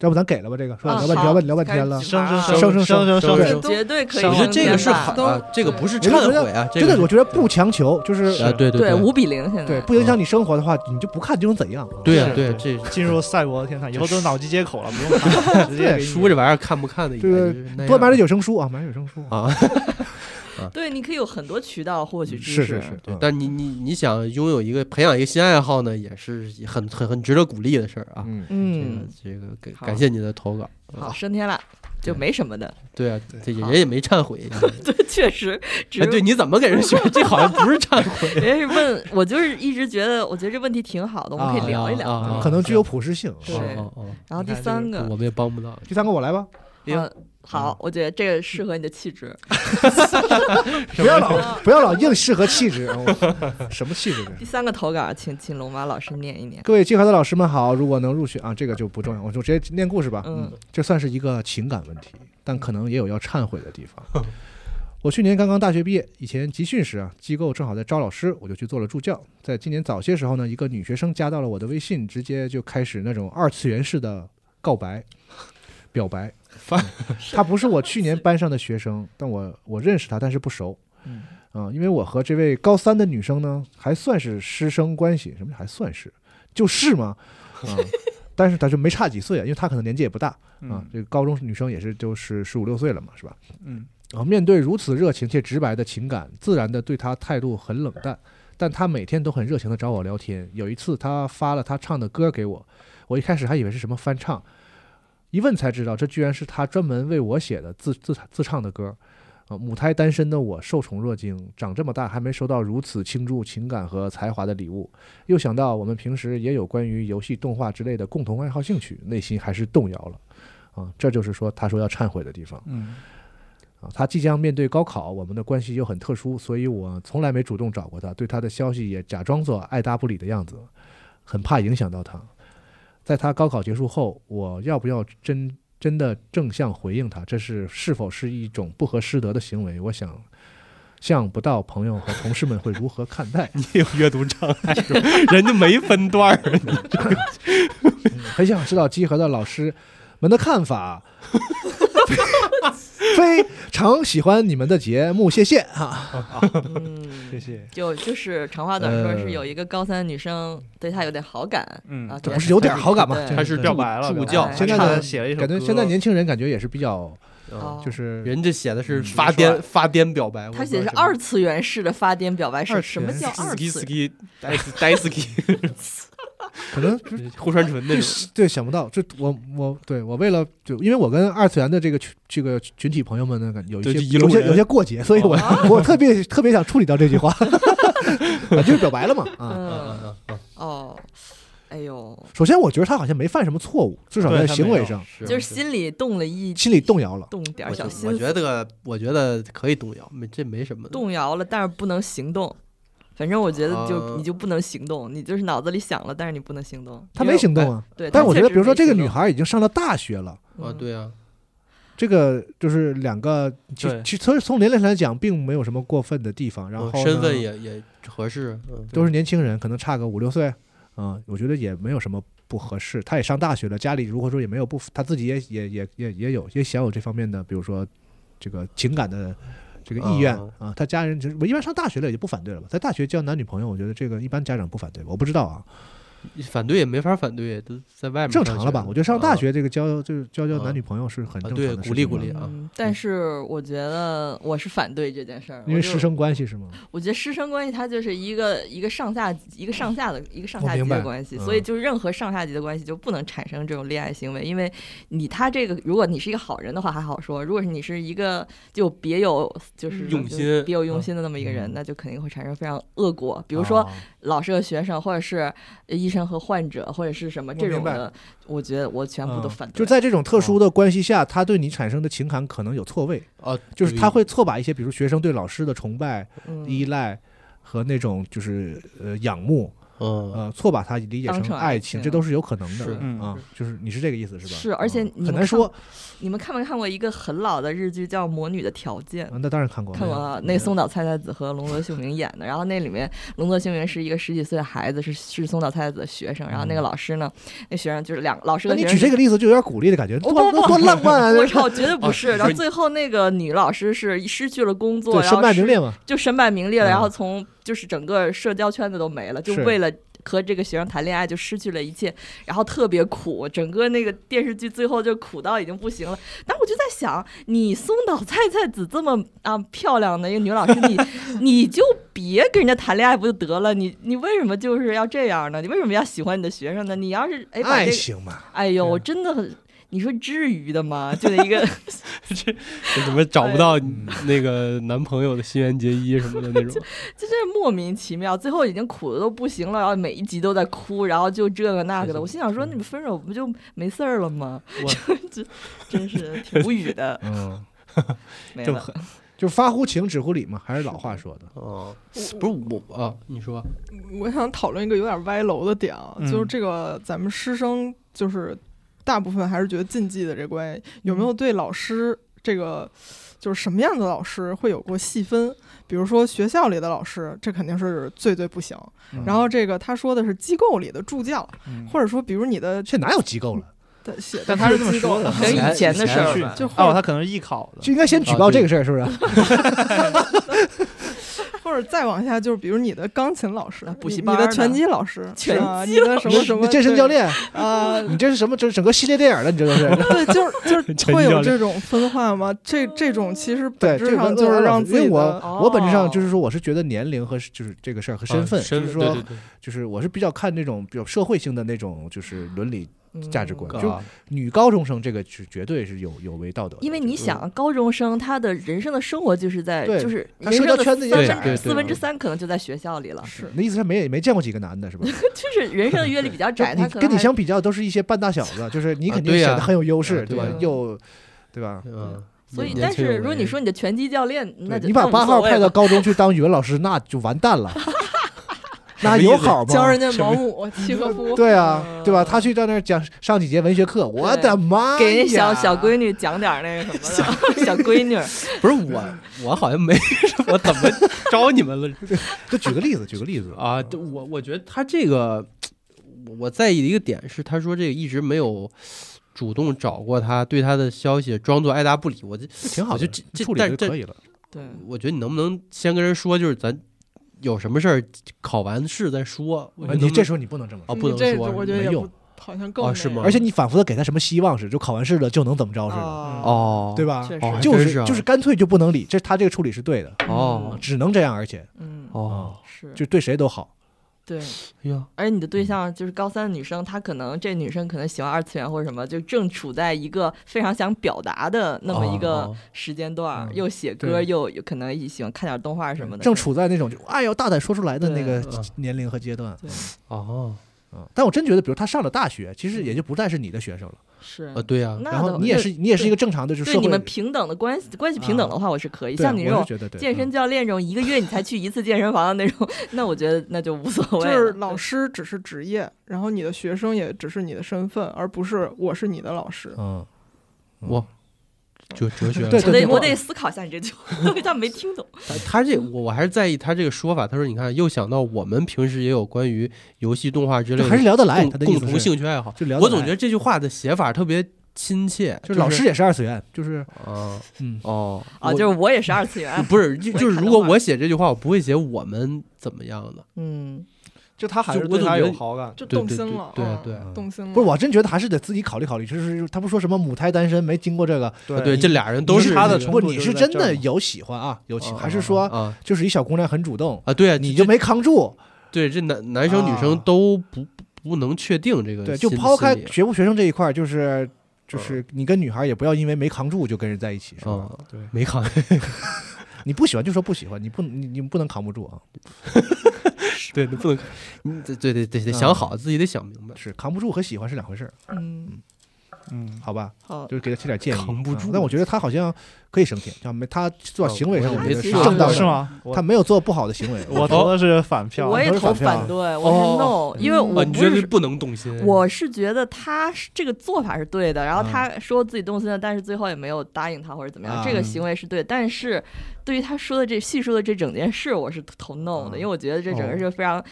S2: 要不咱给了吧这个，是吧？
S1: 啊
S2: 聊半
S1: 好
S2: 聊半聊半天
S1: 开
S2: 了
S1: 始，
S3: 生生
S2: 生
S3: 生
S2: 生
S3: 生
S1: 这
S5: 生生
S3: 生，
S1: 绝对可以
S5: 我
S1: 扔
S5: 觉
S1: 掉吧。
S5: 得这个是好
S4: 都
S5: 啊，这个不是
S2: 我就觉
S5: 忏
S2: 得
S5: 悔啊，这
S2: 真
S5: 个
S2: 的
S5: 是
S2: 我觉得不强求，就是
S5: 啊，对
S1: 对，
S5: 对
S1: 五比零现在。
S2: 对不影响你生活的话，你就不看就能怎样？
S5: 对啊
S3: 是
S5: 对啊，
S3: 对
S5: 这是
S3: 进入赛博天堂，以后都是脑机接口了，不用看 了，直接
S2: 对
S3: 给你
S5: 书这玩意儿看不看的，
S2: 这个多买点有声书啊，买点有声书，
S5: 啊。
S1: 对，你可以有很多渠道获取知识。
S2: 是是是，嗯
S5: 但你你你想拥有一个培养一个新爱好呢，也是很很很值得鼓励的事儿啊。
S2: 嗯，
S1: 嗯，
S5: 这个，这个感
S1: 好
S5: 感谢你的投稿。
S1: 好，
S5: 啊
S1: 升天了，就没什么的。
S5: 对啊，
S3: 对
S5: 这
S1: 好
S5: 人也没 忏悔。
S1: 对，确实，只
S5: 哎，对，你怎么给人学？这好像不是 忏悔。
S1: 人家是问我，就是一直觉得，我觉得这问题挺好的，我们可以聊一聊。嗯
S5: 啊啊啊
S2: 可能具有普适性。
S1: 对
S5: 哦哦
S1: 然后第
S3: 你看这
S1: 三
S5: 哦
S1: 个，
S5: 我们也帮不到。
S2: 第三个我来吧，
S5: 零
S1: 好好，我觉得这个适合你的气质。
S2: 不要 老不要老硬适合气质，哦什么气质这是？
S1: 第三个投稿，啊请请龙马老师念 一念。
S2: 各位金华的老师们好，如果能入选啊，这个就不重要，我就直接念故事吧。
S1: 嗯，
S2: 这算是一个情感问题，但可能也有要忏悔的地方。我去年刚刚大学毕业，以前集训时啊，机构正好在招老师，我就去做了助教。在今年早些时候呢，一个女学生加到了我的微信，直接就开始那种二次元式的告白、 表白。她不是我去年班上的学生，但我我认识她，但是不熟。
S3: 嗯
S2: 啊，因为我和这位高三的女生呢，还算是师生关系。什么叫还算是？就是嘛，啊，但是她就没差几岁啊，因为她可能年纪也不大啊
S3: 嗯。
S2: 这个高中女生也是就是十五六岁了嘛，是吧？
S3: 嗯
S2: 啊，面对如此热情且直白的情感，自然的对她态度很冷淡，但她每天都很热情的找我聊天。有一次，她发了她唱的歌给我，我一开始还以为是什么翻唱，一问才知道这居然是她专门为我写的自自自唱的歌。啊，母胎单身的我受宠若惊，长这么大还没收到如此倾注情感和才华的礼物，又想到我们平时也有关于游戏、动画之类的共同爱好兴趣，内心还是动摇了。啊，这就是说他说要忏悔的地方。
S3: 嗯，
S2: 啊，他即将面对高考，我们的关系又很特殊，所以我从来没主动找过他，对他的消息也假装做爱答不理的样子，很怕影响到他。在他高考结束后，我要不要真真的正向回应他？这是是否是一种不合师德的行为？我想象不到朋友和同事们会如何看待。
S3: 嗯
S5: 你有阅读障碍是吧，人家没分段儿。
S2: 很想知道集合的老师们的看法。 非常喜欢你们的节目，谢谢啊！
S3: 谢
S1: 嗯，
S3: 谢。
S1: 就就是长话短说，
S2: 呃
S1: 是有一个高三女生对他有点好感，
S3: 嗯
S1: 啊，
S2: 这
S1: 对
S2: 不是有点好感吗？
S1: 对
S2: 这
S3: 他是
S2: 这
S3: 表白了，
S5: 助
S3: 表白
S5: 教
S3: 了
S2: 现在
S3: 他
S2: 的
S3: 写了一首歌，
S2: 感觉现在年轻人感觉也是比较
S1: 哦
S2: 就是
S5: 人家写的是
S3: 嗯
S5: 发
S3: 不帅
S5: 癫发癫表白，
S1: 他写的是二次元式的发癫表白，是
S2: 二
S1: 什
S2: 次
S1: 么
S2: 元
S1: 叫二
S5: ski
S1: 次元？
S5: ski d i s ski
S2: 可能
S5: 互穿唇那种。
S2: 对想不到，这我我对我为了就因为我跟二次元的这个群这个群体朋友们呢，感有一些
S5: 对就一路
S2: 有些
S5: 人
S2: 有些过节，所以我我特别特别想处理掉这句话， 啊就是表白了嘛啊。
S1: 嗯，哦，哎呦，
S2: 首先，我觉得他好像没犯什么错误，至少
S3: 对
S2: 在
S3: 他
S2: 行
S3: 没
S2: 为
S3: 有
S2: 上
S1: 就是心里动了一
S2: 心里动摇了。
S1: 动点儿
S5: 我
S1: 小
S5: 觉
S1: 心思，
S5: 我觉得，我觉得可以动摇，没这没什么的。
S1: 动摇了，但是不能行动。反正我觉得就、
S5: 啊
S1: 你就不能行动，你就是脑子里想了，但是你不能行动。
S2: 他没行动啊，
S1: 对，
S2: 但
S1: 他
S2: 我觉
S1: 确
S2: 得，
S1: 实
S2: 比如说
S1: 没
S2: 这个
S1: 行
S2: 女
S1: 动，
S2: 孩已经上了大学了，
S5: 啊，
S1: 嗯，
S5: 对啊，
S2: 这个就是两个，其
S3: 对
S2: 其实从年龄上来讲，并没有什么过分的地方。然
S5: 嗯
S2: 后
S5: 身份
S2: 呢
S5: 也也合适，嗯，
S2: 都是年轻人，可能差个五六岁，嗯，我觉得也没有什么不合适。他也上大学了，家里如果说也没有不，他自己也也也也也有也享有这方面的，比如说这个情感的这个意愿
S5: 啊
S2: 啊。他家人就是我一般上大学了也就不反对了吧，在大学交男女朋友，我觉得这个一般家长不反对吧，我不知道啊。
S5: 反对也没法反对，都在外面
S2: 正
S5: 上
S2: 常
S5: 学
S2: 了吧？我觉得上大
S5: 啊
S2: 学这个交就是交交
S5: 啊
S2: 男女朋友是很
S5: 啊
S2: 正常
S5: 对
S2: 的事情嘛，
S5: 鼓励鼓励啊
S1: 嗯，但是我觉得我是反对这件事儿，
S2: 因为
S1: 我就
S2: 师，生关系是吗？
S1: 我觉得师生关系它就是一个一个上下一个上下的一个上
S2: 我
S1: 下级
S2: 明白
S1: 的关系，所
S2: 嗯
S1: 以就任何上下级的关系就不能产生这种恋爱行为，因为你他这个，如果你是一个好人的话还好说，如果是你是一个就别有就是
S5: 用
S1: 就
S5: 心
S1: 别有用
S5: 嗯
S1: 心的那么一个人
S2: 嗯，
S1: 那就肯定会产生非常恶果，比如说
S2: 啊
S1: 老师和学生，或者是医生和患者，或者是什么这种
S2: 明
S1: 的，我觉得我全部都反对。
S2: 嗯
S1: 嗯
S2: 就在这种特殊的关系下，他对你产生的情感可能有错位，
S5: 啊，
S2: 就是他会错把一些，比如学生对老师的崇拜、
S1: 嗯
S2: 依赖和那种就是呃仰慕，
S5: 嗯，
S2: 呃，错把它理解
S1: 当成
S2: 爱
S1: 爱
S2: 情，
S1: 情
S2: 这都是有可能的
S5: 是
S3: 嗯
S2: 啊。就是你是这个意思是吧？
S1: 是而且
S2: 嗯
S1: 你们
S2: 很难
S1: 看
S2: 说。
S1: 你们看没看过一个很老的日剧叫《魔女的条件》？
S2: 啊那当然看过了，
S1: 看过啊，那松岛菜菜子和龙泽秀明演的，然后那里面龙泽秀明是一个十几岁的孩子，是是松岛菜菜子的学生，然后那个老师呢，那学生就是两老师
S2: 嗯那
S1: 和
S2: 你
S1: 学
S2: 举
S1: 生
S2: 这个例子就有点鼓励的 感觉，多
S1: 不不
S2: 多多浪漫啊！
S1: 我
S2: 这是
S1: 操，绝对不是。
S5: 哦
S1: 然后最后那个女老师是失去了工作，
S2: 对，
S1: 然后
S2: 身败
S1: 失
S2: 名裂嘛，
S1: 就身败名裂了，
S2: 嗯
S1: 然后从就是整个社交圈子都没了，就是为了和这个学生谈恋爱就失去了一切，然后特别苦，整个那个电视剧最后就苦到已经不行了。但我就在想，你松岛菜菜子这么啊漂亮的一个女老师， 你你就别跟人家谈恋爱不就得了？你你为什么就是要这样呢？你为什么要喜欢你的学生呢？你要是哎把
S2: 爱
S1: 这个，
S2: 情嘛，。
S1: 哎呦，我真的很。你说至于的吗？就得一个
S5: 就怎么找不
S1: 哎
S5: 到那个男朋友的心猿结衣什么的那 种，
S1: 就是莫名其妙，最后已经苦的都不行了，然后每一集都在哭，然后就这个那个的。我心想说，你们分手不就没事儿了吗？
S5: 我
S1: 这真是挺无语的
S2: 嗯，
S1: 没
S5: 就
S1: 了，
S5: 很
S2: 就发乎情，止乎礼嘛，还是老话说的。
S5: 哦，不是我啊，你说
S4: 我想讨论一个有点歪楼的点啊，
S3: 嗯
S4: 就是这个咱们师生就是大部分还是觉得禁忌的这关系，有没
S3: 嗯
S4: 有对老师这个就是什么样的老师会有过细分？比如说学校里的老师，这肯定是最最不行。
S3: 嗯
S4: 然后这个他说的是机构里的助教，
S3: 嗯
S4: 或者说比如你的
S2: 这哪有机构了？
S4: 的写的
S3: 但他是这么
S4: 机构
S3: 说的，
S1: 跟以前的事儿吧
S4: 就
S3: 哦，他可能是艺考的，
S2: 就应该先举
S5: 啊
S2: 报这
S5: 对
S2: 个事儿，是不是？
S4: 或者再往下就是比如你的钢琴老师
S1: 那、补习
S4: 你
S1: 班
S4: 你的
S1: 呢
S4: 拳击老师、
S1: 拳击
S4: 啊、你的什么什
S2: 你
S4: 么
S2: 的健身教练，
S4: 对啊，
S2: 你这是什么？这是整个系列电影了，你这都 是。
S4: 对，就是就
S5: 拳
S4: 是会
S5: 击教
S4: 有
S5: 练
S4: 这种分化吗？这这种其实
S2: 对，
S4: 本
S2: 这
S4: 质上
S2: 跟
S4: 就
S2: 恶
S4: 是
S2: 老
S4: 让
S2: 师
S4: 自
S2: 因
S4: 己
S2: 为
S4: 的
S2: 我我本质上
S1: 哦
S2: 就是说，我是觉得年龄和是就是这个事儿和身份，
S5: 啊身
S2: 就是
S5: 份
S2: 说
S5: 对对
S2: 就是我是比较看那种比较社会性的那种就是伦理
S1: 嗯
S2: 价值观，
S5: 对，
S2: 就
S5: 啊
S2: 女高中生这个是绝对是有有违道德的，
S1: 因为
S2: 我觉
S1: 你
S2: 得
S1: 想，高中生他的人生的生活就是在，
S2: 对
S1: 就是
S2: 他
S1: 人生
S2: 社交
S1: 的
S2: 圈子也
S1: 三分
S5: 窄对对
S1: 之四分之三可能就在学校里了，
S4: 是
S2: 那意思是没也没见过几个男的 是吧？
S1: 就是人生的阅历比较窄，他
S2: 哎你
S1: 可能
S2: 跟你
S1: 还
S2: 相比较都是一些半大小子，就是你
S5: 啊
S2: 肯定
S5: 对
S2: 显
S5: 呀
S2: 得很有优势，
S5: 啊
S2: 对
S5: 对
S2: 吧
S5: 呀？
S2: 又对吧？
S5: 嗯，
S1: 所以，
S5: 年
S1: 但
S5: 轻
S1: 是
S5: 有
S1: 如果
S5: 为
S1: 你说你的拳击教练，那
S2: 对
S1: 就
S2: 你把
S1: 那无
S2: 八
S1: 所
S2: 号
S1: 谓
S2: 派到
S1: 了
S2: 高中去当语文老师，那就完蛋 了，那有好吗？
S4: 教人家毛姆、契 诃夫，
S2: 对
S1: 嗯
S2: 啊，对吧？他去到那儿讲上几节文学课，我的妈呀！
S1: 给人小小闺女讲点儿那个什么的，啊小闺 女，
S5: 不是我，我好像没我怎么 招你们了
S2: 就举个例子，举个例子
S5: 啊？这我我觉得他这个，我我在意的一个点是，他说这个一直没有主动找过他，对他的消息装作爱答不理，我就
S2: 挺好
S5: 我
S2: 的，
S5: 觉得这这
S2: 处理
S5: 但
S2: 就
S5: 这
S2: 可以了。
S1: 对，
S5: 我觉得你能不能先跟人说，就是咱有什么事儿考完试再说。我觉
S2: 啊
S5: 得能
S2: 你
S5: 不
S2: 这
S5: 能
S2: 时候你不能这么说，
S5: 啊不能
S4: 这
S5: 说
S4: 我觉得
S2: 没
S4: 也
S2: 用
S4: 不好像更
S5: 哦是
S4: 那
S5: 吗
S4: 个
S2: 而且你反复的给他什么希望似的，就考完试了就能怎么着似的，
S4: 啊
S1: 哦，
S5: 哦，
S2: 对吧？
S1: 确实
S5: 哦，
S2: 就
S5: 还真
S2: 是
S5: 是啊
S2: 就是干脆就不能理，这他这个处理是对的，
S5: 哦
S2: 只能这样，而且
S1: 嗯，
S5: 哦，
S1: 是，
S2: 就嗯对谁都好。
S1: 对，
S5: 哎呀，
S1: 而你的对象就是高三的女生，她可能这女生可能喜欢二次元或者什么，就正处在一个非常想表达的那么一个
S5: 哦
S1: 时间段儿，
S2: 嗯
S1: 又写歌，
S2: 对
S1: 又有可能也喜欢看点动画什么的。
S2: 正处在那种就哎呦大胆说出来的那个
S5: 对嗯
S2: 年龄和阶段。
S1: 对
S5: 哦，
S2: 嗯，但我真觉得，比如他上了大学，其实也就不再是你的学生了，
S1: 是
S4: 嗯
S5: 啊，对呀，
S1: 那
S2: 然后
S1: 倒
S2: 你也
S1: 对
S2: 是你也是一个正常的，就是
S1: 对
S2: 呃社会啊
S1: 你们平等的关系关系平等的话，我是可以。
S2: 对
S1: 像你这
S2: 我
S1: 种
S2: 是觉得嗯对
S1: 健身教练这种一个月你才去一次健身房的那种， 那我觉得那就无所
S4: 就
S1: 谓了。
S4: 是老师只是职业，然后你的学生也只是你的身份，而不是我是你的老师。
S2: 嗯，嗯
S5: 我哲哲 学了
S2: 对
S1: 我
S2: 对
S1: 得我得思考一下你这句 话，因为 他没听懂。
S5: 他他这我我还是在意他这个说法。他说：“你看，又想到我们平时也有关于游戏、动画之类
S2: 就
S5: 的
S2: 还是聊得来。
S5: 共
S2: 他的
S5: 共
S2: 意思
S5: 同
S2: 是，
S5: 兴趣爱好。
S2: 就”聊得来。
S5: 我总觉得这句话的写法特别亲切，
S2: 就是
S5: 是
S2: 老师也是二次元，就是
S5: 啊，
S2: 嗯，
S5: 哦
S1: 啊，
S5: 我
S1: 就是我也是二次
S5: 就
S1: 元，
S5: 不是就
S1: 我也
S5: 就是
S1: 看
S5: 如
S1: 动
S5: 果
S1: 画
S5: 我写这句话，我不会写我们怎么样的。
S1: 嗯，
S3: 就他还
S5: 就是我
S3: 对
S5: 总
S3: 他
S5: 觉
S3: 有
S5: 得
S3: 好感。
S4: 就
S5: 对
S4: 动
S5: 对
S4: 心
S5: 对
S4: 了，
S5: 对
S4: 嗯
S5: 对
S4: 动心了。
S2: 不是，我真觉得还是得自己考虑考虑。就是他不说什么母胎单身没经过这个，
S3: 对
S5: 对，这俩人都
S2: 你
S5: 是
S3: 他的
S5: 那个
S3: 成
S2: 不，
S3: 度
S2: 你
S3: 就是在
S2: 真
S3: 这儿
S2: 的
S3: 嘛
S2: 有喜欢啊，有喜，
S3: 啊
S2: 还
S3: 啊
S2: 是说
S5: 啊
S2: 就是一小姑娘很主动，
S5: 啊，对啊，
S2: 你
S5: 这
S2: 就没扛住？
S5: 对这男男生女生
S2: 啊
S5: 都不不不能确定这个
S2: 对，
S5: 心
S2: 就抛开
S5: 心理嗯
S2: 学不学生这一块儿，就是
S3: 嗯
S2: 就是你跟女孩也不要因为没扛住就跟人在一起，是吧？
S5: 啊，
S3: 对
S5: 没扛
S2: 你不喜欢就说不喜欢，你不你你不能扛不住啊，
S5: 对，你不能，你得对对对，得
S2: 嗯
S5: 想好，自己得想明白。
S2: 是扛不住和喜欢是两回事儿，
S1: 嗯，
S3: 嗯，
S2: 好吧？
S1: 好，
S2: 就是给他提点建议。
S5: 扛不
S2: 啊
S5: 住
S2: 但我觉得他好像可以升天，像没他做行为上，
S5: 哦
S2: 我
S5: 我
S2: 觉
S5: 也
S2: 得
S1: 觉
S2: 是
S1: 得
S2: 正当
S1: 是
S2: 的，
S3: 吗？
S2: 他
S3: 我
S2: 没有做不好的行为。
S3: 我投的是反票，
S1: 我也
S2: 都是
S1: 投
S2: 反票啊
S1: 反对，我是 no，因为
S4: 哦
S5: 哦，
S1: 我
S5: 你
S1: 不
S5: 觉得
S1: 是。
S5: 不能动心？
S1: 我是觉得他是这个做法是对的，然后
S2: 嗯
S1: 他说自己动心了，但是最后也没有答应他或者怎么样，
S2: 啊
S1: 这个行为是对。但是对于他说的这叙述的这整件事，我是投 no 的，因
S2: 嗯
S1: 为我觉得这整
S5: 哦
S1: 个是非常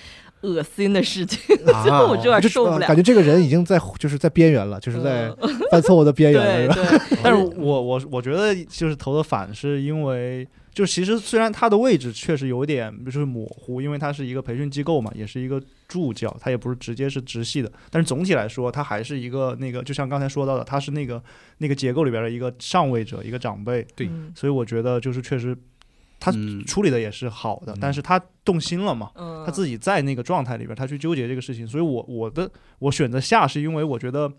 S1: 恶心的事情，
S2: 啊
S1: 我有点
S2: 就
S1: 受不
S2: 呃
S1: 了
S2: 感觉这个人已经在就是在边缘了，就是在
S1: 嗯
S2: 犯错误的边缘了，
S1: 对
S2: 是吧？
S1: 对，
S3: 但是我我我觉得就是投的反，是因为就其实虽然他的位置确实有点就是模糊，因为他是一个培训机构嘛，也是一个助教，他也不是直接是直系的，但是总体来说，他还是一个那个，就像刚才说到的，他是那个那个结构里边的一个上位者，一个长辈，
S2: 对
S1: 嗯
S3: 所以我觉得就是确实他
S5: 嗯
S3: 处理的也是好的，
S2: 嗯
S3: 但是他动心了嘛，
S1: 嗯，
S3: 他自己在那个状态里边，他去纠结这个事情，所以我我的我选择下是因为我觉得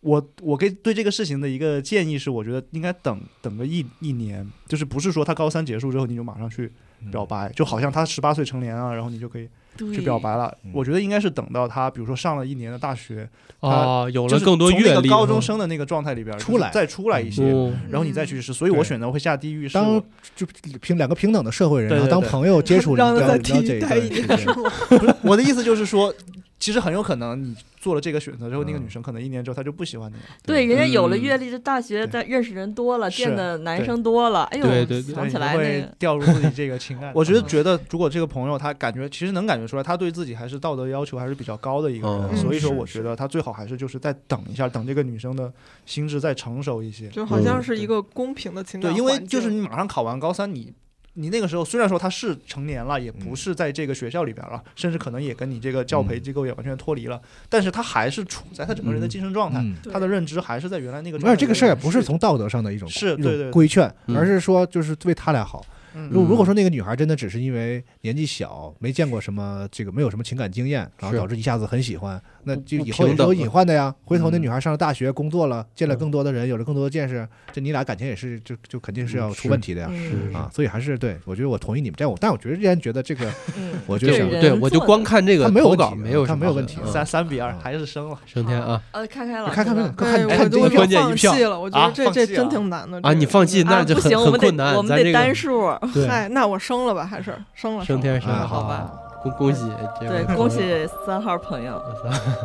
S3: 我我给对这个事情的一个建议是，我觉得应该等等个一一年，就是不是说他高三结束之后你就马上去
S2: 嗯
S3: 表白，就好像他十八岁成年啊，然后你就可以
S1: 对
S3: 去表，白了
S2: 嗯。
S3: 我觉得应该是等到他比如说上了一年的大学，
S5: 哦，有
S3: 就
S5: 了
S3: 是
S5: 更多
S3: 从那
S5: 阅
S3: 个
S5: 历，
S3: 高中生的那个状态里边
S2: 嗯出
S3: 就是
S2: 来
S3: 再出来一些。
S5: 嗯，
S3: 然后你再去试，所以
S2: 对
S3: 我选择会下地狱。是
S2: 当
S3: 我
S2: 就平两个平等的社会人，
S3: 对
S2: 然后
S3: 对
S2: 当
S3: 对
S2: 朋友接触你，
S4: 让他
S2: 了
S4: 再
S2: 了
S4: 提
S2: 解一
S4: 带
S2: 段
S4: 一
S2: 时
S4: 年
S2: 间
S4: 是吗？
S3: 不是 我的意思就是说，其实很有可能你做了这个选择之后，那个
S2: 嗯
S3: 女生可能一年之后她就不喜欢你了。
S1: 对，人家有了
S5: 嗯
S1: 阅历，这大学
S3: 对
S1: 在认识人多了，
S3: 是
S1: 见的男
S3: 对
S1: 生多了，哎呦，
S5: 对对对
S1: 想
S3: 对
S1: 起
S3: 你
S1: 来那
S3: 会
S1: 个，
S3: 掉入自己这个情感。我
S2: 嗯
S3: 觉得觉得，如果这个朋友他感觉其实能感觉出来，他对自己还是道德要求还是比较高的一个人，
S5: 嗯
S3: 所以说
S2: 是
S3: 我觉得他最好还是就是再等一下，等这个女生的心智再成熟一些。
S4: 就好
S2: 嗯
S4: 像是一个公平的情感
S3: 对，
S4: 环
S3: 因
S4: 境。
S3: 为就是你马上考完高三，你。你那个时候虽然说他是成年了，也不
S2: 嗯
S3: 是在这个学校里边了，甚至可能也跟你这个教培机构也完全脱离了，但是他还是处在他整个人的精神状态，
S2: 嗯，
S4: 对
S3: 他的认知还是在原来那个状态。
S2: 而且这个事儿也不是，从道德上的一种
S3: 是
S2: 一
S3: 对对
S2: 种
S3: 对
S2: 规劝，
S5: 嗯
S2: 而是说就是为他俩好。
S3: 嗯
S2: 如如果说那个女孩真的只是因为年纪小，没见过什么这个没有什么情感经验，然后
S5: 是
S2: 导致一下子很喜欢，那
S5: 不
S2: 就
S5: 不
S2: 以后也
S5: 平
S2: 是
S5: 等
S2: 有
S5: 了
S2: 隐患的呀。回头那
S3: 嗯
S2: 女孩上了大学，工作了，见了
S3: 嗯
S2: 更多的人，有了更多的见识，这你俩感情也是就就肯定是要
S5: 嗯
S2: 出
S5: 是
S2: 问题的呀。
S1: 嗯
S2: 啊，所以还是对我觉得我同意你们，但我但我觉得依然觉得这个，
S1: 嗯，
S2: 我觉
S5: 就
S1: 这
S2: 得
S5: 是
S2: 想
S1: 个人
S5: 对我就
S1: 做的
S5: 光看这个
S2: 他没有
S5: 投
S2: 问题
S5: 稿，没有
S2: 他
S5: 什么
S2: 没有
S5: 的
S2: 问题
S5: 嗯
S3: 三三比二
S2: 嗯
S3: 还是生了
S5: 升天啊
S1: 呃，看开了，
S2: 看看
S1: 对
S2: 看
S1: 吧
S2: 看看
S4: 对，我
S2: 看
S4: 都
S5: 这
S4: 我
S5: 个关键
S4: 放
S5: 一票
S4: 弃了，我觉
S3: 啊
S4: 得这
S3: 放
S4: 这
S3: 弃
S4: 真
S3: 了
S4: 挺难的
S5: 啊！
S4: 这
S5: 你
S4: 个
S5: 放弃
S1: 啊
S5: 那就
S1: 不
S5: 很
S1: 行，我
S5: 很
S1: 们得
S5: 困难
S1: 我，们
S5: 咱
S1: 得
S5: 这
S1: 单
S5: 个
S1: 数，
S5: 对
S4: 哎，那我生了吧，还是生了
S5: 升天升
S2: 啊
S5: 了，
S1: 好吧
S5: 恭恭喜这
S1: 对，
S5: 位朋
S1: 恭
S5: 友
S1: 喜三号朋友，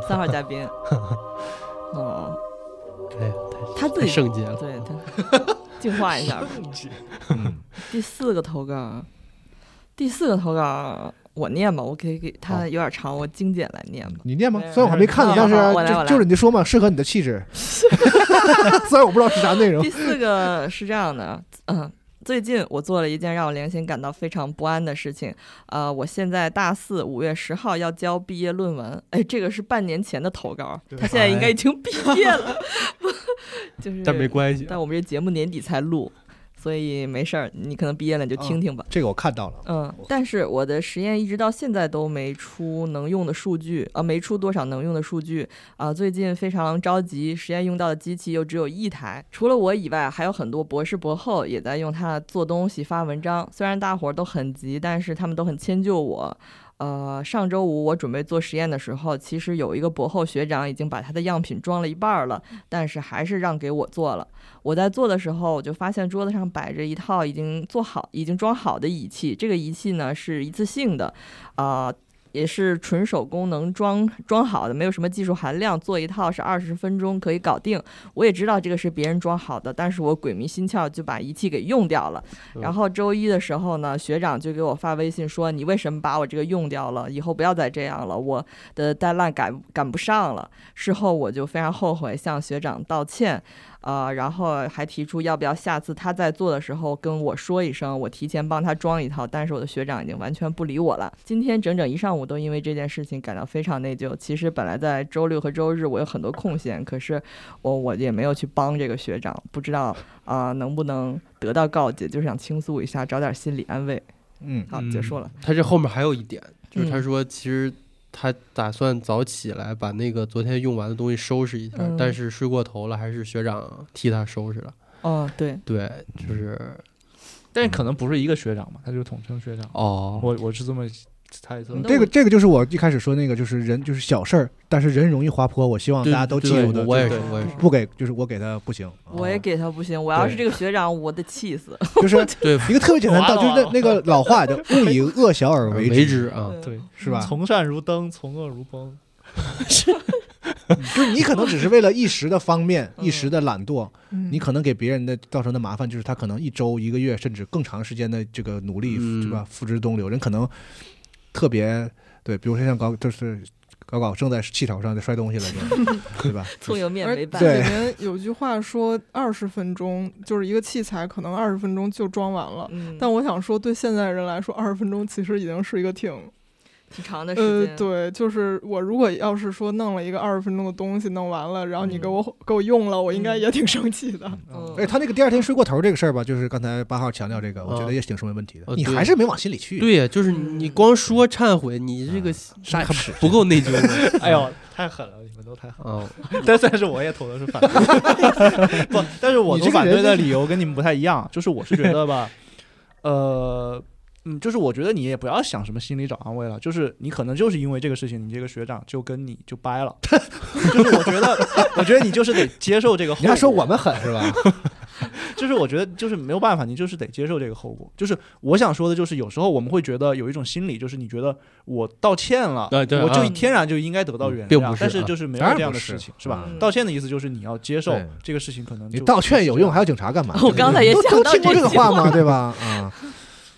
S1: 三号嘉宾。哦，
S5: 哎呀太
S1: 他自
S5: 太
S1: 己
S5: 圣洁了，
S1: 对他净化一下吧。
S2: 嗯
S1: 第四个投稿，第四个投稿我念吧，我给给他
S2: 好
S1: 有点长，我精简来念吧。
S2: 你念吗
S3: 没？有
S2: 虽然我还没看呢，
S1: 没
S2: 但
S1: 有
S2: 是
S1: 好好我来我
S2: 就
S1: 来
S2: 就是你说嘛，适合你的气质。 虽然我不知道是啥内容
S1: 第，四个是这样的，嗯、最近我做了一件让我良心感到非常不安的事情，呃，我现在大四，五月十号要交毕业论文，哎，这个是半年前的投稿，
S3: 对
S1: 他现在应该已经毕业了， 就是，
S5: 但没关系，
S1: 但我们这节目年底才录，所以没事儿，你可能毕业了你就听听吧。
S2: 这个我看到了。
S1: 嗯，但是我的实验一直到现在都没出能用的数据啊、没出多少能用的数据啊、最近非常着急，实验用到的机器又只有一台，除了我以外，还有很多博士博后也在用它做东西、发文章。虽然大伙儿都很急，但是他们都很迁就我。呃，上周五我准备做实验的时候，其实有一个博后学长已经把他的样品装了一半儿了，但是还是让给我做了。我在做的时候，我就发现桌子上摆着一套已经做好、已经装好的仪器。这个仪器呢是一次性的，啊、也是纯手工能装装好的，没有什么技术含量。做一套是二十分钟可以搞定。我也知道这个是别人装好的，但是我鬼迷心窍就把仪器给用掉了。
S5: 嗯
S1: 然后周一的时候呢，学长就给我发微信说：“你为什么把我这个用掉了？以后不要再这样了，我的 deadline 赶赶不上了。”事后我就非常后悔，向学长道歉。呃，然后还提出要不要下次他在做的时候跟我说一声，我提前帮他装一套。但是我的学长已经完全不理我了。今天整整一上午都因为这件事情感到非常内疚。其实本来在周六和周日我有很多空闲，可是我我也没有去帮这个学长，不知道啊、呃能不能得到告诫，就是想倾诉一下，找点心理安慰。
S2: 嗯，
S1: 好，
S5: 嗯
S1: 啊结束了。
S5: 他这后面还有一点，就是他
S1: 嗯
S5: 说其实他打算早起来把那个昨天用完的东西收拾一下，
S1: 嗯
S5: 但是睡过头了，还是学长替他收拾了。
S1: 哦，对，
S5: 对， 就是
S3: 但可能不是一个学长嘛，他就统称学长。
S5: 哦，
S3: 我我是这么猜测的。
S2: 这个这个就是我一开始说那个，就是人就是小事儿，但是人容易滑坡。我希望大
S5: 对
S2: 家都
S5: 对
S2: 记住
S5: 我
S2: 的，
S5: 我也，
S2: 就是
S5: 我也是，
S2: 不给就是我给他不行，
S1: 我
S3: 哦
S1: 也给他不行。我要是这个学长，我得气死。
S3: 啊
S2: 啊就是
S5: 对，
S2: 一个特别简单的道，
S3: 完
S2: 就
S3: 了
S2: 是那那个老话叫“勿以恶小而为
S5: 为之啊，
S1: 嗯
S3: 对，
S2: 是吧？
S3: 从善如登，从恶如 崩。
S2: 就是你可能只是为了一时的方便、
S1: 嗯
S2: 一时的懒惰，
S4: 嗯
S2: 你可能给别人的造成的麻烦，就是他可能一周、一个月甚至更长时间的这个努力，
S5: 嗯
S2: 对吧？付之东流，人可能特别对，比如说像搞就是搞搞正在气头上在摔东西了， 就对吧？
S1: 葱油面
S4: 而
S1: 没办。
S2: 对
S4: 里面有句话说，二十分钟就是一个器材，可能二十分钟就装完了。
S1: 嗯，
S4: 但我想说，对现在人来说，二十分钟其实已经是一个挺
S1: 挺长的时
S4: 呃，
S1: 间。
S4: 对，就是我如果要是说弄了一个二十分钟的东西弄完了，然后你给
S1: 嗯
S4: 我给我用了，我应该
S1: 嗯
S4: 也挺生气的。
S1: 嗯
S2: 而且他那个第二天睡过头这个事儿吧，就是刚才八号强调这个，我觉得也挺说明问题的
S5: 啊。
S2: 你
S5: 对
S2: 还是没往心里去，
S5: 对呀，就是你光说忏悔，你这个
S2: 啥也不是。
S5: 不够内 疚的
S3: 哎呦，太狠了，你们都太狠。
S5: 啊，
S3: 但但是我也投的是反对， 不，但是我
S2: 你
S3: 投
S2: 这个
S3: 反对
S2: 人
S3: 的
S2: 就是
S3: 理由跟你们不太一样，就是我是觉得 吧，呃，嗯，就是我觉得你也不要想什么心理找安慰了，就是你可能就是因为这个事情，你这个学长就跟你就掰了， 就是我觉得，我觉得你就是得接受这个后
S2: 你
S3: 果。
S2: 还说我们狠是吧？
S3: 就是我觉得就是没有办法，你就是得接受这个后果。就是我想说的，就是有时候我们会觉得有一种心理，就是你觉得我道歉了，
S5: 对对
S3: 我就
S5: 啊
S3: 天然就应该得到原谅，
S5: 并不是
S3: 但
S5: 啊
S3: 是就是没有
S2: 当然
S3: 这样
S2: 不
S3: 的
S2: 是
S3: 事情，是吧？
S1: 嗯
S3: 道歉的意思就是你要接受
S2: 对
S3: 这个事情，可能
S2: 你
S3: 就
S2: 道歉有用，。还要啊警察干嘛？
S1: 我刚才也
S2: 都
S1: 想
S2: 都
S1: 到
S2: 听过
S1: 这
S2: 这个
S1: 句
S2: 话吗？对吧？啊，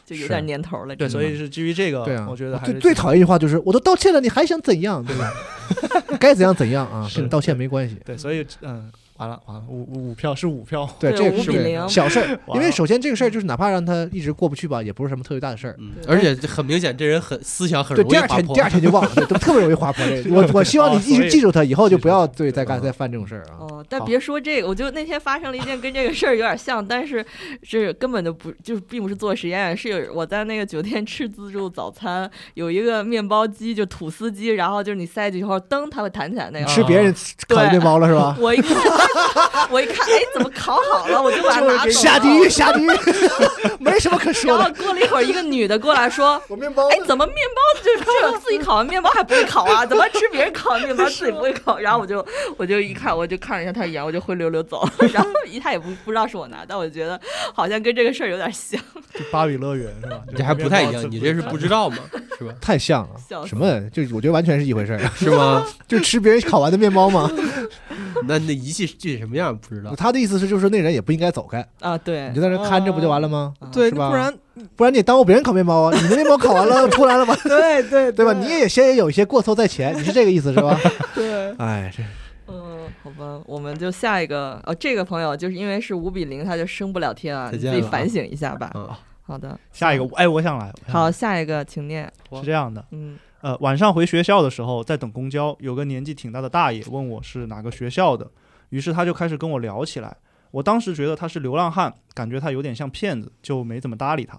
S1: 就有点年头了。嗯真
S3: 对，
S1: 的
S3: 所以是基于这个，
S2: 对啊，
S3: 我觉得还
S2: 最
S3: 是
S2: 最讨厌一句话就是“我都道歉了，你还想怎样？”对吧？该怎样怎样啊，
S3: 是
S2: 跟道歉没关系。
S3: 对，所以嗯，完了完了，五五五票是五票，
S2: 对，
S1: 对
S2: 这
S1: 五
S2: 个是
S1: 比
S2: 对
S1: 零
S2: 小事儿，
S3: 完
S2: 因为
S3: 了
S2: 首先这个事儿就是哪怕让他一直过不去吧，也不是什么特别大的事儿。
S5: 嗯
S1: 对
S5: 而且这很明显，这人很思想很
S2: 对，
S5: 容易
S2: 第二
S5: 滑
S2: 天
S5: 坡
S2: 第。二天就忘了，对都特别容易滑坡。这我我希望你
S3: 哦
S2: 一
S3: 所
S2: 直
S3: 以
S2: 记住他，以后就不要对再
S3: 啊
S2: 干再犯这种事儿啊。
S1: 哦，但
S3: 好
S1: 别说这个，我就那天发生了一件跟这个事儿有点像，但是是根本就不就是并不是做实验，是有我在那个酒店吃自助早餐，有一个面包机，就吐司机，然后就是你塞进去以后，噔，它会弹起来那
S2: 你
S1: 个。
S2: 吃别人
S1: 对
S2: 烤的面包了是
S3: 啊
S2: 吧？
S1: 我一看，我一看，哎，怎么烤好了？我就把它拿走了。
S2: 下地 狱，下地狱，没什么可说
S1: 然后
S2: 的。
S1: 过了一会儿，一个女的过来说
S2: 我面包：“
S1: 哎，怎么面包就 这种自己烤完面包还不会烤啊？怎么吃别人烤的面包自己不 会烤？”然后我就我就一看，我就看了一下她一眼，我就灰溜溜 走了。然后一她也不不知道是我拿，但我觉得好像跟这个事儿有点像。
S3: 就芭比乐园是吧？
S5: 这还不太一
S3: 就
S5: 样，你
S3: 面包
S5: 这是不知道 嘛，是吧？
S2: 太像
S1: 笑
S2: 了，
S1: 死
S2: 什么？就我觉得完全是一回事儿，
S5: 是吗？
S2: 就吃别人烤完的面包吗？
S5: 那那仪器具体什么样不知 道。
S2: 他的意思是，就是说那人也不应该走开，
S1: 啊，对
S2: 你就在那看着不就完了吗？
S1: 啊
S4: 对，
S2: 是
S4: 那
S2: 吧
S4: 不然
S2: 不然你也耽误别人烤面包啊！你的面包烤完了出来了吧？
S4: 对对
S2: 对吧？你也先也有一些过错在前，你是这个意思是吧？
S4: 对，
S2: 哎，这
S1: 嗯，好吧，我们就下一个。哦，这个朋友就是因为是五比零，他就升不了天啊，
S5: 再
S1: 你
S5: 见
S1: 自己
S5: 了啊
S1: 反省一下吧。
S5: 嗯
S1: 好的，
S3: 下一个，哎，我想来，我想
S1: 好，下一个，请念。
S3: 来是这样的，
S1: 嗯，
S3: 呃，晚上回学校的时候，在等公交，有个年纪挺大的大爷问我是哪个学校的，于是他就开始跟我聊起来。我当时觉得他是流浪汉，感觉他有点像骗子，就没怎么搭理他。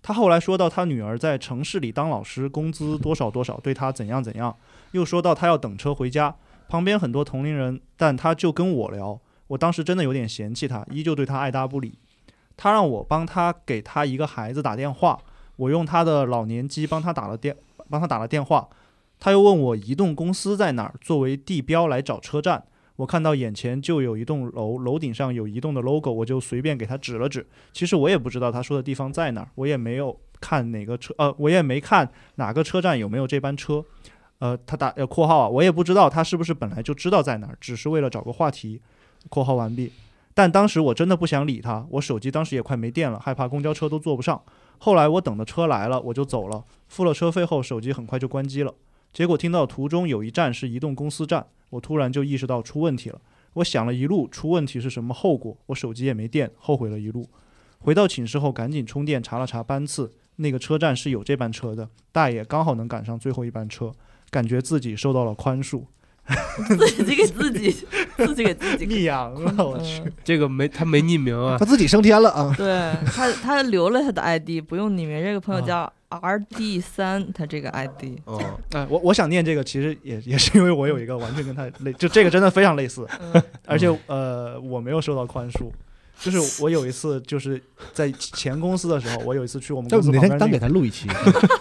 S3: 他后来说到他女儿在城市里当老师，工资多少多少，对他怎样怎样，又说到他要等车回家，旁边很多同龄人，但他就跟我聊。我当时真的有点嫌弃他，依旧对他爱搭不理。他让我帮他给他一个孩子打电话，我用他的老年机帮他打了电，帮他打了电话。他又问我移动公司在哪儿，作为地标来找车站。我看到眼前就有一栋楼，楼顶上有移动的 logo，我就随便给他指了指。其实我也不知道他说的地方在哪儿，我也没有看哪个车，呃，我也没看哪个车站有没有这班车。呃，他打呃括号啊，我也不知道他是不是本来就知道在哪儿，只是为了找个话题。括号完毕。但当时我真的不想理他，我手机当时也快没电了，害怕公交车都坐不上。后来我等的车来了，我就走了。付了车费后，手机很快就关机了。结果听到途中有一站是移动公司站，我突然就意识到出问题了。我想了一路，出问题是什么后果？我手机也没电，后悔了一路。回到寝室后，赶紧充电查了查班次，那个车站是有这班车的，大爷刚好能赶上最后一班车，感觉自己受到了宽恕。
S1: 自己给自己，自己给自己。
S3: 密阳了，我去！
S1: 嗯
S5: 这个没他没匿名啊
S2: 他，自己升天了啊！
S1: 对他，他留了他的 ID，不用匿名。这个朋友叫 R D 三，他这个 ID
S5: 哦，
S3: 哎，我我想念这个，其实也也是因为我有一个完全跟他类，就这个真的非常类似，
S1: 嗯。
S3: 而且呃，我没有受到宽恕。就是我有一次，就是在前公司的时候，我有一次去我们
S2: 这
S3: 公司
S2: 哪
S3: 旁
S2: 天
S3: 边
S2: 单
S3: 那
S2: 给
S3: 个，
S2: 他录一期，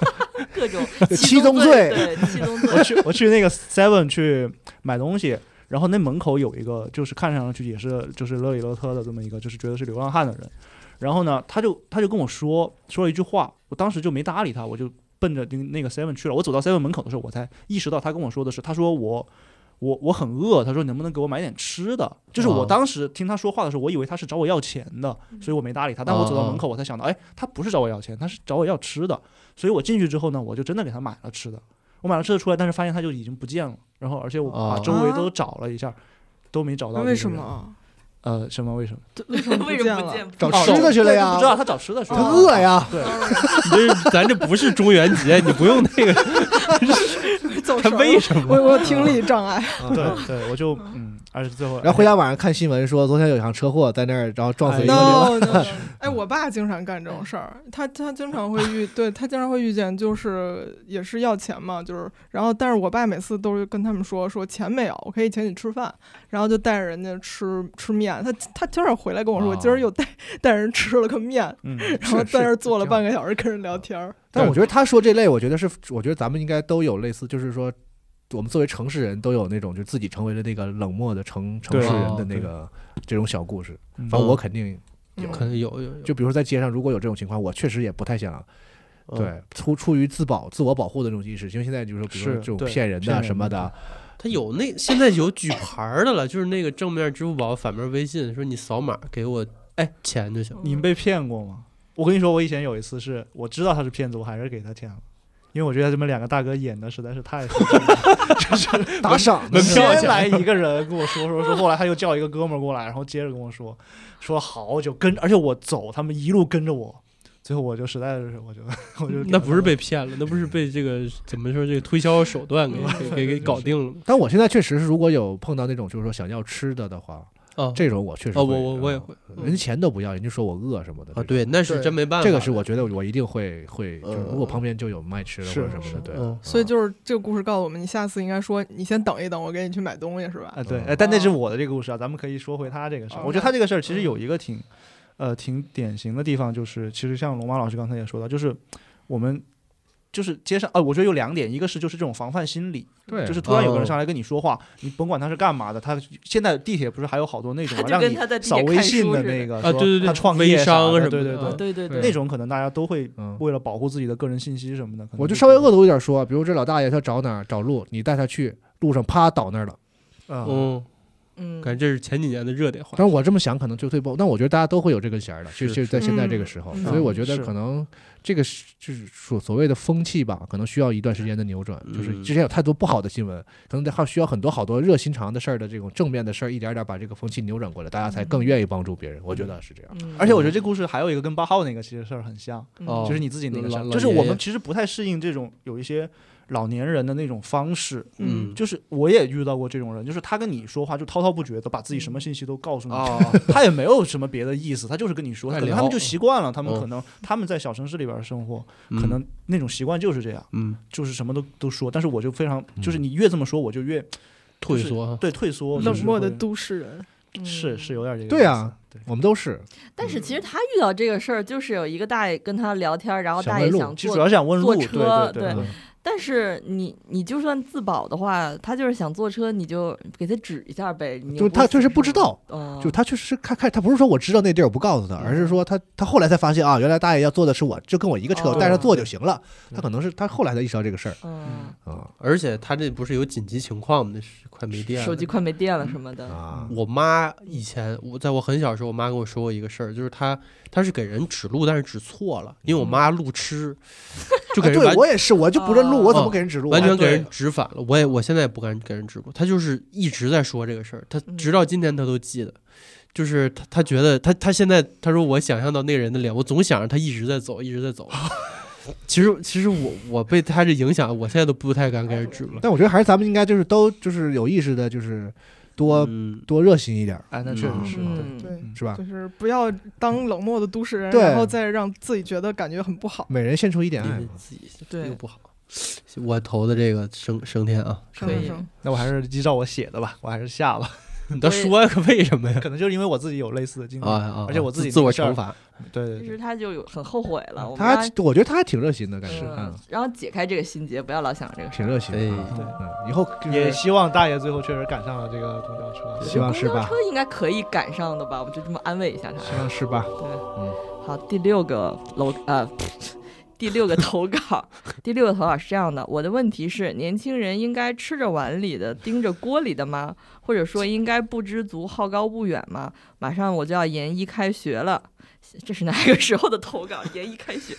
S1: 各种
S2: 七宗
S1: 罪，
S2: 罪
S1: 对七宗
S3: 我
S1: 罪，
S3: 去我去那个 Seven 去买东西，然后那门口有一个，就是看上去也是就是勒里勒特的这么一个，就是觉得是流浪汉的人。然后呢，他就他就跟我说说了一句话，我当时就没搭理他，我就奔着那个那个 Seven 去了。我走到 Seven 门口的时候，我才意识到他跟我说的是，他说我我我很饿，他说能不能给我买点吃的？就是我
S5: 哦
S3: 当时听他说话的时候，我以为他是找我要钱的，所以我没搭理他。但我走到门口，我才想到，哎，他不是找我要钱，他是找我要吃的。所以我进去之后呢，我就真的给他买了吃的。我买了吃的出来，但是发现他就已经不见了。然后，而且我
S2: 啊
S3: 把
S5: 哦
S3: 周围都找了一下，都没找到。
S4: 为什？么？
S3: 呃，什么？为什么？
S4: 为什 么
S1: 为什
S4: 不见
S1: 么不
S4: 了？
S1: 见？
S2: 找
S3: 哦
S2: 吃的去了呀
S3: 不知，道他找吃的去了。
S2: 他饿呀。
S3: 对，
S5: 你这是咱这不是中元节，你不用 那个，
S4: 走
S5: 他
S4: 神儿
S5: 为
S4: 了
S5: 什么？
S4: 我我有听力障碍，
S3: 对对，我就嗯，而且最 后，
S2: 然后回家晚上看新闻说，昨天有一场车祸在那儿，然后撞死一个
S3: 哎
S2: 流浪
S4: no no，哎，我爸经常干这种事儿，他他经常会遇，对他经常会遇见，就是也是要钱嘛，就是，然后但是我爸每次都是跟他们说说钱没有，我可以请你吃饭，然后就带着人家吃吃面，他他今儿回来跟我说，我
S5: 哦
S4: 今儿又带带人吃了个面，
S3: 嗯，
S4: 然后在那儿坐了半
S3: 个，
S4: 个小时跟人
S5: 嗯
S4: 聊天儿，
S2: 但我觉得他说这类，我觉得是，我觉得咱们应该都有类似，就是说，我们作为城市人都有那种，就自己成为了那个冷漠的城城
S3: 对
S2: 市人的那个这种小故事。
S3: 嗯
S2: 反正我肯定，
S4: 嗯
S5: 可能有有有，
S2: 就比如说在街上，如果有这种情况，我确实也不太想
S5: 嗯，
S2: 对出出于自保、自我保护的这种意识，因为现在就是说，比如说
S3: 是
S2: 这种
S3: 对
S2: 骗人
S3: 骗
S2: 的
S3: 人
S2: 什么的
S3: 的，
S5: 他有那现在有举牌儿的了，就是那个正面支付宝，反面微信，说你扫码给我哎钱就行。
S3: 你们被骗过吗？我跟你说，我以前有一次是我知道他是骗子，我还是给他钱了，因为我觉得他们两个大哥演的实在是太复杂 了。
S2: 打赏的
S5: 门票
S3: 先
S5: 钱
S3: 来一个人跟我说说说，后来他又叫一个哥们儿过来，然后接着跟我说说好久跟，而且我走，他们一路跟着我，最后我就实在是我就 我就
S5: 那不是被骗了，那不是被这个怎么说这个推销手段给 给给给搞定了
S2: 但我现在确实是，如果有碰到那种就是说想要吃的的话，
S5: 啊
S2: 这种我确实
S5: 啊！我
S2: 会
S5: 我我也
S2: 嗯
S5: 会
S2: 人家钱都不要，人家说我饿什么的
S5: 啊，
S2: 这种
S5: 对，那是
S4: 对
S5: 真没办法。
S2: 这个是我觉得我一定会会，就是
S5: 嗯
S2: 如果旁边就有卖吃的或
S3: 是
S2: 者什么的，对，
S5: 嗯
S4: 所以就是这个故事告诉我们，你下次应该说你先等一等，我给你去买东西是吧？
S3: 啊对
S2: 嗯，
S3: 哎但那是
S1: 哦
S3: 我的这个故事啊，咱们可以说回他这个事儿。
S4: 哦
S3: 我觉得他这个事儿其实
S1: 嗯
S3: 有一个挺呃挺典型的地方，就是其实像龙马老师刚才也说到，就是我们。就是街上啊、我觉得有两点，一个是就是这种防范心理，
S2: 嗯对
S3: 就是突然有个
S5: 哦
S3: 人上来跟你说话，你甭管他是干嘛的，他现在地铁不是还有好多那种
S1: 他
S3: 嘛
S1: 就
S3: 让
S1: 跟
S3: 你
S1: 他在地
S3: 扫
S1: 铁
S3: 微
S1: 看
S3: 信
S1: 书
S3: 的
S1: 似的
S3: 那个
S2: 呃
S5: 啊
S3: 说
S5: 对对对
S3: 他创
S5: 微
S3: 业
S5: 商
S3: 的
S5: 什么
S3: 对对
S5: 的啊
S1: 嗯，
S3: 对
S1: 对对
S2: 对
S1: 对，
S3: 那种可能大家都会
S2: 嗯。
S3: 为了保护自己的个人信息什么的，可能
S2: 我就稍微恶毒一点说，比如这老大爷他找哪儿找路，你带他去，路上啪倒那儿了。
S3: 啊，
S5: 嗯，
S1: 嗯，
S5: 感觉这是前几年的热点话
S2: 但是我这么想可能就对不，但我觉得大家都会有这根弦儿的，就是就是在
S4: 是
S2: 现在这个时候，
S4: 嗯
S2: 所以我觉得
S3: 是
S2: 可能这个是就是所所谓的风气吧，可能需要一段时间的扭转。
S5: 嗯
S2: 就是之前有太多不好的新闻，可能得还需要很多好多热心肠的事儿的这种正面的事儿，一点儿点儿把这个风气扭转过来，大家才更愿意帮助别人。我觉得是这样。
S1: 嗯，
S3: 而且我觉得这故事还有一个跟八号那个其实事儿很像，
S1: 嗯
S5: 哦
S3: 就是你自己那个事儿，
S5: 老
S3: 就是
S5: 老爷爷
S3: 我们其实不太适应这种有一些老年人的那种方式。
S5: 嗯
S3: 就是我也遇到过这种人，就是他跟你说话就滔滔不绝的，把自己
S5: 嗯
S3: 什么信息都告诉你，
S5: 啊，
S3: 他也没有什么别的意思，他就是跟你说，
S5: 太
S3: 可能
S5: 聊
S3: 他们就习惯了，他们
S5: 嗯
S3: 可能他们在小城市里边生活，
S5: 嗯
S3: 可能那种习惯就是这样，
S5: 嗯
S3: 就是什么都都说，但是我就非常，就是你越这么说，我就越
S5: 退缩啊，
S3: 对退缩，就
S4: 冷
S3: 是
S4: 漠的
S3: 会
S4: 都市人，
S1: 嗯
S3: 是是有点这个
S2: 对啊
S3: 意思，对。
S2: 我们都是，
S1: 但是其实他遇到这个事儿，就是有一个大爷跟他聊天儿，然后
S2: 想
S1: 大
S2: 问
S1: 爷
S2: 路
S1: 想
S3: 其实
S1: 坐
S3: 主要是想问路，
S1: 坐
S3: 对
S1: 车
S3: 对
S1: 对
S2: 嗯
S1: 但是你你就算自保的话，他就是想坐车，你就给他指一下呗。你
S2: 就是他确实不知，道，
S1: 嗯、
S2: 就他确实是看看他不是说我知道那地儿我不告诉他，而是说他他后来才发现啊，原来大爷要坐的是我，就跟我一个车，
S1: 哦
S2: 我带上坐就行了。
S3: 对
S2: 他可能是他后来才意识到这个事儿
S1: 嗯，
S2: 啊
S5: 而且他这不是有紧急情况吗？那是快没电了，
S1: 手机快没电了什么的，
S2: 啊，
S5: 我妈以前我在我很小的时候，我妈跟我说过一个事儿，就是她她是给人指路，但是指错了，因为我妈路痴，就
S2: 啊
S5: 给人
S2: 对
S5: 完
S2: 我也是，我就不认路，我怎么
S5: 哦
S2: 给人指路？
S5: 完全
S2: 哎
S5: 给人
S2: 对
S5: 指反了。我也我现在也不敢给人指路，他就是一直在说这个事儿，他
S1: 嗯
S5: 直到今天他都记得。就是他，他觉得他，他现在他说我想象到那个人的脸，我总想着他一直在走，一直 在走。其实，其实我我被他这影响，我现在都不太敢给人指路了。
S2: 但我觉得还是咱们应该就是都就是有意识的，就是多
S5: 嗯，
S2: 多热心一点儿，
S3: 哎，那确实是，对
S1: 嗯，
S4: 对，
S2: 是吧
S4: 就？是不要当冷漠的都市人，
S2: 啊嗯对
S4: 然后再让自己觉得感觉很不好。
S2: 每人献出一点
S5: 因
S2: 爱
S5: 为
S2: 嘛。
S5: 自己
S1: 对
S5: 又不好。我投的这个升升天啊，
S1: 升
S5: 可以
S1: 天。
S4: 生
S3: 那我还是依照我写的吧，我还是下吧。
S5: 你倒说个为什么呀？
S3: 可能就是因为我自己有类似的经 历
S5: 啊，啊！
S3: 而且我自己
S5: 自
S3: 那
S5: 我
S3: 个事儿
S5: 惩罚，
S3: 对对
S1: 其
S3: 对，
S1: 实他就有很后悔了。我们
S2: 他
S1: 让
S2: 还，我觉得他还挺热心的，感觉，
S1: 嗯
S2: 嗯，
S1: 然后解开这个心结，不要老想着这个事
S2: 挺
S1: 儿。
S2: 热心的。
S5: 哎
S3: 对
S2: 嗯，以后就是
S3: 也希望大爷最后确实赶上了这个公交车。
S2: 希望
S1: 公
S2: 是
S1: 交
S2: 吧？
S1: 车应该可以赶上的吧？我就这么安慰一下他。
S2: 希望是啊吧？
S1: 好，第六个楼呃， 第六个投稿，第六个投稿是这样的：我的问题是，年轻人应该吃着碗里的盯着锅里的吗？或者说应该不知足好高骛远吗？马上我就要研一开学了，这是哪个时候的投稿？ 研一开学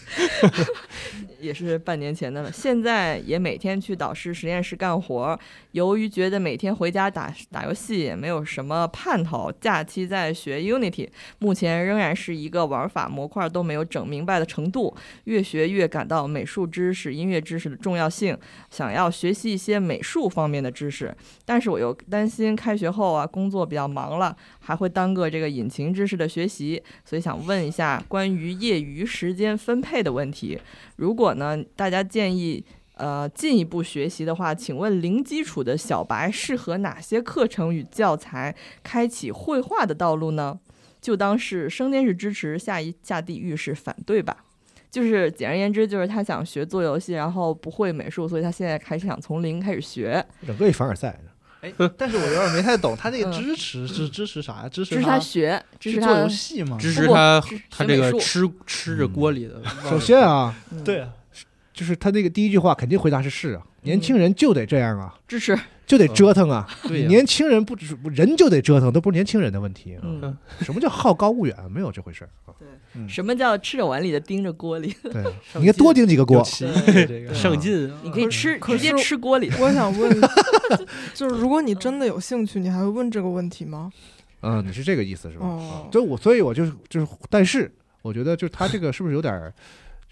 S1: 也是半年前的了。现在也每天去导师实验室干活，由于觉得每天回家打打游戏也没有什么盼头，假期在学 Unity，目前仍然是一个玩法模块都没有整明白的程度，越学越感到美术知识、音乐知识的重要性，想要学习一些美术方面的知识，但是我又担心开学后啊，工作比较忙了，还会耽搁这个引擎知识的学习，所以想问一下关于业余时间分配的问题。如果呢，大家建议。呃，进一步学习的话，请问零基础的小白适合哪些课程与教材，开启绘画的道路呢？就当是升天是支持，下一下地狱是反对吧。就是简而言之，就是他想学做游戏，然后不会美术，所以他现在开始想从零开始学。
S2: 整个一凡尔赛，
S3: 哎，但是我有点没太懂，他这
S1: 嗯
S3: 个支持是支持啥呀？支
S1: 支
S3: 持
S1: 持他学，支
S3: 去
S1: 持
S3: 做
S1: 他
S3: 游戏吗？
S5: 支
S1: 不
S5: 持
S1: 不
S5: 他
S1: 支持
S5: 他
S1: 学
S5: 这
S1: 美
S5: 个
S1: 术
S5: 吃吃着锅里的。
S2: 首先啊，
S1: 嗯
S3: 对啊，
S2: 就是他那个第一句话肯定回答是是啊，年轻人就得这样啊，
S1: 支持，
S2: 就得折腾啊，
S5: 嗯对呀
S2: 年轻人不止人就得折腾，都不是年轻人的问题啊。
S1: 嗯，
S2: 什么叫好高骛远？没有这回事儿啊。
S5: 嗯
S1: 什么叫吃着碗里的盯着锅里？
S2: 对，你该多盯几个
S3: 有
S2: 锅。啊
S3: 歧义的这个
S2: 对
S5: 上进啊，
S1: 你可以吃，
S4: 可
S1: 直接
S4: 是
S1: 吃锅 里的。
S4: 我想问，就是如果你真的有兴趣，你还会问这个问题吗？
S2: 嗯，你是这个意思是吧？啊
S4: 哦
S2: 就我，所以我就是就是，但是我觉得就是他这个是不是有点儿，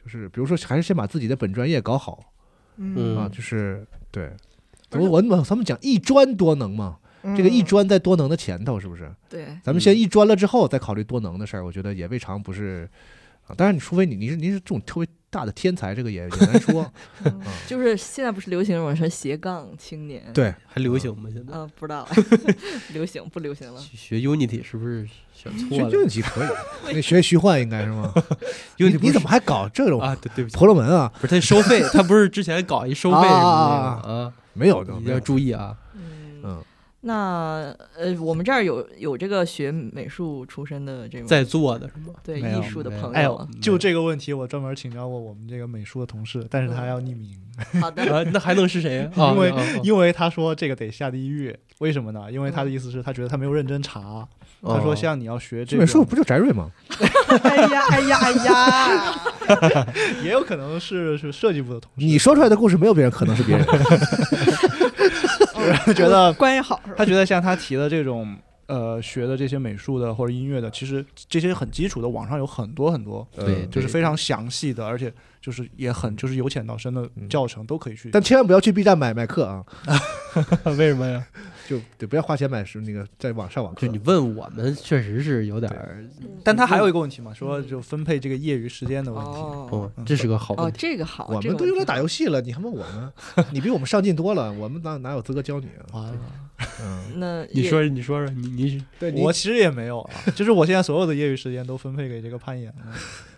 S2: 就是比如说还是先把自己的本专业搞好啊，
S5: 嗯
S2: 就是对。
S4: 而
S2: 我
S4: 且
S2: 我我咱们讲一专多能嘛，
S4: 嗯
S2: 这个一专在多能的前头是不是？
S1: 对，
S2: 咱
S5: 嗯
S2: 们先一专了之后再考虑多能的事儿，我觉得也未尝不是。啊，当然，你除非你你是你是这种特别大的天才，这个也也难说。
S4: 嗯
S2: 啊
S1: 就是现在不是流行什么说斜杠青年？
S2: 对，
S5: 还流行吗？现在
S1: 嗯，不 知道流行不流行了。
S5: 学 Unity 是不是选
S2: 学
S5: 错了
S2: 运气可以，那学虚幻应该是 吗？你
S5: ？Unity 不
S2: 你
S5: 是
S2: 怎么还搞这种
S5: 啊？对对不起，
S2: 婆罗门啊？
S5: 不是他收费，他不是之前搞一收费什么的啊？
S2: 没有的，
S5: 你
S2: 哦没
S5: 要
S2: 有
S5: 注意啊！
S1: 嗯，
S2: 嗯
S1: 那呃，我们这儿有有这个学美术出身的这种
S5: 在座的是吗？
S1: 对
S3: 没
S1: 艺
S3: 有
S1: 术的
S5: 没有
S1: 朋
S3: 哎
S1: 友
S3: 呦
S1: 啊。，
S3: 就这个问题，我专门请教过我们这个美术的同事，但是
S1: 嗯
S3: 他要匿名，
S1: 好的，
S5: 啊，那还能是谁呀？ 啊
S3: 因为
S5: 啊啊
S3: 因为他说这个得下地狱，为什么呢？因为
S1: 嗯
S3: 他的意思是他觉得他没有认真查，
S5: 哦
S3: 他说像你要学这
S2: 美术
S3: 种
S2: 不就翟瑞吗？
S1: 哎呀，哎呀，哎 呀！
S3: 也有可能是是设计部的同事，
S2: 你说出来的故事没有别人，可能是别人。
S3: 他觉得
S4: 关系好是吧？
S3: 他觉得像他提的这种呃学的这些美术的或者音乐的，其实这些很基础的，网上有很多很多，
S5: 对，
S2: 嗯
S3: 就是
S5: 对
S3: 非常详细的，而且就是也很就是由浅到深的
S5: 嗯
S3: 教程都可以去。
S2: 但千万不要去 B 站买买课啊，
S3: 啊为什么呀？
S2: 就对，不要花钱买是那个在网上网课
S5: 就。你问我们，确实是有点儿
S3: 但他还有一个问题嘛，说就分配这个业余时间的问题。
S1: 哦
S5: 哦，这是个好
S1: 哦，
S5: 问题。
S1: 这个好，
S2: 我
S1: 这个
S2: 们都用来
S1: 挺
S2: 打
S1: 好
S2: 游戏了，你还问我们？你比我们上进多了，我们哪哪有资格教你啊？
S5: 啊，
S2: 嗯，
S1: 那
S5: 你
S1: 也
S5: 说你说说你你
S2: 对你
S3: 我其实也没有啊，就是我现在所有的业余时间都分配给这个攀岩了。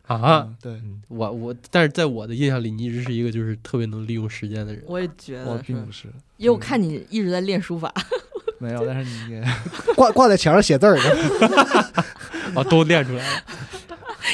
S5: 啊，
S3: 嗯，对，
S5: 我我，但是在我的印象里，你一直是一个就是特别能利用时间的人。
S1: 我也觉
S3: 我
S1: 得是
S3: 并，不是
S1: 因为我看你一直在练书法，
S3: 没有，但 是你也啊
S2: 挂挂在墙上写字儿呢，
S5: 啊，都练出 来了。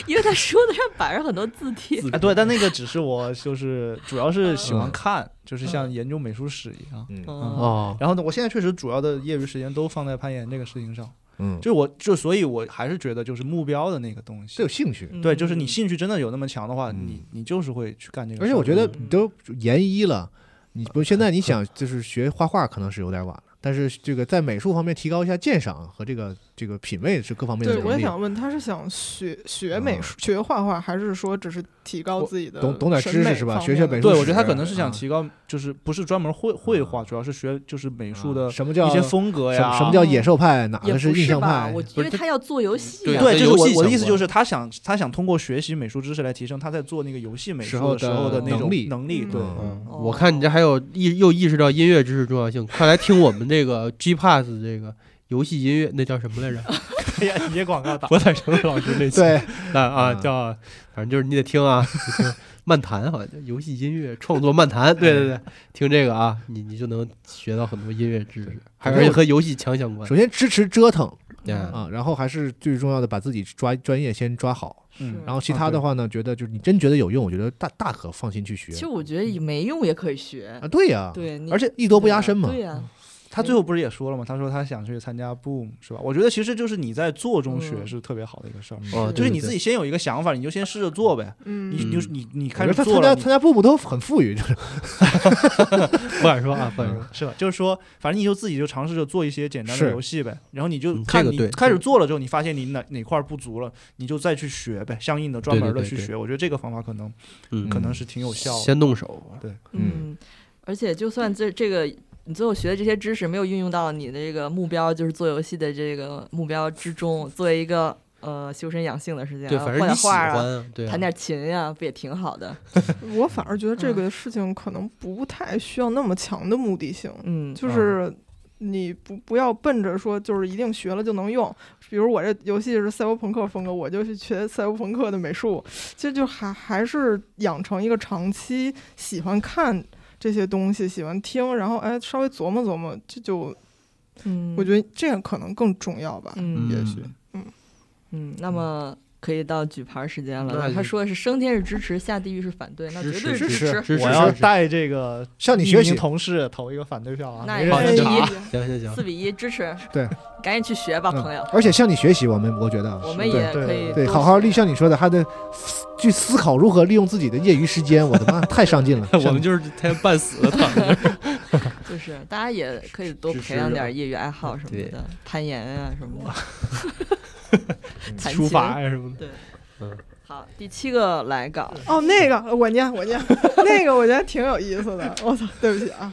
S1: 因为他桌子上摆着很多字帖。
S5: 自
S3: 哎，对，但那个只是我就是主要是喜欢
S2: 嗯
S3: 看，就是像研究美术史一样。
S2: 嗯，
S1: 嗯
S5: 哦，
S3: 然后呢，我现在确实主要的业余时间都放在攀岩这个事情上，
S2: 嗯，
S3: 就是我就所以，我还是觉得就是目标的那个东
S2: 这
S3: 西
S2: 有，兴趣。
S1: 嗯
S3: 对，就是你兴趣真的有那么强的话，
S2: 嗯
S3: 你你就是会去干这个事
S2: 而
S3: 儿。
S2: 且我觉得
S1: 嗯
S2: 都研一了，你不现在你想就是学画画可能是有点晚了，但是这个在美术方面提高一下鉴赏和这个这个品味是各方面的
S4: 对，我
S2: 能
S4: 也
S2: 力。
S4: 想问，他是想学学美
S2: 嗯
S4: 术、学画画，还是说只是提高
S3: 我
S4: 自己的
S2: 懂懂点
S4: 审
S2: 知识
S4: 美
S2: 是吧
S4: 方
S2: 学学
S4: 面
S2: 美
S4: 的
S2: 术
S3: 对，我觉得他
S2: 史
S3: 可能是
S2: 啊嗯
S3: 想提高，就是不是专门绘绘画，主要是学就是美术的
S2: 啊什么叫
S3: 一些风格
S2: 什
S3: 呀。
S2: 么什么叫野兽派，哪
S1: 也
S2: 个
S1: 不
S2: 印象
S1: 吧？
S2: 派？
S1: 我
S5: 不
S1: 因
S5: 是
S1: 为
S5: 这
S1: 他要做游戏
S5: 对
S1: 啊，
S5: 跟
S3: 对，就是
S5: 游
S3: 我
S5: 戏
S3: 我的
S5: 相
S3: 意思
S5: 关
S3: 就是他想他想通过学习美术知识来提升他在做那个游戏美
S2: 时
S3: 术
S2: 候
S3: 的时候
S2: 的
S3: 的那种
S2: 能力
S3: 能力。对，
S5: 嗯，
S1: 哦
S5: 我看你这还有意又意识到音乐知识重要性，快来听我们这个 G Pass 这个游戏音乐，那叫什么来着？
S3: 哎呀，你这广告打
S5: 博采成老师那期，
S2: 对，
S5: 啊啊
S2: 嗯
S5: 叫，反正就是你得听啊，你听漫谈好像叫游戏音乐创作漫谈，对对对，听这个啊，你你就能学到很多音乐知识，还而且和游戏强相关
S2: 首。先支持折腾
S5: 嗯
S2: 啊，然后还是最重要的把自己抓专业先抓好，
S3: 嗯
S2: 然后其
S3: 啊
S2: 他的
S3: 对
S2: 话呢，觉得就是你真觉得有用，我觉得大大可放心去学
S1: 其实我觉得也没用也可以学
S2: 啊。，对呀，
S1: 对，你
S2: 而且艺多不压身嘛
S1: 对。啊呀，
S3: 他最后不是也说了吗？他说他想去参加 Boom，是吧？我觉得其实就是你在做中学
S1: 嗯
S3: 是特别好的一个事儿，
S5: 哦，
S3: 就是
S5: 对
S3: 你自，己先有一个想法，你就先试着做呗。
S4: 嗯，
S3: 你你就是你你
S2: 我觉
S3: 开
S2: 得
S3: 始
S2: 他
S3: 做
S2: 参
S3: 了
S2: 加
S3: 你
S2: 参加步步都很富裕，就是
S5: 不敢说啊，不敢说，
S3: 是吧？就是说，反正你就自己就尝试着做一些简单
S2: 是
S3: 的游戏呗，然后你就
S5: 嗯
S3: 看
S5: 这个
S3: 你
S5: 对
S3: 开
S5: 这
S3: 始
S5: 个
S3: 做了之后，你发现你哪哪块儿不足了，你就再去学呗，相应的专
S5: 对对
S3: 门的
S5: 对
S3: 去
S5: 对
S3: 学。我觉得这个方法可能
S5: 嗯，
S3: 可能是挺有效的。
S5: 先动手，
S2: 嗯
S1: 嗯，而且就算这这个你最后学的这些知识没有运用到你的这个目标，就是做游戏的这个目标之中，作为一个呃修身养性的事情啊，
S5: 对，反
S1: 画
S5: 正你
S1: 点
S5: 喜
S1: 画
S5: 欢
S1: 啊，
S5: 啊，对啊，
S1: 弹点琴呀、不也挺好的？
S4: 我反而觉得这
S1: 嗯
S4: 个事情可能不太需要那么强的目的性，
S1: 嗯，
S4: 就是你不不要奔着说就是一定学了就能用。比如我这游戏是赛博朋克风格，我就去学赛博朋克的美术，其实就还还是养成一个长期喜欢看这些东西，喜欢听，然后哎稍微琢磨琢磨，这就
S1: 嗯，
S4: 我
S1: 得，
S4: 觉得这样可能更重要吧。
S1: 嗯
S5: 嗯，
S4: 也许
S1: 嗯，那么。可以到举牌时间了。
S5: 那
S1: 那他
S5: 就
S1: 说的是升天是支持，下地狱是反对，那绝对
S5: 支
S1: 支
S2: 持
S1: 持。
S5: 支持
S3: 我要
S5: 支持
S3: 带这个
S2: 向你
S3: 匿
S2: 学
S3: 名
S2: 习。
S3: 同事投一个反对票啊，
S1: 那
S3: 没
S1: 也
S3: 人
S5: 好的
S3: 查
S4: 哎
S5: 行行行！
S1: 四，比一支持，
S2: 对，
S1: 赶紧去学吧，
S2: 嗯
S1: 朋友。
S2: 而且向你学习，我们我觉得啊
S1: 我们
S2: 对
S1: 也
S3: 对
S1: 可以
S2: 对，
S1: 多
S2: 好好
S1: 学
S2: 利，像你说的，还得思去思考如何利用自己的业余时间。我的妈，太上进了
S5: 我们就是他半死了，躺在那儿
S1: 就是大家也可以多
S5: 支
S1: 培养
S5: 持
S1: 点业余爱好什么
S5: 对
S1: 的，攀岩啊什么的
S2: 嗯，
S1: 弹
S5: 书
S1: 琴
S5: 法呀什么的，
S1: 好，第七个来稿，
S4: 哦，那个我念我念那个，我觉得挺有意思的。我操，对不起啊，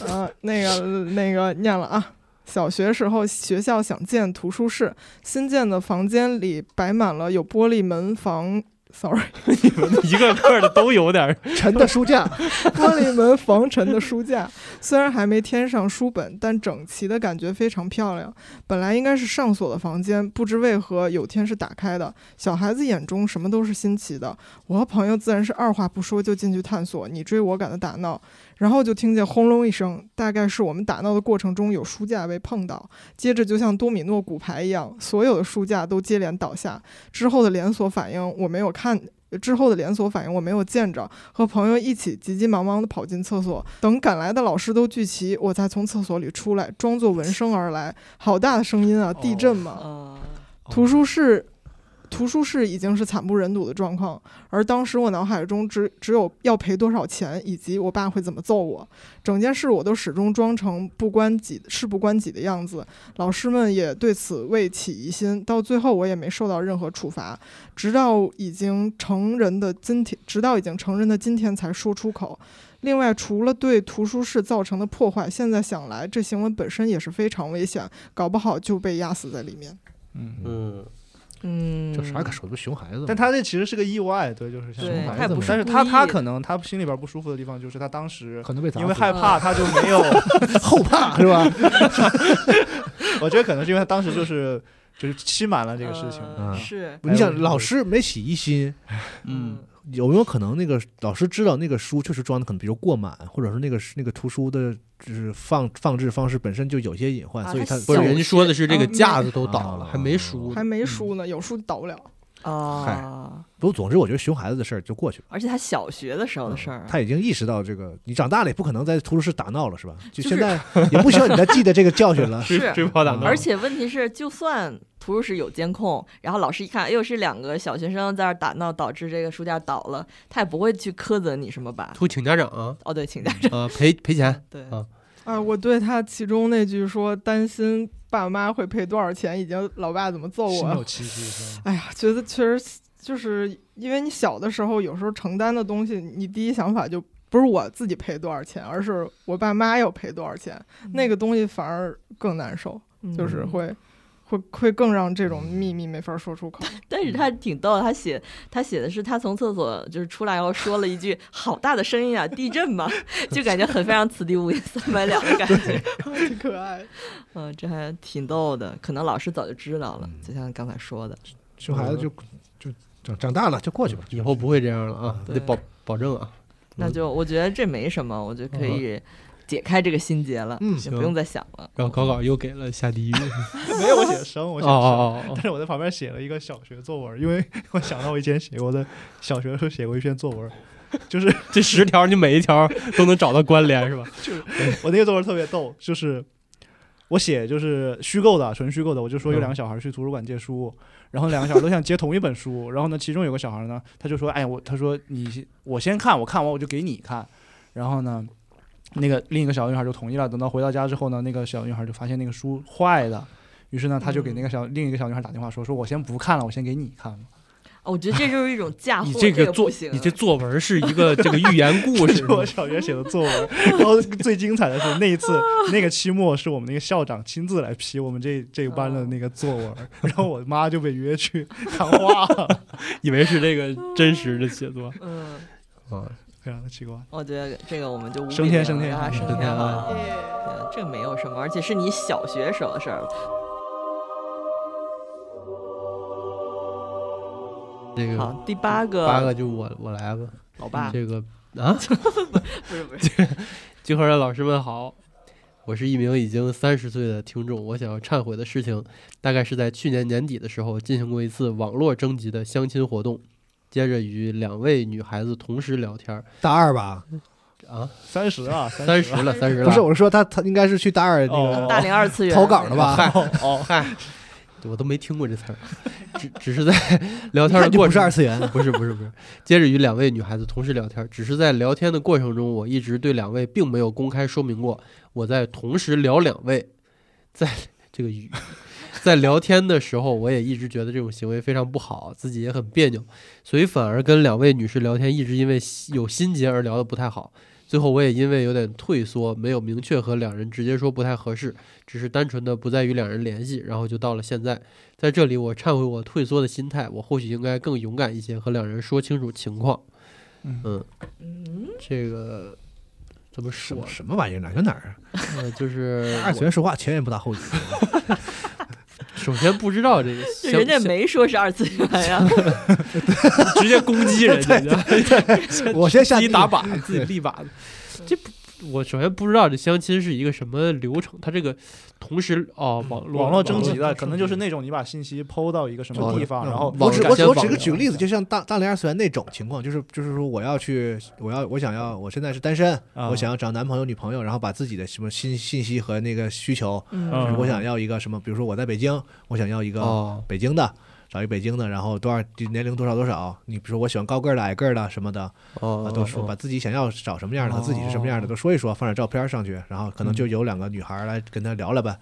S4: 呃，那个那个念了啊。小学时候，学校想建图书室，新建的房间里摆满了有玻璃门房，sorry，
S5: 你们一个个的都有点儿，
S2: 沉的书架，
S4: 玻璃门防尘的书架，虽然还没添上书本，但整齐的感觉非常漂亮。本来应该是上锁的房间，不知为何有天是打开的。小孩子眼中什么都是新奇的，我和朋友自然是二话不说就进去探索，你追我赶的打闹，然后就听见轰隆一声，大概是我们打闹的过程中有书架被碰到，接着就像多米诺骨牌一样，所有的书架都接连倒下。之后的连锁反应我没有看。之后的连锁反应我没有见着，和朋友一起急急忙忙地跑进厕所，等赶来的老师都聚齐，我才从厕所里出来，装作闻声而来。好大的声音啊！地震嘛！
S1: 呃，
S4: 图书室，图书室已经是惨不忍睹的状况，而当时我脑海中只只有要赔多少钱，以及我爸会怎么揍我，整件事我都始终装成不关己事不关己的样子。老师们也对此未起疑心，到最后我也没受到任何处罚，直到已经成人的今天，直到已经成人的今天才说出口。另外，除了对图书室造成的破坏，现在想来，这行为本身也是非常危险，搞不好就被压死在里面。
S3: 嗯，
S5: 嗯，
S1: 嗯，
S2: 这啥可手不熊孩子吗？
S3: 但他这其实是个意外，对，就是像
S1: 对
S2: 熊，孩
S1: 他也
S2: 子
S1: 不
S2: 嘛
S1: 是
S3: 但是
S1: 故
S3: 他他
S1: 意
S3: 可能他心里边不舒服的地方就是他 当时
S2: 可能被砸死，
S3: 因为害怕，他就没有。
S2: 后怕 是吧？
S3: 我觉得可能是因为他当时就是就是欺瞒了这个事情。
S1: 呃
S2: 嗯
S1: 是，
S2: 你
S3: 哎
S2: 想
S3: 我
S2: 老师没起疑心，
S5: 嗯，
S2: 有没有可能那个老师知道那个书确实装的可能比如过满，或者说那个那个图书的就是放放置方式本身就有些隐患，
S1: 啊
S2: 所以
S1: 他
S2: 他
S1: 小
S5: 不是人家说的是这个
S1: 嗯
S5: 架子都倒了，
S2: 啊
S5: 还没输呢，
S4: 还没输呢，有输倒不了。
S1: 哦，
S2: 不过总之我觉得熊孩子的事儿就过去了。
S1: 而且他小学的时候的事儿，啊
S2: 他已经意识到这个，你长大了也不可能在图书室打闹了，是吧？就
S1: 就是。
S2: 现在也不需要你再记得这个教训了
S1: 是
S5: 追跑打闹，
S1: 而且问题是，就算图书室有监控，然后老师一看，哎呦，是两个小学生在那儿打闹，导致这个书架倒了，他也不会去苛责你什么吧？
S5: 图请家长啊，
S1: 哦，对，请假，
S5: 啊赔赔钱，
S1: 对，
S5: 啊
S4: 啊，我对他其中那句说担心爸妈会赔多少钱，已经老爸怎么揍
S2: 心
S4: 我
S2: 有戚戚是吧？
S4: 哎呀，觉得确实就是因为你小的时候，有时候承担的东西，你第一想法就不是我自己赔多少钱，而是我爸妈要赔多少钱，那个东西反而更难受，就是
S1: 嗯
S4: 会。会会更让这种秘密没法说出口，
S1: 但是他挺逗的，他写他写的是他从厕所就是出来，然后说了一句“好大的声音啊，地震嘛”，就感觉很非常此地无银三百两的感觉。
S4: 挺可爱的。
S1: 嗯，这还挺逗的，可能老师早就知道了
S2: 嗯，
S1: 就像刚才说的，
S2: 熊孩子就就长长大了就过去吧。
S5: 以后不会这样了啊，
S1: 对
S5: 得保保证啊。
S1: 那就我觉得这没什么，我觉得可以解开这个心结了，
S2: 嗯
S1: 也不用再想了。哦
S5: 然后高考又给了下 地狱，
S3: 没有我写生，我
S5: 哦
S3: 写生。
S5: 哦哦
S3: 但是我在旁边写了一个小学作文，因为我想到我以前写过的小学的时候写过一篇作文，就是
S5: 哦，这十条你每一条都能找到关联是吧？
S3: 我那个作文特别逗，就是我写就是虚构的，纯虚构的，我就说有两个小孩去图书馆借书，然后两个小孩都想借同一本书，然后呢，其中有个小孩呢，他就说，哎呀，我他说你我先看，我看完我就给你看，然后呢。那个另一个小女孩就同意了。等到回到家之后呢，那个小女孩就发现那个书坏了，于是呢，她就给那个小、另一个小女孩打电话说：“说我先不看了，我先给你看吧。
S1: 哦我觉得这就是一种嫁祸，
S5: 你这
S1: 个
S5: 个作
S1: 不行，
S5: 你这作文是一个这个寓言故
S3: 这
S5: 事
S3: 是 我小学写的作文。然后最精彩的是那一 次，那个期末是我们那个校长亲自来批我们这这个班的那个作文，然后我妈就被约去谈话了，
S5: 以为是这个真实的写作
S1: 嗯，
S5: 啊。
S3: 非常的奇怪。
S1: 我觉得这个我们就无比
S3: 升天
S1: 了
S3: 升天
S1: 啊，升
S5: 升
S1: 天
S5: 天
S1: 好
S5: 啊
S1: 了。对，这个没有什么，而且是你小学时候的事儿了。
S5: 这个
S1: 好，第八个，
S5: 八个就我我来吧。
S1: 老爸，
S5: 这个啊，
S1: 不是不是，
S5: 集合的老师们好，我是一名已经三十岁的听众，我想要忏悔的事情，大概是在去年年底的时候进行过一次网络征集的相亲活动，接着与两位女孩子同时聊天儿
S2: 大二吧，
S5: 啊，
S3: 三十啊，三
S5: 三
S3: 十
S5: 十
S3: 啊
S5: 了，三十了，
S2: 不是，我是说他他应该是去大二那
S3: 哦
S2: 个
S1: 大龄二次元
S2: 投稿的？吧？
S5: 嗨哦嗨，我都没听过这词儿，只只是在 聊
S2: 一
S5: 天
S2: 看
S5: 的
S2: 就
S5: 过
S2: 不是
S5: 程
S2: 二次 元。
S5: 不是不是不是，接着与两位女孩子同时聊天，只是在聊天的过程中，我一直对两位并没有公开说明过我在同时聊两位，在这个语在聊天的时候，我也一直觉得这种行为非常不好，自己也很别扭，所以反而跟两位女士聊天，一直因为心有心结而聊得不太好。最后我也因为有点退缩，没有明确和两人直接说不太合适，只是单纯的不再与两人联系，然后就到了现在。在这里，我忏悔我退缩的心态，我或许应该更勇敢一些，和两人说清楚情况。
S3: 嗯
S1: 嗯，
S5: 这个怎么
S2: 什
S5: 说
S2: 么？什么玩意儿？哪跟哪儿啊？啊
S5: 呃，就是
S2: 二次元说话前言不搭后语。
S5: 首先不知道这个
S1: 就
S5: 相，
S1: 人家
S5: 相
S1: 没说是二次元呀，
S5: 直接攻击 人家，
S2: 我先下
S5: 自己
S2: 地
S5: 打靶，自己立靶子。这不，我首先不知道这相亲是一个什么流程，它这个同时哦，网络
S3: 网络征集的，
S5: 网
S3: 可能就是那种你把信息抛到一个什么地方，
S2: 嗯
S3: 然后
S2: 我只
S5: 网
S2: 我
S5: 站
S2: 只我
S5: 先
S2: 只
S5: 网
S2: 举个例子，就像大大龄二次元那种情况，就是就是说我要去，我要我想要，我现在是单身，
S3: 啊
S2: 我想要找男朋友女朋友，然后把自己的什么信信息和那个需求，
S1: 嗯
S3: 嗯
S2: 就是我想要一个什么，比如说我在北京，我想要一个
S5: 哦，
S2: 北京的，找一个北京的，然后多少年龄多少多少，你比如说我喜欢高个儿的、矮个儿的什么的，啊，
S5: 哦
S2: 都说把自己想要找什么样的和自己是什么样的都说一说，放点照片上去，然后可能
S5: 嗯
S2: 就有两个女孩来跟他聊聊呗。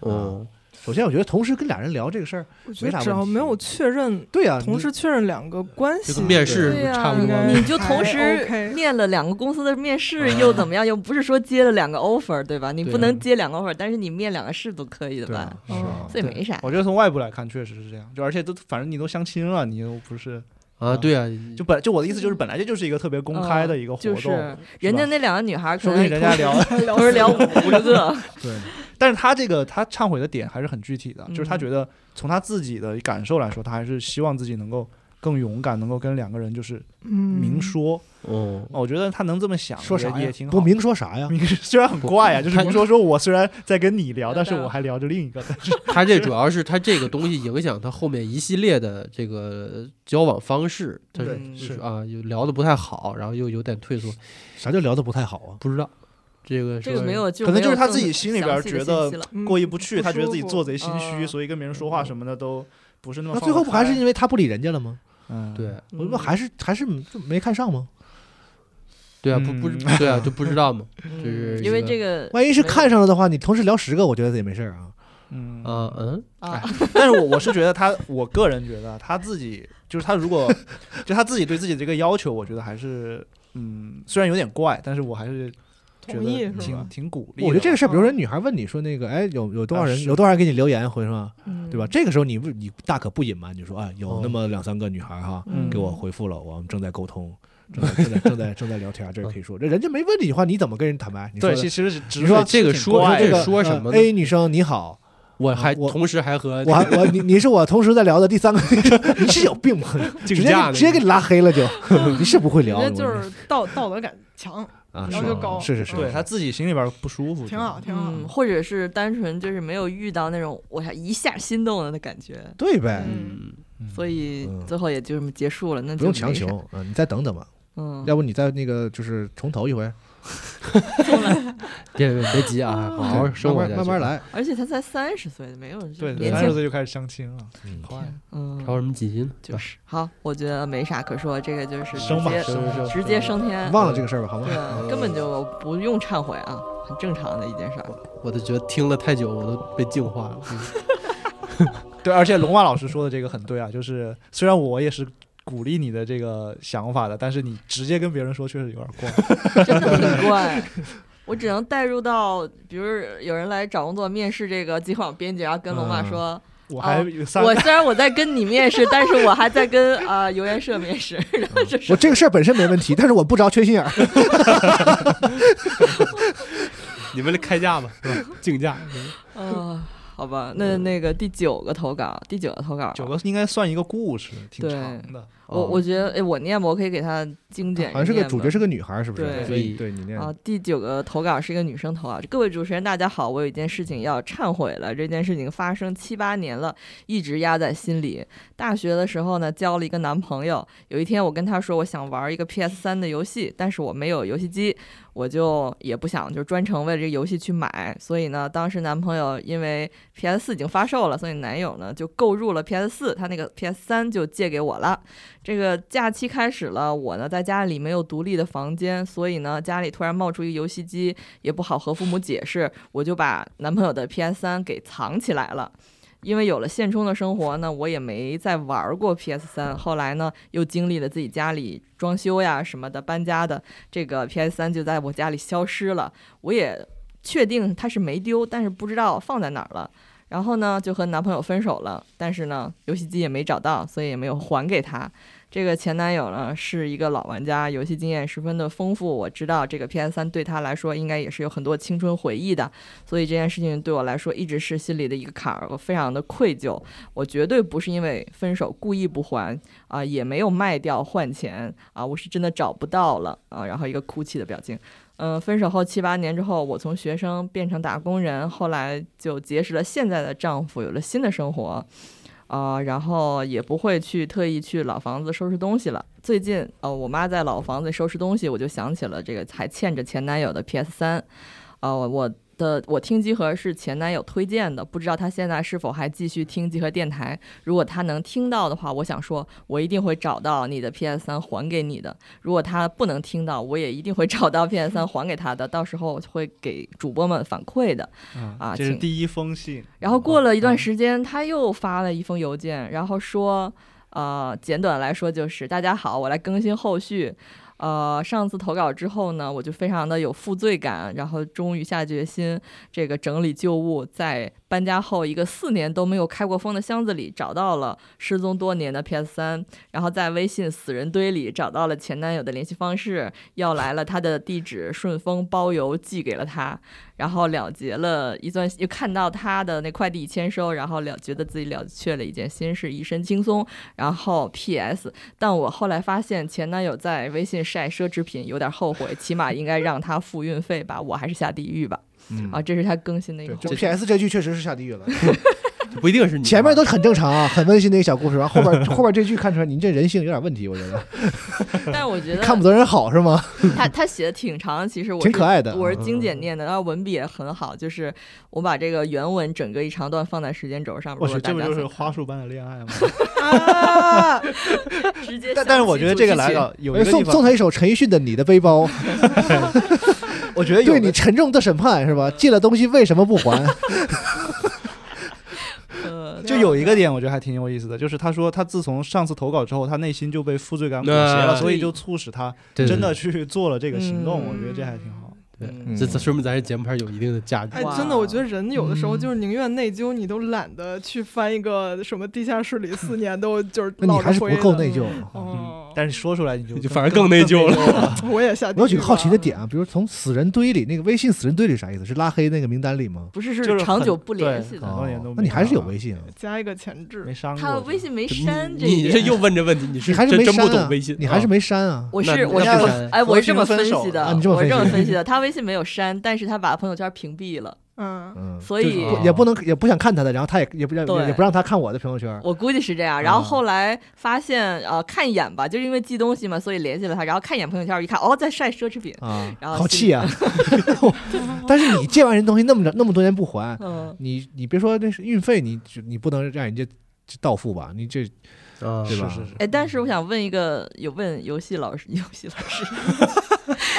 S5: 哦，
S2: 首先，我觉得同时跟俩人聊这个事儿，
S4: 我
S2: 没啥问题
S4: 确认，
S2: 对呀、
S4: 同
S2: 啊你
S4: 时确认两个关
S5: 这
S4: 系
S5: 个，面试
S1: 对啊呀
S5: 差不多
S4: 应该
S1: 你就同
S4: 还
S1: 时
S4: OK
S1: 面了两个公司的面试，又怎么样？又不是说接了两个 offer，对吧？你
S5: 对啊
S1: 不能接两个 offer，但是你面两个试总可以的
S3: 对啊
S1: 吧？
S3: 是
S4: 哦
S3: 啊
S1: 这也没啥。
S3: 我觉得从外部来看确实是这样，就而且都反正你都相亲了，你又不是
S5: 啊，对啊，
S3: 就本就我的意思就是本来这就是一个特别公开的一个
S1: 嗯
S3: 活
S1: 就
S3: 动，
S1: 是人家那两个女孩，可
S3: 说不定
S1: 能
S3: 人家聊，
S1: 同时聊五个个，
S2: 对，
S3: 但是他这个他忏悔的点还是很具体的，
S1: 嗯
S3: 就是他觉得从他自己的感受来说，他还是希望自己能够更勇敢，能够跟两个人就是
S4: 嗯
S3: 明说。哦
S5: 嗯，
S3: 我觉得他能这么想，
S2: 说啥
S3: 也
S2: 呀
S3: 也挺？好
S2: 不。明说啥呀？
S3: 明虽然很怪呀，就是
S5: 他
S3: 明说说我虽然在跟你聊，
S1: 聊
S3: 但是
S1: 到
S3: 我还聊着另一个，但是
S5: 他这主要是他这个东西影响他后面一系列的这个交往方式，他
S3: 对
S5: 就是啊，又聊的不太好，然后又有点退缩，
S2: 啥叫聊的不太好
S3: 嗯
S2: 啊？
S5: 不知道这个
S1: 这个
S5: 说
S1: 没有，就
S3: 可能
S1: 没
S3: 就是
S1: 有
S3: 他
S1: 更
S3: 自己心里边
S1: 详细的
S3: 觉得
S1: 信息了
S4: 嗯
S3: 过意不去，他觉得自己
S4: 不舒服
S3: 做贼心虚，
S1: 嗯
S3: 所以跟别人说话什么的都不是那么
S2: 那
S3: 放
S2: 最
S3: 得开。
S2: 后不还是因为他不理人家了吗？
S3: 嗯呃
S5: 对
S2: 我这不还是还是没看上吗？
S5: 对啊，不不
S3: 嗯
S5: 对啊，就不知道 嘛，
S1: 嗯
S5: 是
S1: 因为
S5: 一个
S1: 这个
S2: 万一是
S1: 没有
S2: 看上了的话，你同时聊十个，我觉得也没事儿啊。
S3: 嗯
S5: 啊嗯，
S1: 啊，
S2: 哎
S3: 但是我我是觉得他，我个人觉得他自己就是他 如果就他自己对自己这个要求，我觉得还是嗯，虽然有点怪，但是我还是觉
S4: 同意
S3: 得
S4: 是吧
S3: 挺挺鼓励的。
S2: 我觉得这个事儿，比如说
S4: 嗯
S2: 女孩问你说那个，哎，有有多
S3: 啊
S2: 少人，
S3: 是
S2: 有多少人给你留言回是吧？
S1: 嗯
S2: 对吧？？这个时候你不你大可不隐瞒，你就说啊，有
S5: 哦
S2: 那么两三个女孩哈
S3: 嗯
S2: 给我回复了，我们正在沟通，正在正在正在正在聊天，这 个可以说。这人家没问你的话，你怎么跟人坦白？你说
S3: 对，
S2: 的
S3: 其实是只
S2: 你说
S5: 哎这个说
S3: 怪
S5: 这
S3: 的
S5: 个说什么呢
S2: 呃？A 女生你好，
S5: 我还
S2: 我
S5: 同时还和
S2: 我还我你你是我同时在聊的第三个 女生，你是有病 吗？直
S5: 竞
S2: 接
S5: 价
S2: 给
S5: 的
S2: 直接给你拉黑了 就，你是不会聊
S4: 人家
S2: 我
S4: 就是道道德感强，
S2: 啊，
S4: 然
S2: 是
S4: 后就高
S2: 是是是，
S3: 对他自己心里边不舒服，
S4: 挺好，挺好。
S1: 嗯，或者是单纯就是没有遇到那种我一下心动了的感觉，
S2: 对呗，
S5: 嗯，
S1: 所以
S2: 嗯
S1: 最后也就这么结束了。那就
S2: 不用强
S1: 没啥
S2: 求，啊，你再等等吧，
S1: 嗯，
S2: 要不你再那个就是重头一回，
S5: 别别别急啊，好好生活
S2: 慢
S5: 下去，啊
S2: 慢慢慢，来。
S1: 而且他才三十岁，没有人
S3: 对，
S1: 年
S3: 三十
S1: 轻，
S3: 岁就开始相亲了，
S2: 嗯
S3: 快
S5: 着
S1: 嗯，
S5: 什么急呢？
S1: 就是是好，我觉得没啥可说，这个就是直
S3: 生吧
S1: 接
S5: 生生
S1: 直接升天，
S2: 忘了这个事儿吧，好吗？
S1: 对，根本就不用忏悔啊，很正常的一件事儿。
S5: 我都觉得听了太久，我都被净化了。嗯
S3: 对，而且龙马老师说的这个很对啊，就是虽然我也是。鼓励你的这个想法的，但是你直接跟别人说确实有点怪。
S1: 真的挺怪。我只能带入到，比如有人来找工作面试这个机网编辑，然后跟龙马
S2: 嗯
S1: 说
S3: 我还
S1: 哦
S3: 有：“三个
S1: 我虽然我在跟你面试，但是我还在跟啊、呃、游研社面试。”然后这
S2: 我
S1: 是
S2: 这个事儿本身没问题，但是我不着缺 心眼儿。
S5: 你们来开价吧，是吧？竞价，
S1: 嗯、好吧。那
S2: 嗯
S1: 那个第九个投稿，第九个投稿，
S3: 九个应该算一个故事，挺
S1: 啊对
S3: 长的。
S1: 我我觉得哎，我念吧，我可以给他精简一念吧。
S2: 哦好像是个主角是个女孩儿，是不是？
S1: 对
S2: 所以对你念
S1: 啊，第九个投稿是一个女生投稿。啊各位主持人，大家好，我有一件事情要忏悔了。这件事情发生七八年了，一直压在心里。大学的时候呢，交了一个男朋友。有一天，我跟他说我想玩一个 PS 三的游戏，但是我没有游戏机，我就也不想就专程为了这个游戏去买。所以呢，当时男朋友因为 PS 四已经发售了，所以男友呢就购入了 PS 四，他那个 PS 三就借给我了。这个假期开始了，我呢在家里没有独立的房间，所以呢家里突然冒出一个游戏机，也不好和父母解释，我就把男朋友的 PS 三给藏起来了。因为有了现充的生活呢，我也没再玩过 PS 三。后来呢，又经历了自己家里装修呀什么的、搬家的，这个 PS 三就在我家里消失了。我也确定它是没丢，但是不知道放在哪儿了。然后呢，就和男朋友分手了，但是呢，游戏机也没找到，所以也没有还给他。这个前男友呢是一个老玩家，游戏经验十分的丰富。我知道这个 PS 三对他来说应该也是有很多青春回忆的，所以这件事情对我来说一直是心里的一个坎儿，我非常的愧疚。我绝对不是因为分手故意不还啊、也没有卖掉换钱啊、我是真的找不到了啊、然后一个哭泣的表情。嗯，分手后七八年之后，我从学生变成打工人，后来就结识了现在的丈夫，有了新的生活。啊、然后也不会去特意去老房子收拾东西了。最近，呃，我妈在老房子收拾东西，我就想起了这个还欠着前男友的 PS 三，啊，我的我听集合是前男友推荐的，不知道他现在是否还继续听集合电台。如果他能听到的话，我想说，我一定会找到你的 PS 三还给你的。如果他不能听到，我也一定会找到 PS 三还给他的，到时候会给主播们反馈的。啊
S3: 嗯这是
S1: 请
S3: 第一封信。
S1: 然后过了一段
S3: 嗯
S1: 时间，他又发了一封邮件，然后说，呃，简短来说就是：大家好，我来更新后续。呃，上次投稿之后呢，我就非常的有负罪感，然后终于下决心，这个整理旧物，在搬家后一个四年都没有开过封的箱子里找到了失踪多年的 PS 三，然后在微信死人堆里找到了前男友的联系方式，要来了他的地址，顺丰包邮寄给了他。然后了结了一段，又看到他的那快递签收，然后了觉得自己了却了一件心事，一身轻松。然后 P.S. 但我后来发现前男友在微信晒奢侈品有点后悔，起码应该让他付运费吧，我还是下地狱吧。
S2: 嗯
S1: 啊，这是他更新的一个
S2: 对，
S1: 后
S2: 就
S1: 续
S2: P.S. 这句确实是下地狱 了，
S5: 不一定是你
S2: 前面都很正常啊，很温馨的一个小故事，然后后边后边这句看出来您这人性有点问题，我觉 得
S1: 但我觉得
S2: 看不得人好是吗？
S1: 他他写的挺长，其实我
S2: 挺
S1: 是
S2: 可爱的
S1: 我
S3: 嗯
S1: 是精简念的，然后文笔也很好，就是我把这个原文整个一长段放在时间轴上，
S3: 我
S1: 如果
S3: 去，
S1: 大
S3: 这不
S1: 家
S3: 就是
S1: 想
S3: 花束般的恋爱 吗？
S1: 啊，直接
S3: 但但是我觉得这个来
S1: 了，
S3: 了有一个地
S2: 哎送
S3: 方
S2: 送他一首陈奕迅的《你的背包》，
S3: 我觉得有
S2: 对
S3: 个
S2: 你沉重的审判是吧？借了东西为什么不 还？
S1: 呃，
S3: 就有一个点，我觉得还挺有意思的，就是他说他自从上次投稿之后，他内心就被负罪感裹挟了，
S5: 那
S3: 所以就促使他
S5: 对
S3: 真的去做了这个行动。
S1: 嗯
S3: 我觉得这还挺好。
S5: 对
S1: 嗯
S5: 这这说明咱这节目还是有一定的价值
S4: 哎。
S1: 哇，
S4: 真的，我觉得人有的时
S2: 哦
S4: 候就是宁愿内疚，你都懒得去翻一个什么地下室里四年 都就是
S2: 那你
S4: 落
S2: 还
S4: 着
S2: 是不
S4: 灰
S2: 够
S4: 的
S2: 内疚。啊
S3: 嗯
S2: 嗯
S4: 哦，
S3: 但是说出来你就
S5: 就反而更内疚 了。
S3: 了。
S4: 我也下地狱
S2: 我有几个好奇的
S4: 了
S2: 点啊，比如从死人堆里那个微信死人堆里啥意思？是拉黑那个名单里吗？
S1: 不是
S3: 就是是
S1: 长久
S3: 很
S1: 不联系
S3: 对
S1: 的，
S3: 很多年都没
S2: 那你还是有
S3: 看了
S2: 微信啊？
S4: 加一个前置
S3: 没，伤过。
S1: 他微信没
S5: 你
S1: 删这一
S5: 你这
S1: 点。
S5: 又问这问题，你
S2: 你
S5: 是
S2: 还是
S5: 真
S2: 没
S5: 真不
S2: 删
S5: 懂
S2: 啊
S5: 微信？？
S2: 你还是没删啊？
S1: 我
S5: 那
S1: 是我
S5: 那
S1: 是
S5: 不
S1: 这
S5: 删
S1: 么哎，我是这么
S3: 和平
S1: 分
S3: 分手
S1: 析的，
S3: 了
S2: 啊你这么
S1: 我是这么
S2: 分析
S1: 分析的。他微信没有删，但是他把朋友圈屏蔽了。
S4: 嗯，
S2: 嗯，
S1: 所以
S2: 就是不也不能也不想看他的，然后他也也不让
S1: 对
S2: 也不让他看我的朋友圈。
S1: 我估计是这样。然后后来发现，呃，看一眼吧，就是因为寄东西嘛，所以联系了他。然后看一眼朋友圈，一看，哦，在晒奢侈品。
S2: 啊，
S1: 然后
S2: 好气啊！ 但是你借完人东西那么着那么多年不还，
S1: 嗯，
S2: 你你别说那是运费，你你不能让人家到付吧？你这
S5: 啊
S2: 对吧
S3: 是是是，
S1: 哎，但是我想问一个，有问游戏老师，游 戏老师，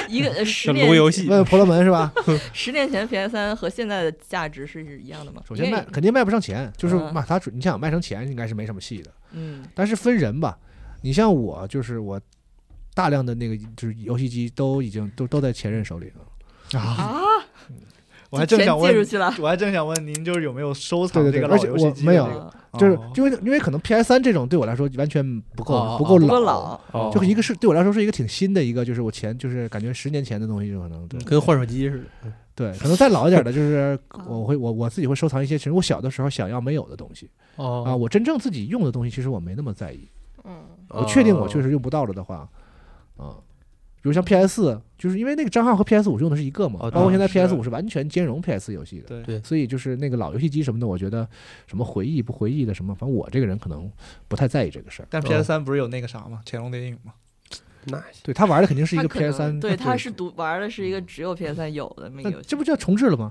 S1: 一个呃十
S5: 这龙
S1: 年
S5: 游戏
S2: 问问婆罗门是吧？
S1: 十年前 PS 三和现在的价值是一样的吗？
S2: 首先
S1: 因为
S2: 卖肯定卖不上钱，就是
S1: 嗯
S2: 把它你想卖成钱应该是没什么戏的。
S1: 嗯
S2: 但是分人吧，你像我就是我大量的那个就是游戏机都已经都都在前任手里了。
S1: 啊，
S3: 我还正想
S1: 钱寄出
S3: 问，
S1: 去了，
S3: 我还正想问您，就是有没有收藏
S2: 对
S3: 这
S2: 对
S3: 个
S2: 对，
S3: 老
S2: 而且
S3: 游戏
S2: 我
S3: 机的
S2: 没
S3: 这
S2: 有
S1: 啊
S3: 个？
S1: 嗯
S2: 就是
S3: 哦
S2: 因为因为可能 PS 三这种对我来说完全不
S5: 哦
S2: 够
S5: 哦
S2: 不够
S1: 不够
S2: 老
S1: 老，，
S5: 哦
S2: 就是一个是对我来说是一个挺新的一个，就是我前就是感觉十年前的东西，就可能对
S5: 跟换手机似的。
S2: 对，可能再老一 点的，就是
S1: 嗯
S2: 我会我我自己会收藏一些，其实我小的时候想要没有的东西啊，
S5: 哦，
S2: 我真正自己用的东西，其实我没那么在意。
S4: 嗯，
S5: 啊
S2: 我确定我确实用不到了的话，啊，比如像 PS，就是因为那个账号和 PS 五用的是一个嘛，
S5: 哦
S2: 包括现在
S3: 是
S2: PS 五是完全兼容 PS 游戏的，
S3: 对
S5: 对
S2: 所以就是那个老游戏机什么的，我觉得什么回忆不回忆的什么，反正我这个人可能不太在意这个事儿。
S3: 但 PS 三不是有那个啥吗？《潜龙谍影》吗？
S5: 那
S2: 对他玩的肯定是一
S1: 他
S2: 个
S1: 可能
S2: PS 三，
S1: 对，他是独玩的是一个只有 PS 三有的那个
S2: 那
S1: 游戏，
S2: 这不叫重置了吗？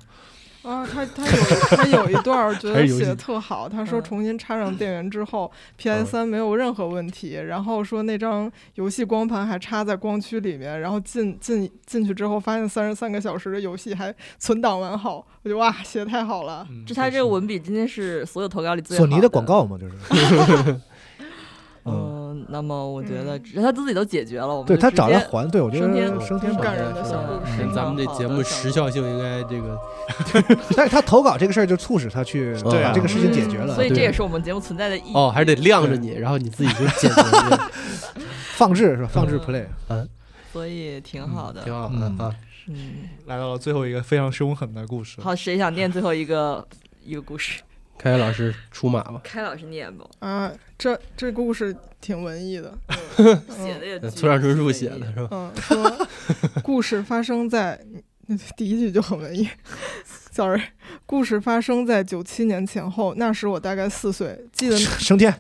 S4: 啊，他他有他有一段儿觉
S5: 还
S4: 得
S5: 是游戏嗯
S4: 写的特好，他说
S1: 嗯
S4: 重新插上电源之后，PS 三没有任何问题，然后说那张游戏光盘还插在光驱里面，然后进进进去之后发现三十三个小时的游戏还存档完好，我就哇写得太好了，
S3: 嗯
S1: 就他这个文笔真的是所有投稿里最好
S2: 索尼
S1: 的
S2: 广。告 嘛，就是。 嗯，
S1: 嗯，那么我觉得
S4: 嗯
S1: 只他自己都解决了，我们
S2: 对
S1: 就
S2: 他
S1: 直
S2: 找
S1: 接
S2: 来还，对我觉得嗯
S1: 升天
S2: 升天
S4: 挺
S2: 吧
S4: 感人的小故事
S5: 跟。嗯咱们这节目时效性应该这个
S2: 但是他投稿这个事儿就促使他去
S5: 对
S2: 把
S5: 啊
S2: 这个事情解决了，
S1: 嗯所以这也
S2: 对
S1: 是我们节目存在的意义。
S5: 哦，还是得晾着你，然后你自己就解决了，
S2: 放置是吧？放置
S1: 嗯
S2: play，
S1: 所以挺好的
S5: 挺。好的
S2: 嗯
S5: 啊。
S1: 嗯，
S3: 来到了最后一个非常凶狠的故事。
S1: 好，谁想念最后一个一个故事？
S5: 开开老师出马吧，
S1: 开老师念吧，
S5: 嗯
S4: 啊，这这故事挺文艺的，
S1: 嗯写的也巨
S5: 呃村上春树写的。是吧？
S4: 嗯， 说故事发生在嗯第一句就很文艺。sorry，故事发生在九七年前后，那时我大概四岁，记得
S2: 升 天，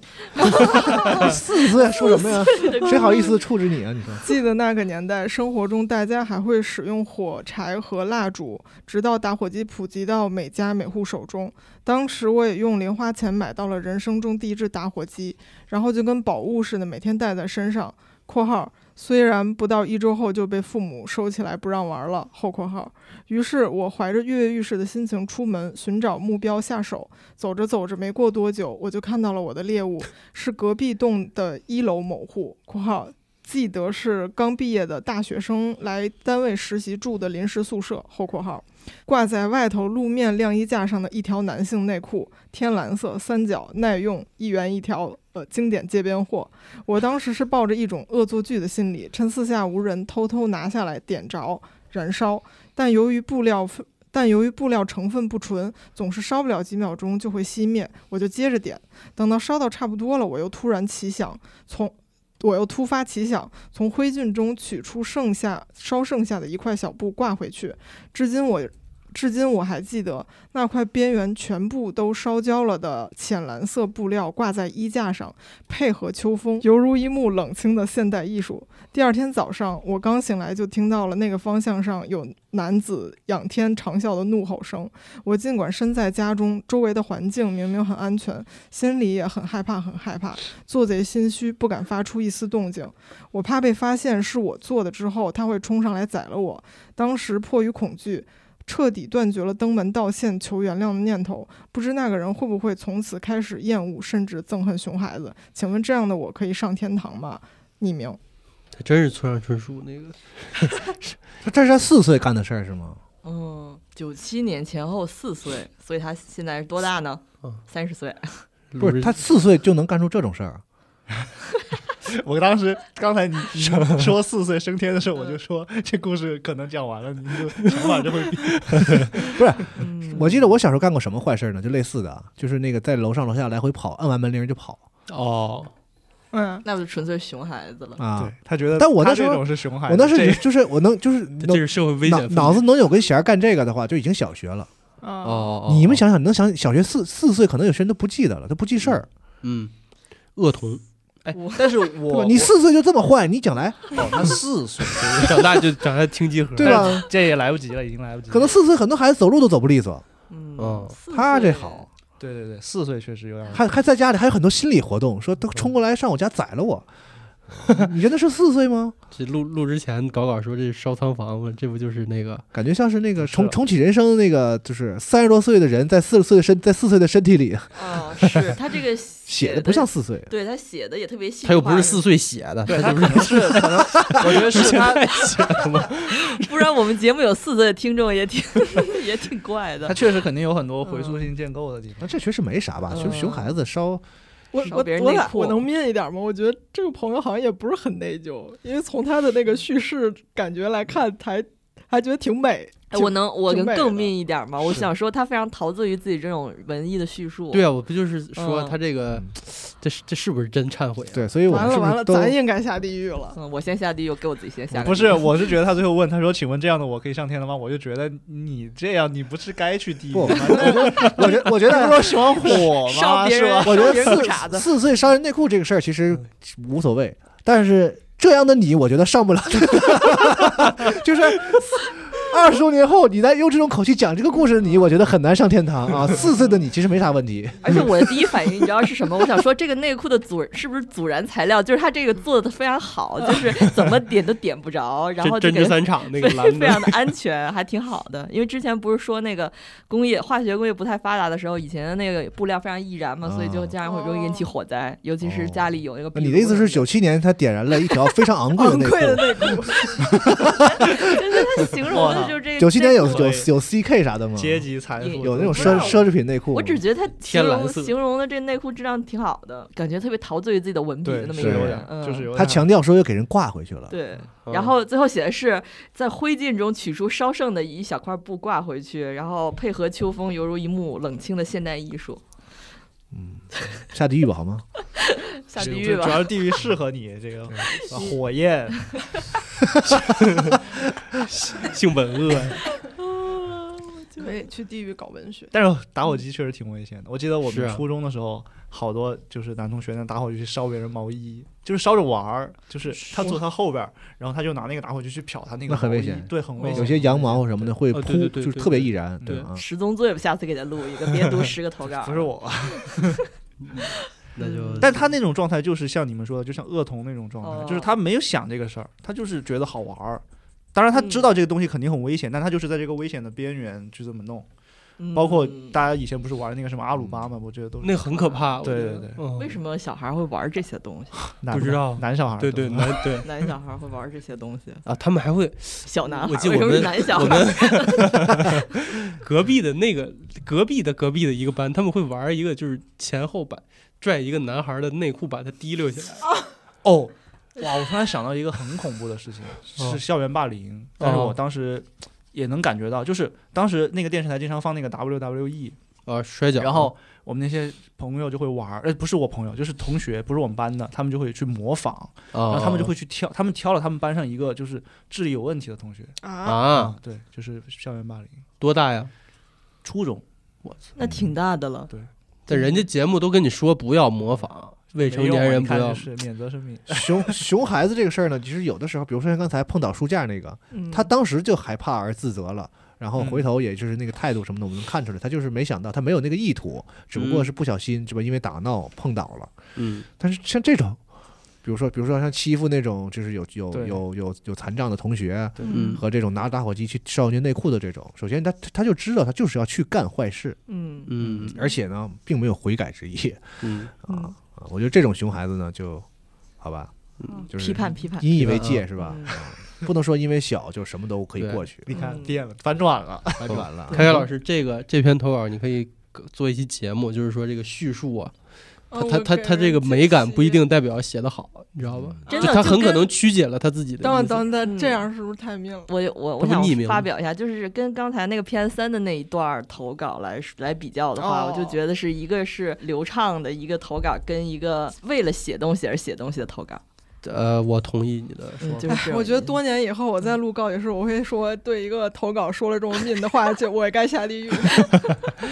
S2: 四岁说什么呀？谁好意思处置你啊？你说，
S4: 记得那个年代，生活中大家还会使用火柴和蜡烛，直到打火机普及到每家每户手中。当时我也用零花钱买到了人生中第一只打火机，然后就跟宝物似的，每天带在身上。（括号虽然不到一周后就被父母收起来不让玩了。）后括号。于是我怀着跃跃欲试的心情出门寻找目标下手，走着走着，没过多久我就看到了我的猎物，是隔壁栋的一楼某户（括号记得是刚毕业的大学生来单位实习住的临时宿舍（后括号），挂在外头路面晾衣架上的一条男性内裤，天蓝色三角耐用，一元一条，呃，经典街边货。我当时是抱着一种恶作剧的心理，趁四下无人偷偷拿下来点着燃烧，但由于布料分。但由于布料成分不纯，总是烧不了几秒钟就会熄灭，我就接着点。等到烧到差不多了，我又突然奇想，从我又突发奇想，从灰烬中取出剩下烧剩下的一块小布挂回去。至今我，至今我还记得那块边缘全部都烧焦了的浅蓝色布料挂在衣架上，配合秋风，犹如一幕冷清的现代艺术。第二天早上，我刚醒来就听到了那个方向上有男子仰天长啸的怒吼声。我尽管身在家中，周围的环境明明很安全，心里也很害怕，很害怕，做贼心虚，不敢发出一丝动静。我怕被发现是我做的之后，他会冲上来宰了我。当时迫于恐惧。彻底断绝了登门道歉、求原谅的念头，不知那个人会不会从此开始厌恶，甚至憎恨熊孩子？请问这样的我可以上天堂吗？匿名。
S5: 他真是村上春树那个，
S2: 这这是他四岁干的事儿是吗？
S1: 嗯，九七年前后四岁，所以他现在是多大呢
S5: 嗯？
S1: 三十岁。
S2: 不是，他四岁就能干出这种事儿， 啊
S3: 我当时刚才你你说四岁升天的时候，我就说这故事可能讲完了，你就想法就会变。
S1: 嗯，
S2: 我记得我小时候干过什么坏事儿呢？就类似的啊，就是那个在楼上楼下来回跑，按完门铃就跑
S5: 哦，
S4: 嗯，
S1: 那不就纯粹熊孩子了？
S2: 啊
S3: 对。他觉得，
S2: 但我那
S3: 那
S2: 时候
S3: 种是熊孩
S2: 我
S3: 子，
S2: 那时候
S3: 这
S2: 就是我能就是
S5: 他
S2: 能
S5: 这是社会危
S2: 脑
S5: 险分子
S2: 脑子能有根弦儿干这个的话，就已经小学了。
S5: 哦
S4: 啊，
S5: 哦，哦
S2: 你们想想，能想小学四四岁，可能有些人都不记得了，都不记事儿。
S5: 嗯，恶童
S3: 哎
S1: 我，
S3: 但是
S2: 对吧
S3: 我
S2: 你四岁就这么坏，你将来
S3: 哦，他四岁，
S5: 长大就长大听集 合，
S2: 对吧？
S3: 这也来不及了，已经来不及了。
S2: 可能四岁很多孩子走路都走不利索，
S1: 嗯
S5: 哦，
S1: 四岁
S2: 他这好，，
S3: 对对对，四岁确实有点儿。
S2: 还还在家里还有很多心理活动，说都冲过来上我家宰了我。你觉得是四岁吗？
S5: 这录录之前搞搞说这烧仓房嘛，这不就是那个
S2: 感觉像是那个重
S3: 是
S2: 重启人生那个，就是三十多岁的人在四十岁的身在四岁的身体里
S1: 啊，是他这个
S2: 写
S1: 的
S2: 的不像，四岁。
S1: 对他写的也特别细化，
S5: 他又不是四岁写的，
S3: 对
S5: 他
S3: 他
S5: 就
S3: 可
S5: 是
S3: 能是，可能我觉得是他
S1: 不然我们节目有四岁的听众 也挺也挺怪
S3: 他
S1: 的。
S3: 确实肯定有很多回溯性建构的地
S2: 那
S3: 方。
S2: 这确实没啥吧？熊
S1: 嗯
S2: 熊孩子烧
S4: 我
S1: 少
S4: 我
S1: 别人
S4: 我
S1: 内
S4: 俩
S1: 裤
S4: 我能面一点吗？我觉得这个朋友好像也不是很内疚，因为从他的那个叙事感觉来看，还还觉得挺美。
S1: 哎我能我
S4: 挺
S1: 能
S4: 美
S1: 更
S4: 的
S1: 命一点吗？我
S3: 是
S1: 想说他非常陶醉于自己这种文艺的叙述。
S5: 对啊，我不就是说
S1: 嗯
S5: 他这个
S2: 嗯，
S5: 这是这是不是真忏悔啊？
S2: 对，所以我
S4: 完
S2: 们
S4: 了
S2: 是不
S4: 完
S2: 是
S4: 了，
S2: 都
S4: 咱应该下地狱了。
S1: 嗯，我先下地狱，给我自己先下。
S3: 不
S2: 嗯
S3: 是，，我是觉得他最后问他说：“请问这样的我可以上天了吗？”我就觉得你这样，你不是该去地狱
S2: 不？
S3: 吗？
S2: 我觉得我觉
S3: 那
S2: 得
S3: 不是喜 欢火
S1: 烧
S3: 吗？
S1: 别
S3: 是
S1: 人
S3: 吧？
S2: 我觉得
S1: 别人裤衩
S2: 四
S1: 子
S2: 四岁伤人内裤这个事儿其实
S5: 嗯
S2: 无所谓，但是这样的你，我觉得上不了。 就是二十多年后，你在用这种口气讲这个故事的你，我觉得很难上天堂啊。四岁的你其实没啥问 题，
S1: 而且我的第一反应你知道是什么？我想说这个内裤的阻是不是阻燃材料？就是他这个做的非常好，就是怎么点都点不 着，然后
S5: 这
S1: 就
S5: 针
S1: 给
S5: 织
S1: 它
S5: 三厂那
S1: 非
S5: 个栏目
S1: 非， 常的安全，还挺好的。因为之前不是说那个工业化学工业不太发达的时候，以前的那个布料非常易燃嘛，所以就这样会容易引起火灾，尤其是家里有那个。
S2: 你的意思是九？七年他点燃了一条非常昂贵的
S4: 昂
S2: 内
S4: 贵的
S2: 裤？
S4: 内裤，
S1: 就是他形容的就是这个。
S2: 九七年有
S1: 这个
S2: 有有 CK 啥的吗？
S3: 阶级财富
S2: 有那种
S1: 不知道
S2: 奢奢侈品内裤吗？
S1: 我只觉得他形
S5: 天蓝
S1: 容
S5: 色
S1: 形容的这内裤质量挺好的，感觉特别陶醉于自己的文笔的
S3: 对，
S1: 那么一
S3: 是
S1: 个
S3: 有
S1: 人
S3: 点，，
S1: 嗯
S3: 就是有点
S2: 他强调说又给人挂回去了。
S1: 对，
S5: 嗯
S1: 然后最后写的是在灰烬中取出烧剩的一小块布挂回去，然后配合秋风，犹如一幕冷清的现代艺术。
S2: 嗯，下地狱吧好吗？
S1: 下
S3: 是
S1: 地
S3: 主
S1: 狱
S3: 主
S1: 吧，
S3: 要是地狱适合你 这个啊火焰，
S5: 性本恶，
S4: 可以去地狱搞文学。
S3: 但是打火机确实挺危险的。我记得我
S5: 是
S3: 们
S5: 啊
S3: 初中的时候，好多就是男同学拿打火机去烧别人毛衣，就是烧着玩儿，就是他坐他后边儿，然后他就拿那个打火机去瞟他那个
S2: 那很
S3: 毛
S2: 危
S3: 衣
S2: 险
S3: 对，
S5: 嗯
S3: 很危险。
S2: 有些羊毛什么的会
S5: 哦
S2: 扑，
S5: 对对对
S2: 就是
S5: 对
S2: 特别易燃，
S5: 对
S2: 啊。
S1: 十宗罪吧，下次给他录一个，别读十个投稿
S3: 嗯 。不是，我，
S5: 那就
S3: 但他那种状态就是像你们说的，就像恶童那种状态，
S1: 哦
S3: 就是他没有想这个事儿，他就是觉得好玩儿。当然，他知道这个东西肯定很危险，但他就是在这个危险的边缘去这么弄。
S1: 嗯
S3: 包括大家以前不是玩那个什么阿鲁巴嘛，我觉得都是
S5: 那很可怕，我
S3: 对
S5: 觉得
S3: 对对，
S5: 嗯
S1: 为什么小孩会玩这些东西？
S3: 男
S5: 不知道
S3: 男小孩儿
S5: 对对
S3: 都
S5: 男 对
S1: 男小孩会玩这些东西，
S5: 啊，他们还会
S1: 小男孩
S5: 我记
S1: 为
S5: 得
S1: 什
S5: 我
S1: 么
S5: 们
S1: 是男小
S5: 我
S1: 孩？
S5: 们 隔壁的那个隔壁的隔壁的一个班，他们会玩一个就是前后摆拽一个男孩的内裤把他提溜起来，
S3: 哦，哇！我突然想到一个很恐怖的事情，
S5: 哦
S3: 是校园霸凌。
S1: 哦
S3: 但是我当时也能感觉到，就是当时那个电视台经常放那个 WWE，
S5: 啊，摔跤，
S3: 然后我们那些朋友就会玩儿，呃，不是我朋友，就是同学，不是我们班的，他们就会去模仿，
S5: 然
S3: 然后他们就会去挑，他们挑了他们班上一个就是智力有问题的同学
S4: 啊，
S5: 啊，，
S3: 对，就是校园霸凌，
S5: 多大呀？
S3: 初中
S1: 那挺大的了。
S5: 但人家节目都跟你说不要模仿，未成年人不
S3: 嗯没用
S5: 要
S3: 啊你看。就是免责声明，
S2: 熊熊孩子这个事儿呢，其实有的时候，比如说像刚才碰倒书架那个，
S1: 嗯
S2: 他当时就害怕而自责了。然后
S3: 嗯
S2: 回头，也就是那个态度什么的，我们能看出来，他就是没想到，他没有那个意图，只不过
S5: 嗯
S2: 是不小心，是吧？因为打闹碰倒了。
S5: 嗯，
S2: 但是像这种，比如说，比如说像欺负那种就是有有
S3: 对
S2: 有有有残障的同学
S5: 嗯
S2: 和这种拿打火机去少年内裤的这种，首先他他他就知道他就是要去干坏事，
S1: 嗯
S5: 嗯
S2: 而且呢，并没有悔改之意
S5: 嗯，
S2: 啊
S1: 嗯
S2: 啊我觉得这种熊孩子呢，就好吧，就是
S1: 批判批
S5: 啊
S1: 判，
S2: 引以为
S5: 批判
S2: 戒是吧？
S1: 嗯
S2: 啊不能说因为小就什么都可以过去，
S3: 你看
S1: 嗯
S3: 变了，反转了，嗯
S2: 那就完了。 啊
S5: 开开老师，这个这篇投稿你可以做一期节目，就是说这个叙述啊，
S4: 哦
S5: 他
S1: 哦
S5: 他他他这个美感不一定代表写的好，你知道吧？
S1: 真
S5: 就
S1: 的
S5: 他
S1: 就
S5: 很可
S1: 跟
S5: 能曲解了他自己的
S4: 等会
S5: 意思
S4: 等等，
S1: 嗯
S4: 这样是不是太命了？
S1: 我有我
S5: 他
S1: 我
S5: 不
S1: 想
S5: 匿名
S1: 发
S5: 吗
S1: 表一下，就是跟刚才那个 PS 三的那一段儿投稿来说来比较的话，
S4: 哦
S1: 我就觉得是一个是流畅的一个投稿，跟一个为了写东西而写东西的投稿，
S5: 呃，我同意你的说
S1: 嗯，就
S5: 法。
S1: 是这种
S4: 我觉得
S1: 意思
S4: 多年以后我再录告解室，我会说对一个投稿说了这么命的话，就我也该下地 狱。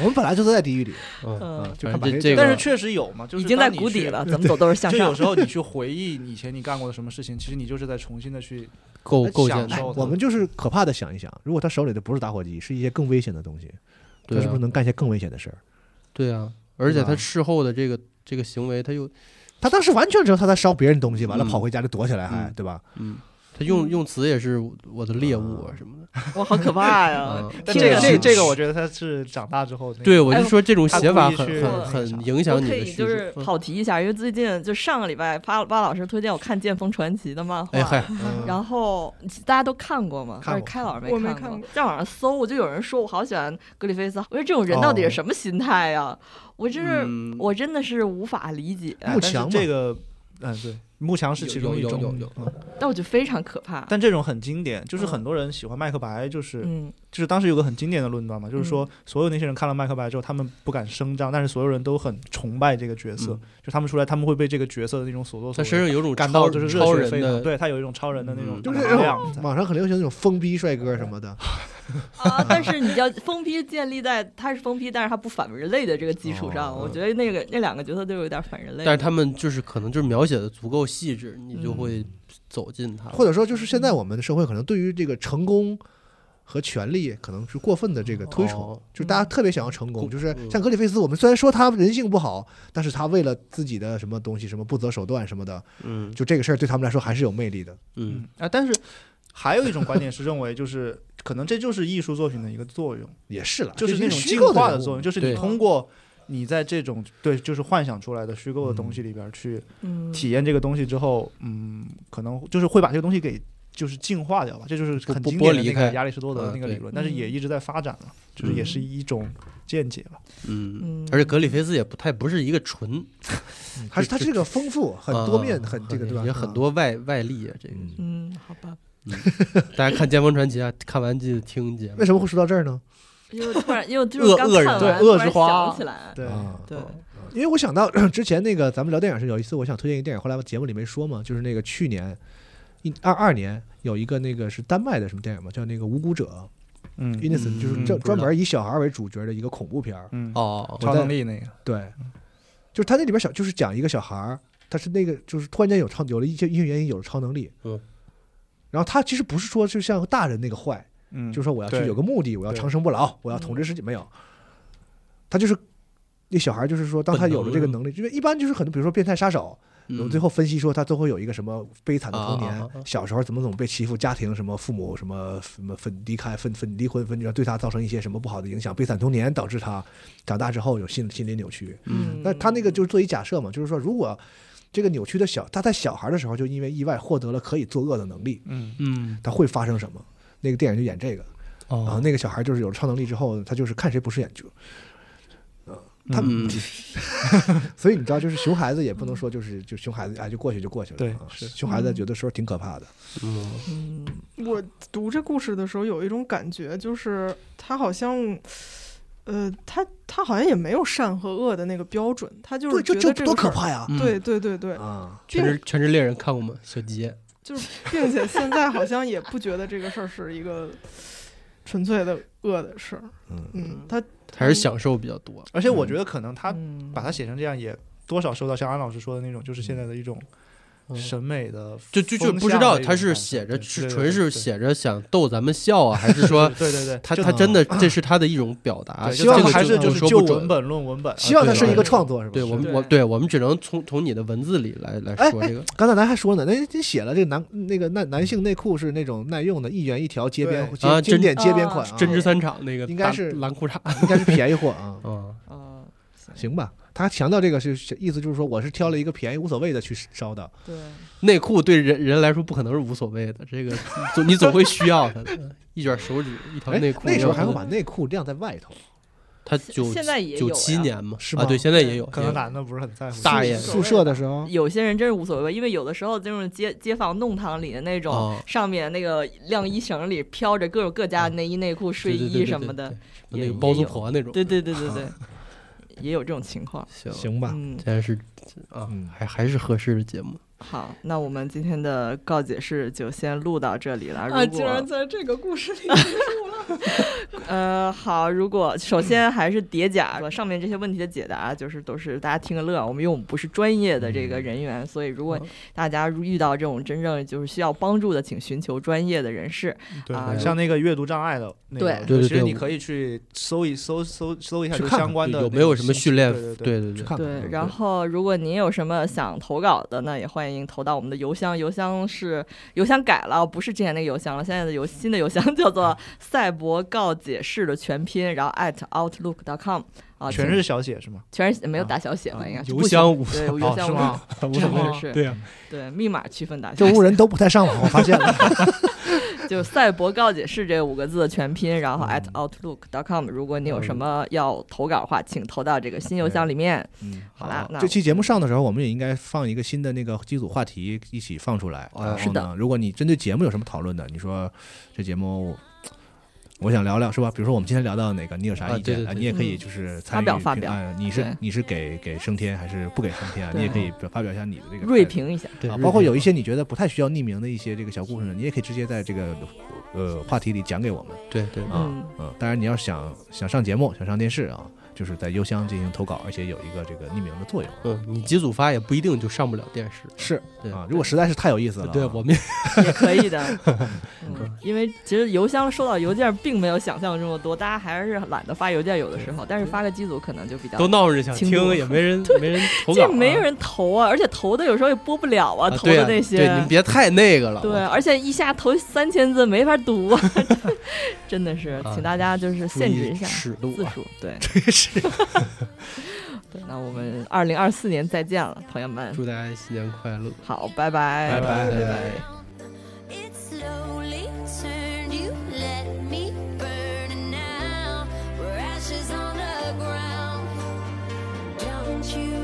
S2: 我们本来就在地狱里，
S5: 嗯
S1: 嗯
S5: 嗯，
S2: 就
S5: 反
S2: 看把
S5: 正
S2: 这
S5: 这
S3: 但
S5: 个
S3: 是确实有嘛，就是
S1: 已经在
S3: 当你
S1: 谷底
S3: 去
S1: 了，。怎么走都是向
S3: 就有
S1: 上。
S3: 时候你去回忆以前你干过的什么事情，其实你就是在重新的去
S5: 构构建
S3: 享
S5: 的，
S3: 受它。
S2: 我们就是可怕的想一想，如果他手里的不是打火机，是一些更危险的东西，他
S5: 对
S2: 是不是
S5: 啊，
S2: 能干一些更危险的事儿？
S5: 对啊，而且他事后的这个这个行为，他又
S2: 他当时完全知道他在烧别人东西，完了
S5: 嗯
S2: 跑回家就躲起来还，
S5: 嗯
S2: 对吧？
S5: 嗯，他用用词也是我的猎物啊什么的。
S1: 哇，好可怕呀！
S5: 嗯
S3: 但
S1: 听
S3: 这个
S1: 着
S3: 这
S1: 是
S3: 这个，我觉得他是长大之后那个
S5: 对我就
S1: 哎
S5: 说这种写法很
S3: 他故意
S5: 很
S3: 去那
S5: 很
S3: 个
S5: 影
S1: 我
S5: 响你
S1: 可
S5: 的
S1: 以
S5: 叙
S1: 就是
S5: 述。嗯
S1: 跑题一下，因为最近就上个礼拜巴巴老师推荐我看《剑锋传奇》的漫画，
S5: 哎嗨，
S3: 嗯
S2: 后
S1: 然后大家都看过吗？
S2: 看
S1: 还是
S2: 过
S1: 开老师
S4: 我没
S1: 没
S4: 看
S1: 过
S4: 过。
S1: 在网上搜，我就有人说我好喜欢格里菲斯，我说这种人到底是什么心态呀、我真是、
S5: 嗯
S1: 我真的是无法理解，
S2: 慕强
S3: 但
S2: 嘛
S3: 是这个，嗯，对，慕强是其中一
S5: 有有有
S3: 种
S5: 有，
S3: 嗯
S1: 但我觉得非常可怕。
S3: 但这种很经典，就是
S1: 嗯
S3: 很多人喜欢麦克白，就是
S1: 嗯，
S3: 就是当时有个很经典的论断嘛，就是说所有那些人看了麦克白之后，他们不敢声张，但是所有人都很崇拜这个角色，
S5: 嗯
S3: 就他们出来，他们会被这个角色的那种所作
S5: 他
S3: 所
S5: 身上
S3: 为
S5: 有种
S3: 感
S5: 超
S3: 到就是热
S5: 超
S3: 血
S5: 人
S3: 沸腾，
S5: 的，
S3: 对他有一种超人的那种
S5: 嗯
S2: 就是
S3: 能量在。
S2: 网上很流行那种疯逼帅哥什么的，
S1: 啊，但是你要疯批建立在他是疯批，但是他不反人类的这个基础上，
S2: 哦
S1: 我觉得那个那两个角色都有点反人类。
S5: 但是他们就是可能就是描写的足够细致，你就会走进他。
S2: 或者说就是现在我们的社会可能对于这个成功和权力可能是过分的这个推崇，
S5: 哦
S2: 就是大家特别想要成功，
S5: 嗯
S2: 就是像格里菲斯，我们虽然说他人性不好，但是他为了自己的什么东西，什么不择手段什么的，
S5: 嗯
S2: 就这个事儿对他们来说还是有魅力的。
S5: 嗯
S3: 嗯啊，但是还有一种观点是认为，就是可能这就是艺术作品的一个作用，
S2: 也是了，
S3: 就是
S2: 啊这些
S3: 那种
S2: 虚
S3: 进
S2: 构
S3: 化
S2: 人
S3: 的
S2: 物
S3: 作用，
S2: 嘛
S3: 就是
S1: 嗯
S3: 你
S5: 对
S3: 通过你在这种对就是幻想出来的虚构的东西里边去
S1: 嗯，
S3: 体验这个东西之后，嗯，可能就是会把这个东西给就是净化掉吧，这就是
S5: 不
S3: 很
S5: 不
S3: 经
S5: 剥
S3: 典的
S5: 离
S3: 那
S5: 开
S3: 个亚里士多德的那个
S5: 嗯对
S3: 理论，但是也一直在发展了，就是也是一种见解吧。
S5: 嗯
S1: 嗯，
S5: 而且格里菲斯也不太不是一个纯，
S2: 嗯还是他
S5: 就
S2: 这个丰富，很多面，
S5: 啊
S2: 很这个对吧？
S5: 也很多外外力啊，这个
S2: 嗯。
S1: 嗯，好吧，
S5: 大家看《剑锋传奇》啊，看完记得听节目
S2: 嗯为。什么会说到这儿呢？
S1: 又突然又就
S5: 恶
S1: 是刚
S5: 恶
S1: 看
S5: 人
S1: 完，
S3: 对
S1: 突
S3: 恶
S1: 然
S3: 之花
S1: 想起来，
S3: 对
S2: 啊，
S1: 对，
S2: 因为我想到之前那个咱们聊电影是有一次，我想推荐一个电影，后来节目里没说嘛，就是那个去年一二二年有一个那个是丹麦的什么电影嘛，叫那个《无辜者
S3: 嗯》
S2: （Innocent），、
S5: 嗯
S2: 就是
S3: 嗯
S2: 专
S5: 不知道
S2: 专门以小孩为主角的一个恐怖片儿。
S3: 嗯，
S5: 哦，
S3: 超能力那个，
S2: 对，就是他那里边小就是讲一个小孩儿，他是那个就是突然间有超有了一些一些原因有了超能力，
S5: 嗯，
S2: 然后他其实不是说就像大人那个坏，
S3: 嗯，
S2: 就是说我要去
S3: 对
S2: 有个目的，我要
S3: 对
S2: 长生不
S5: 嗯
S2: 老，我要统治世界，没有。他就是那小孩，就是说，当他
S5: 本能
S2: 有了这个
S5: 是吧
S2: 能力，因为一般就是很多，比如说变态杀手，我
S5: 嗯
S2: 们最后分析说他都会有一个什么悲惨的童
S5: 啊啊
S2: 年
S5: 啊啊，
S2: 小时候怎么总被欺负，家庭什么父母什么什么分离开分分离婚分居，对他造成一些什么不好的影响，悲惨童年导致他长大之后有心心理扭曲。
S5: 嗯
S2: 那他那个就是做一假设嘛，就是说如果这个扭曲的小他在小孩的时候就因为意外获得了可以作恶的能力，
S3: 嗯
S5: 嗯
S2: 他会发生什么？那个电影就演这个。然后
S5: 哦，
S2: 那个小孩就是有了超能力之后，他就是看谁不顺眼就，呃他
S5: 嗯
S2: 所以你知道，就是熊孩子也不能说就是就熊孩子哎就过去就过去了，
S3: 对
S2: 啊
S3: 是
S2: 熊孩子有的时候挺可怕的，
S5: 嗯
S1: 嗯，
S4: 我读这故事的时候有一种感觉，就是他好像呃，他他好像也没有善和恶的那个标准，他嗯就
S2: 对，
S4: 是
S2: 这
S4: 觉得
S2: 这
S4: 这
S2: 多
S4: 个
S2: 可
S4: 事儿！
S2: 怕呀！
S5: 嗯
S4: 对对对对，
S2: 啊，
S5: 全职全职猎人看过吗？小杰，
S4: 就是并且现在好像也不觉得这个事儿是一个纯粹的恶的事儿。
S2: 嗯，
S4: 嗯，他
S5: 还是享受比较多。
S3: 而且我觉得可能他
S1: 嗯
S3: 把它写成这样，也多少受到像安老师说的那种，就是现在的一种
S5: 嗯
S3: 审美的风向的一种感觉，
S5: 就就就不知道他是写着是纯是写着想逗咱们笑啊，还是说
S3: 对对对，
S5: 他
S2: 就
S5: 他真的这是他的一种表达？
S3: 对
S5: 这
S3: 希望
S5: 个
S3: 还是就是
S5: 说
S3: 就
S5: 不
S3: 文
S5: 准。
S3: 本论文本，
S2: 希望它
S5: 对
S2: 是一个
S5: 对
S2: 创作，是吧？
S5: 对我们
S3: 嗯对
S5: 我对我们只能从从你的文字里来来
S2: 哎
S5: 说
S2: 哎
S5: 这个。
S2: 刚才咱还说呢，那这写了这个男那个男男性内裤是那种耐用的，一元一条街边
S3: 对
S2: 街
S5: 啊
S2: 经
S5: 针
S2: 典街边款
S4: 啊
S2: 啊，
S5: 针织三厂那个
S2: 应该
S5: 大
S2: 是
S5: 蓝裤衩，
S2: 应该是便宜货啊
S5: 啊，
S1: 哦，
S2: 行吧？他强调这个是意思就是说我是挑了一个便宜无所谓的去烧的，
S1: 对，
S5: 内裤对人人来说不可能是无所谓的，这个总你总会需要它的。嗯一卷手指，一条
S2: 哎
S5: 内裤，，
S2: 那时候还会
S5: 有
S2: 把内裤晾在外头，
S5: 他九
S1: 现在也有
S5: 九七
S1: 呀
S5: 年嘛，
S2: 是
S5: 啊，
S2: 吗
S5: 对，现在也有，
S3: 可
S5: 也
S3: 能
S5: 有
S3: 男的不是很在乎
S5: 大爷
S2: 宿舍的时候，
S1: 有些人真是无所谓，因为有的时候就是街街坊弄堂里的那种，
S5: 哦嗯
S1: 上面那个晾衣绳里飘着各种各家的内衣、内裤、睡
S5: 对对对
S1: 衣
S5: 对
S1: 什
S5: 对
S1: 么的
S5: 对，那
S1: 也
S5: 个包租
S1: 也有
S5: 婆那种。
S1: 对对对对对，也有这种情况。
S5: 行，
S2: 行吧？
S1: 嗯，
S5: 现在是啊
S2: 嗯，
S5: 还还是合适的节目。
S1: 好，那我们今天的告解室就先录到这里了。
S4: 啊，
S1: 如
S4: 竟
S1: 果、
S4: 然在这个故事里
S1: 呃好，如果首先还是叠甲，上面这些问题的解答就是都是大家听个乐，我们因为我们不是专业的这个人员，所以如果
S5: 嗯
S1: 大家如遇到这种真正就是需要帮助的，请寻求专业的人士。
S3: 对
S1: 啊，
S3: 像那个阅读障碍的那个，
S1: 对
S5: 对对
S3: 其实
S5: 对
S3: 你可以去搜一搜搜搜一下
S2: 去
S3: 就
S2: 看看
S3: 相关的
S5: 有
S3: 那
S5: 没有
S3: 个
S5: 什么
S3: 信
S5: 训
S3: 息
S5: 练？
S3: 对对，
S5: 对对
S2: 去看看
S1: 对，
S2: 嗯
S1: 然后如果您有什么想投稿的呢，也欢迎投到我们的邮箱，邮箱是邮箱改了，不是之前那个邮箱了，现在的邮新的邮箱叫 做赛博告解室的全拼，然后 at outlook.com 啊，
S3: 全
S1: 请
S3: 是小写是吗？
S1: 全是没有
S3: 啊
S1: 打小写吧，应该是
S5: 邮
S1: 不行
S5: 箱无
S1: 对
S3: 哦
S1: 邮箱
S3: 是吗？
S1: 无所谓是
S5: 对啊，
S1: 对密码区分打
S2: 这
S1: 小
S2: 屋
S1: 写，
S2: 人都不太上网，我 发现了。
S1: 就赛博告解室这五个字的全拼，然
S5: 嗯
S1: 后 at outlook.com，如果你有什么要投稿的话，请投到这个新邮箱里面。
S2: 嗯，
S1: 好啦，那
S2: 这期节目上的时候，我们也应该放一个新的那个机组话题一起放出来。
S5: 哎
S2: 然
S1: 哦是
S2: 后
S1: 的
S2: 呢，如果你针对节目有什么讨论的，你说这节目我想聊聊是吧？比如说我们今天聊到哪个，你有啥
S5: 啊
S2: 意见
S5: 对对对
S2: 你也可以
S1: 嗯
S2: 就是
S1: 发
S2: 参与
S1: 表
S2: 评
S1: 发表
S2: 哎你是
S1: 对
S2: 你是给给升天还是不给升天啊？
S1: 对
S2: 你也可以表发表一下你的这个
S1: 锐
S2: 态度。
S1: 评一下，
S5: 对
S2: 啊，包括有一些你觉得不太需要匿名的一些这个小故事呢，你也可以直接在这个呃话题里讲给我们。
S5: 对对
S2: 啊
S1: 嗯，
S2: 嗯，当然你要想想上节目、想上电视啊，就是在邮箱进行投稿，而且有一个这个匿名的作用。
S5: 嗯，你机组发也不一定就上不了电视。
S2: 是
S5: 对
S2: 啊，如果实在是太有意思了啊，
S5: 对，我们
S1: 也可以的， 嗯，因为其实邮箱收到邮件并没有想象中的多，大家还是懒得发邮件，有的时候，但是发个机组可能就比较
S5: 都闹着想
S1: 轻
S5: 听，
S1: 度
S5: 也 没人没人投稿啊，
S1: 这没人投啊，而且投的有时候也播不了啊，
S5: 啊
S1: 投
S5: 对
S1: 的
S5: 啊
S1: 那
S5: 对
S1: 些，
S5: 您别太那个了。
S1: 对
S5: 啊
S1: 啊
S5: 我
S1: 而且一下投三千字没法读 啊，真的是，
S5: 啊
S1: 请大家就是
S5: 注
S1: 限
S5: 意
S1: 制一下
S5: 尺度
S1: 字
S5: 啊
S1: 数，对，
S5: 是
S1: 对，那我们二零二四年再见了，朋友们，
S5: 祝大家新年快乐，
S1: 好，拜拜，
S2: 拜拜
S5: 拜
S2: 拜
S5: 拜。
S6: It slowly turned. You let me burn, and now we're ashes on the ground. Don't you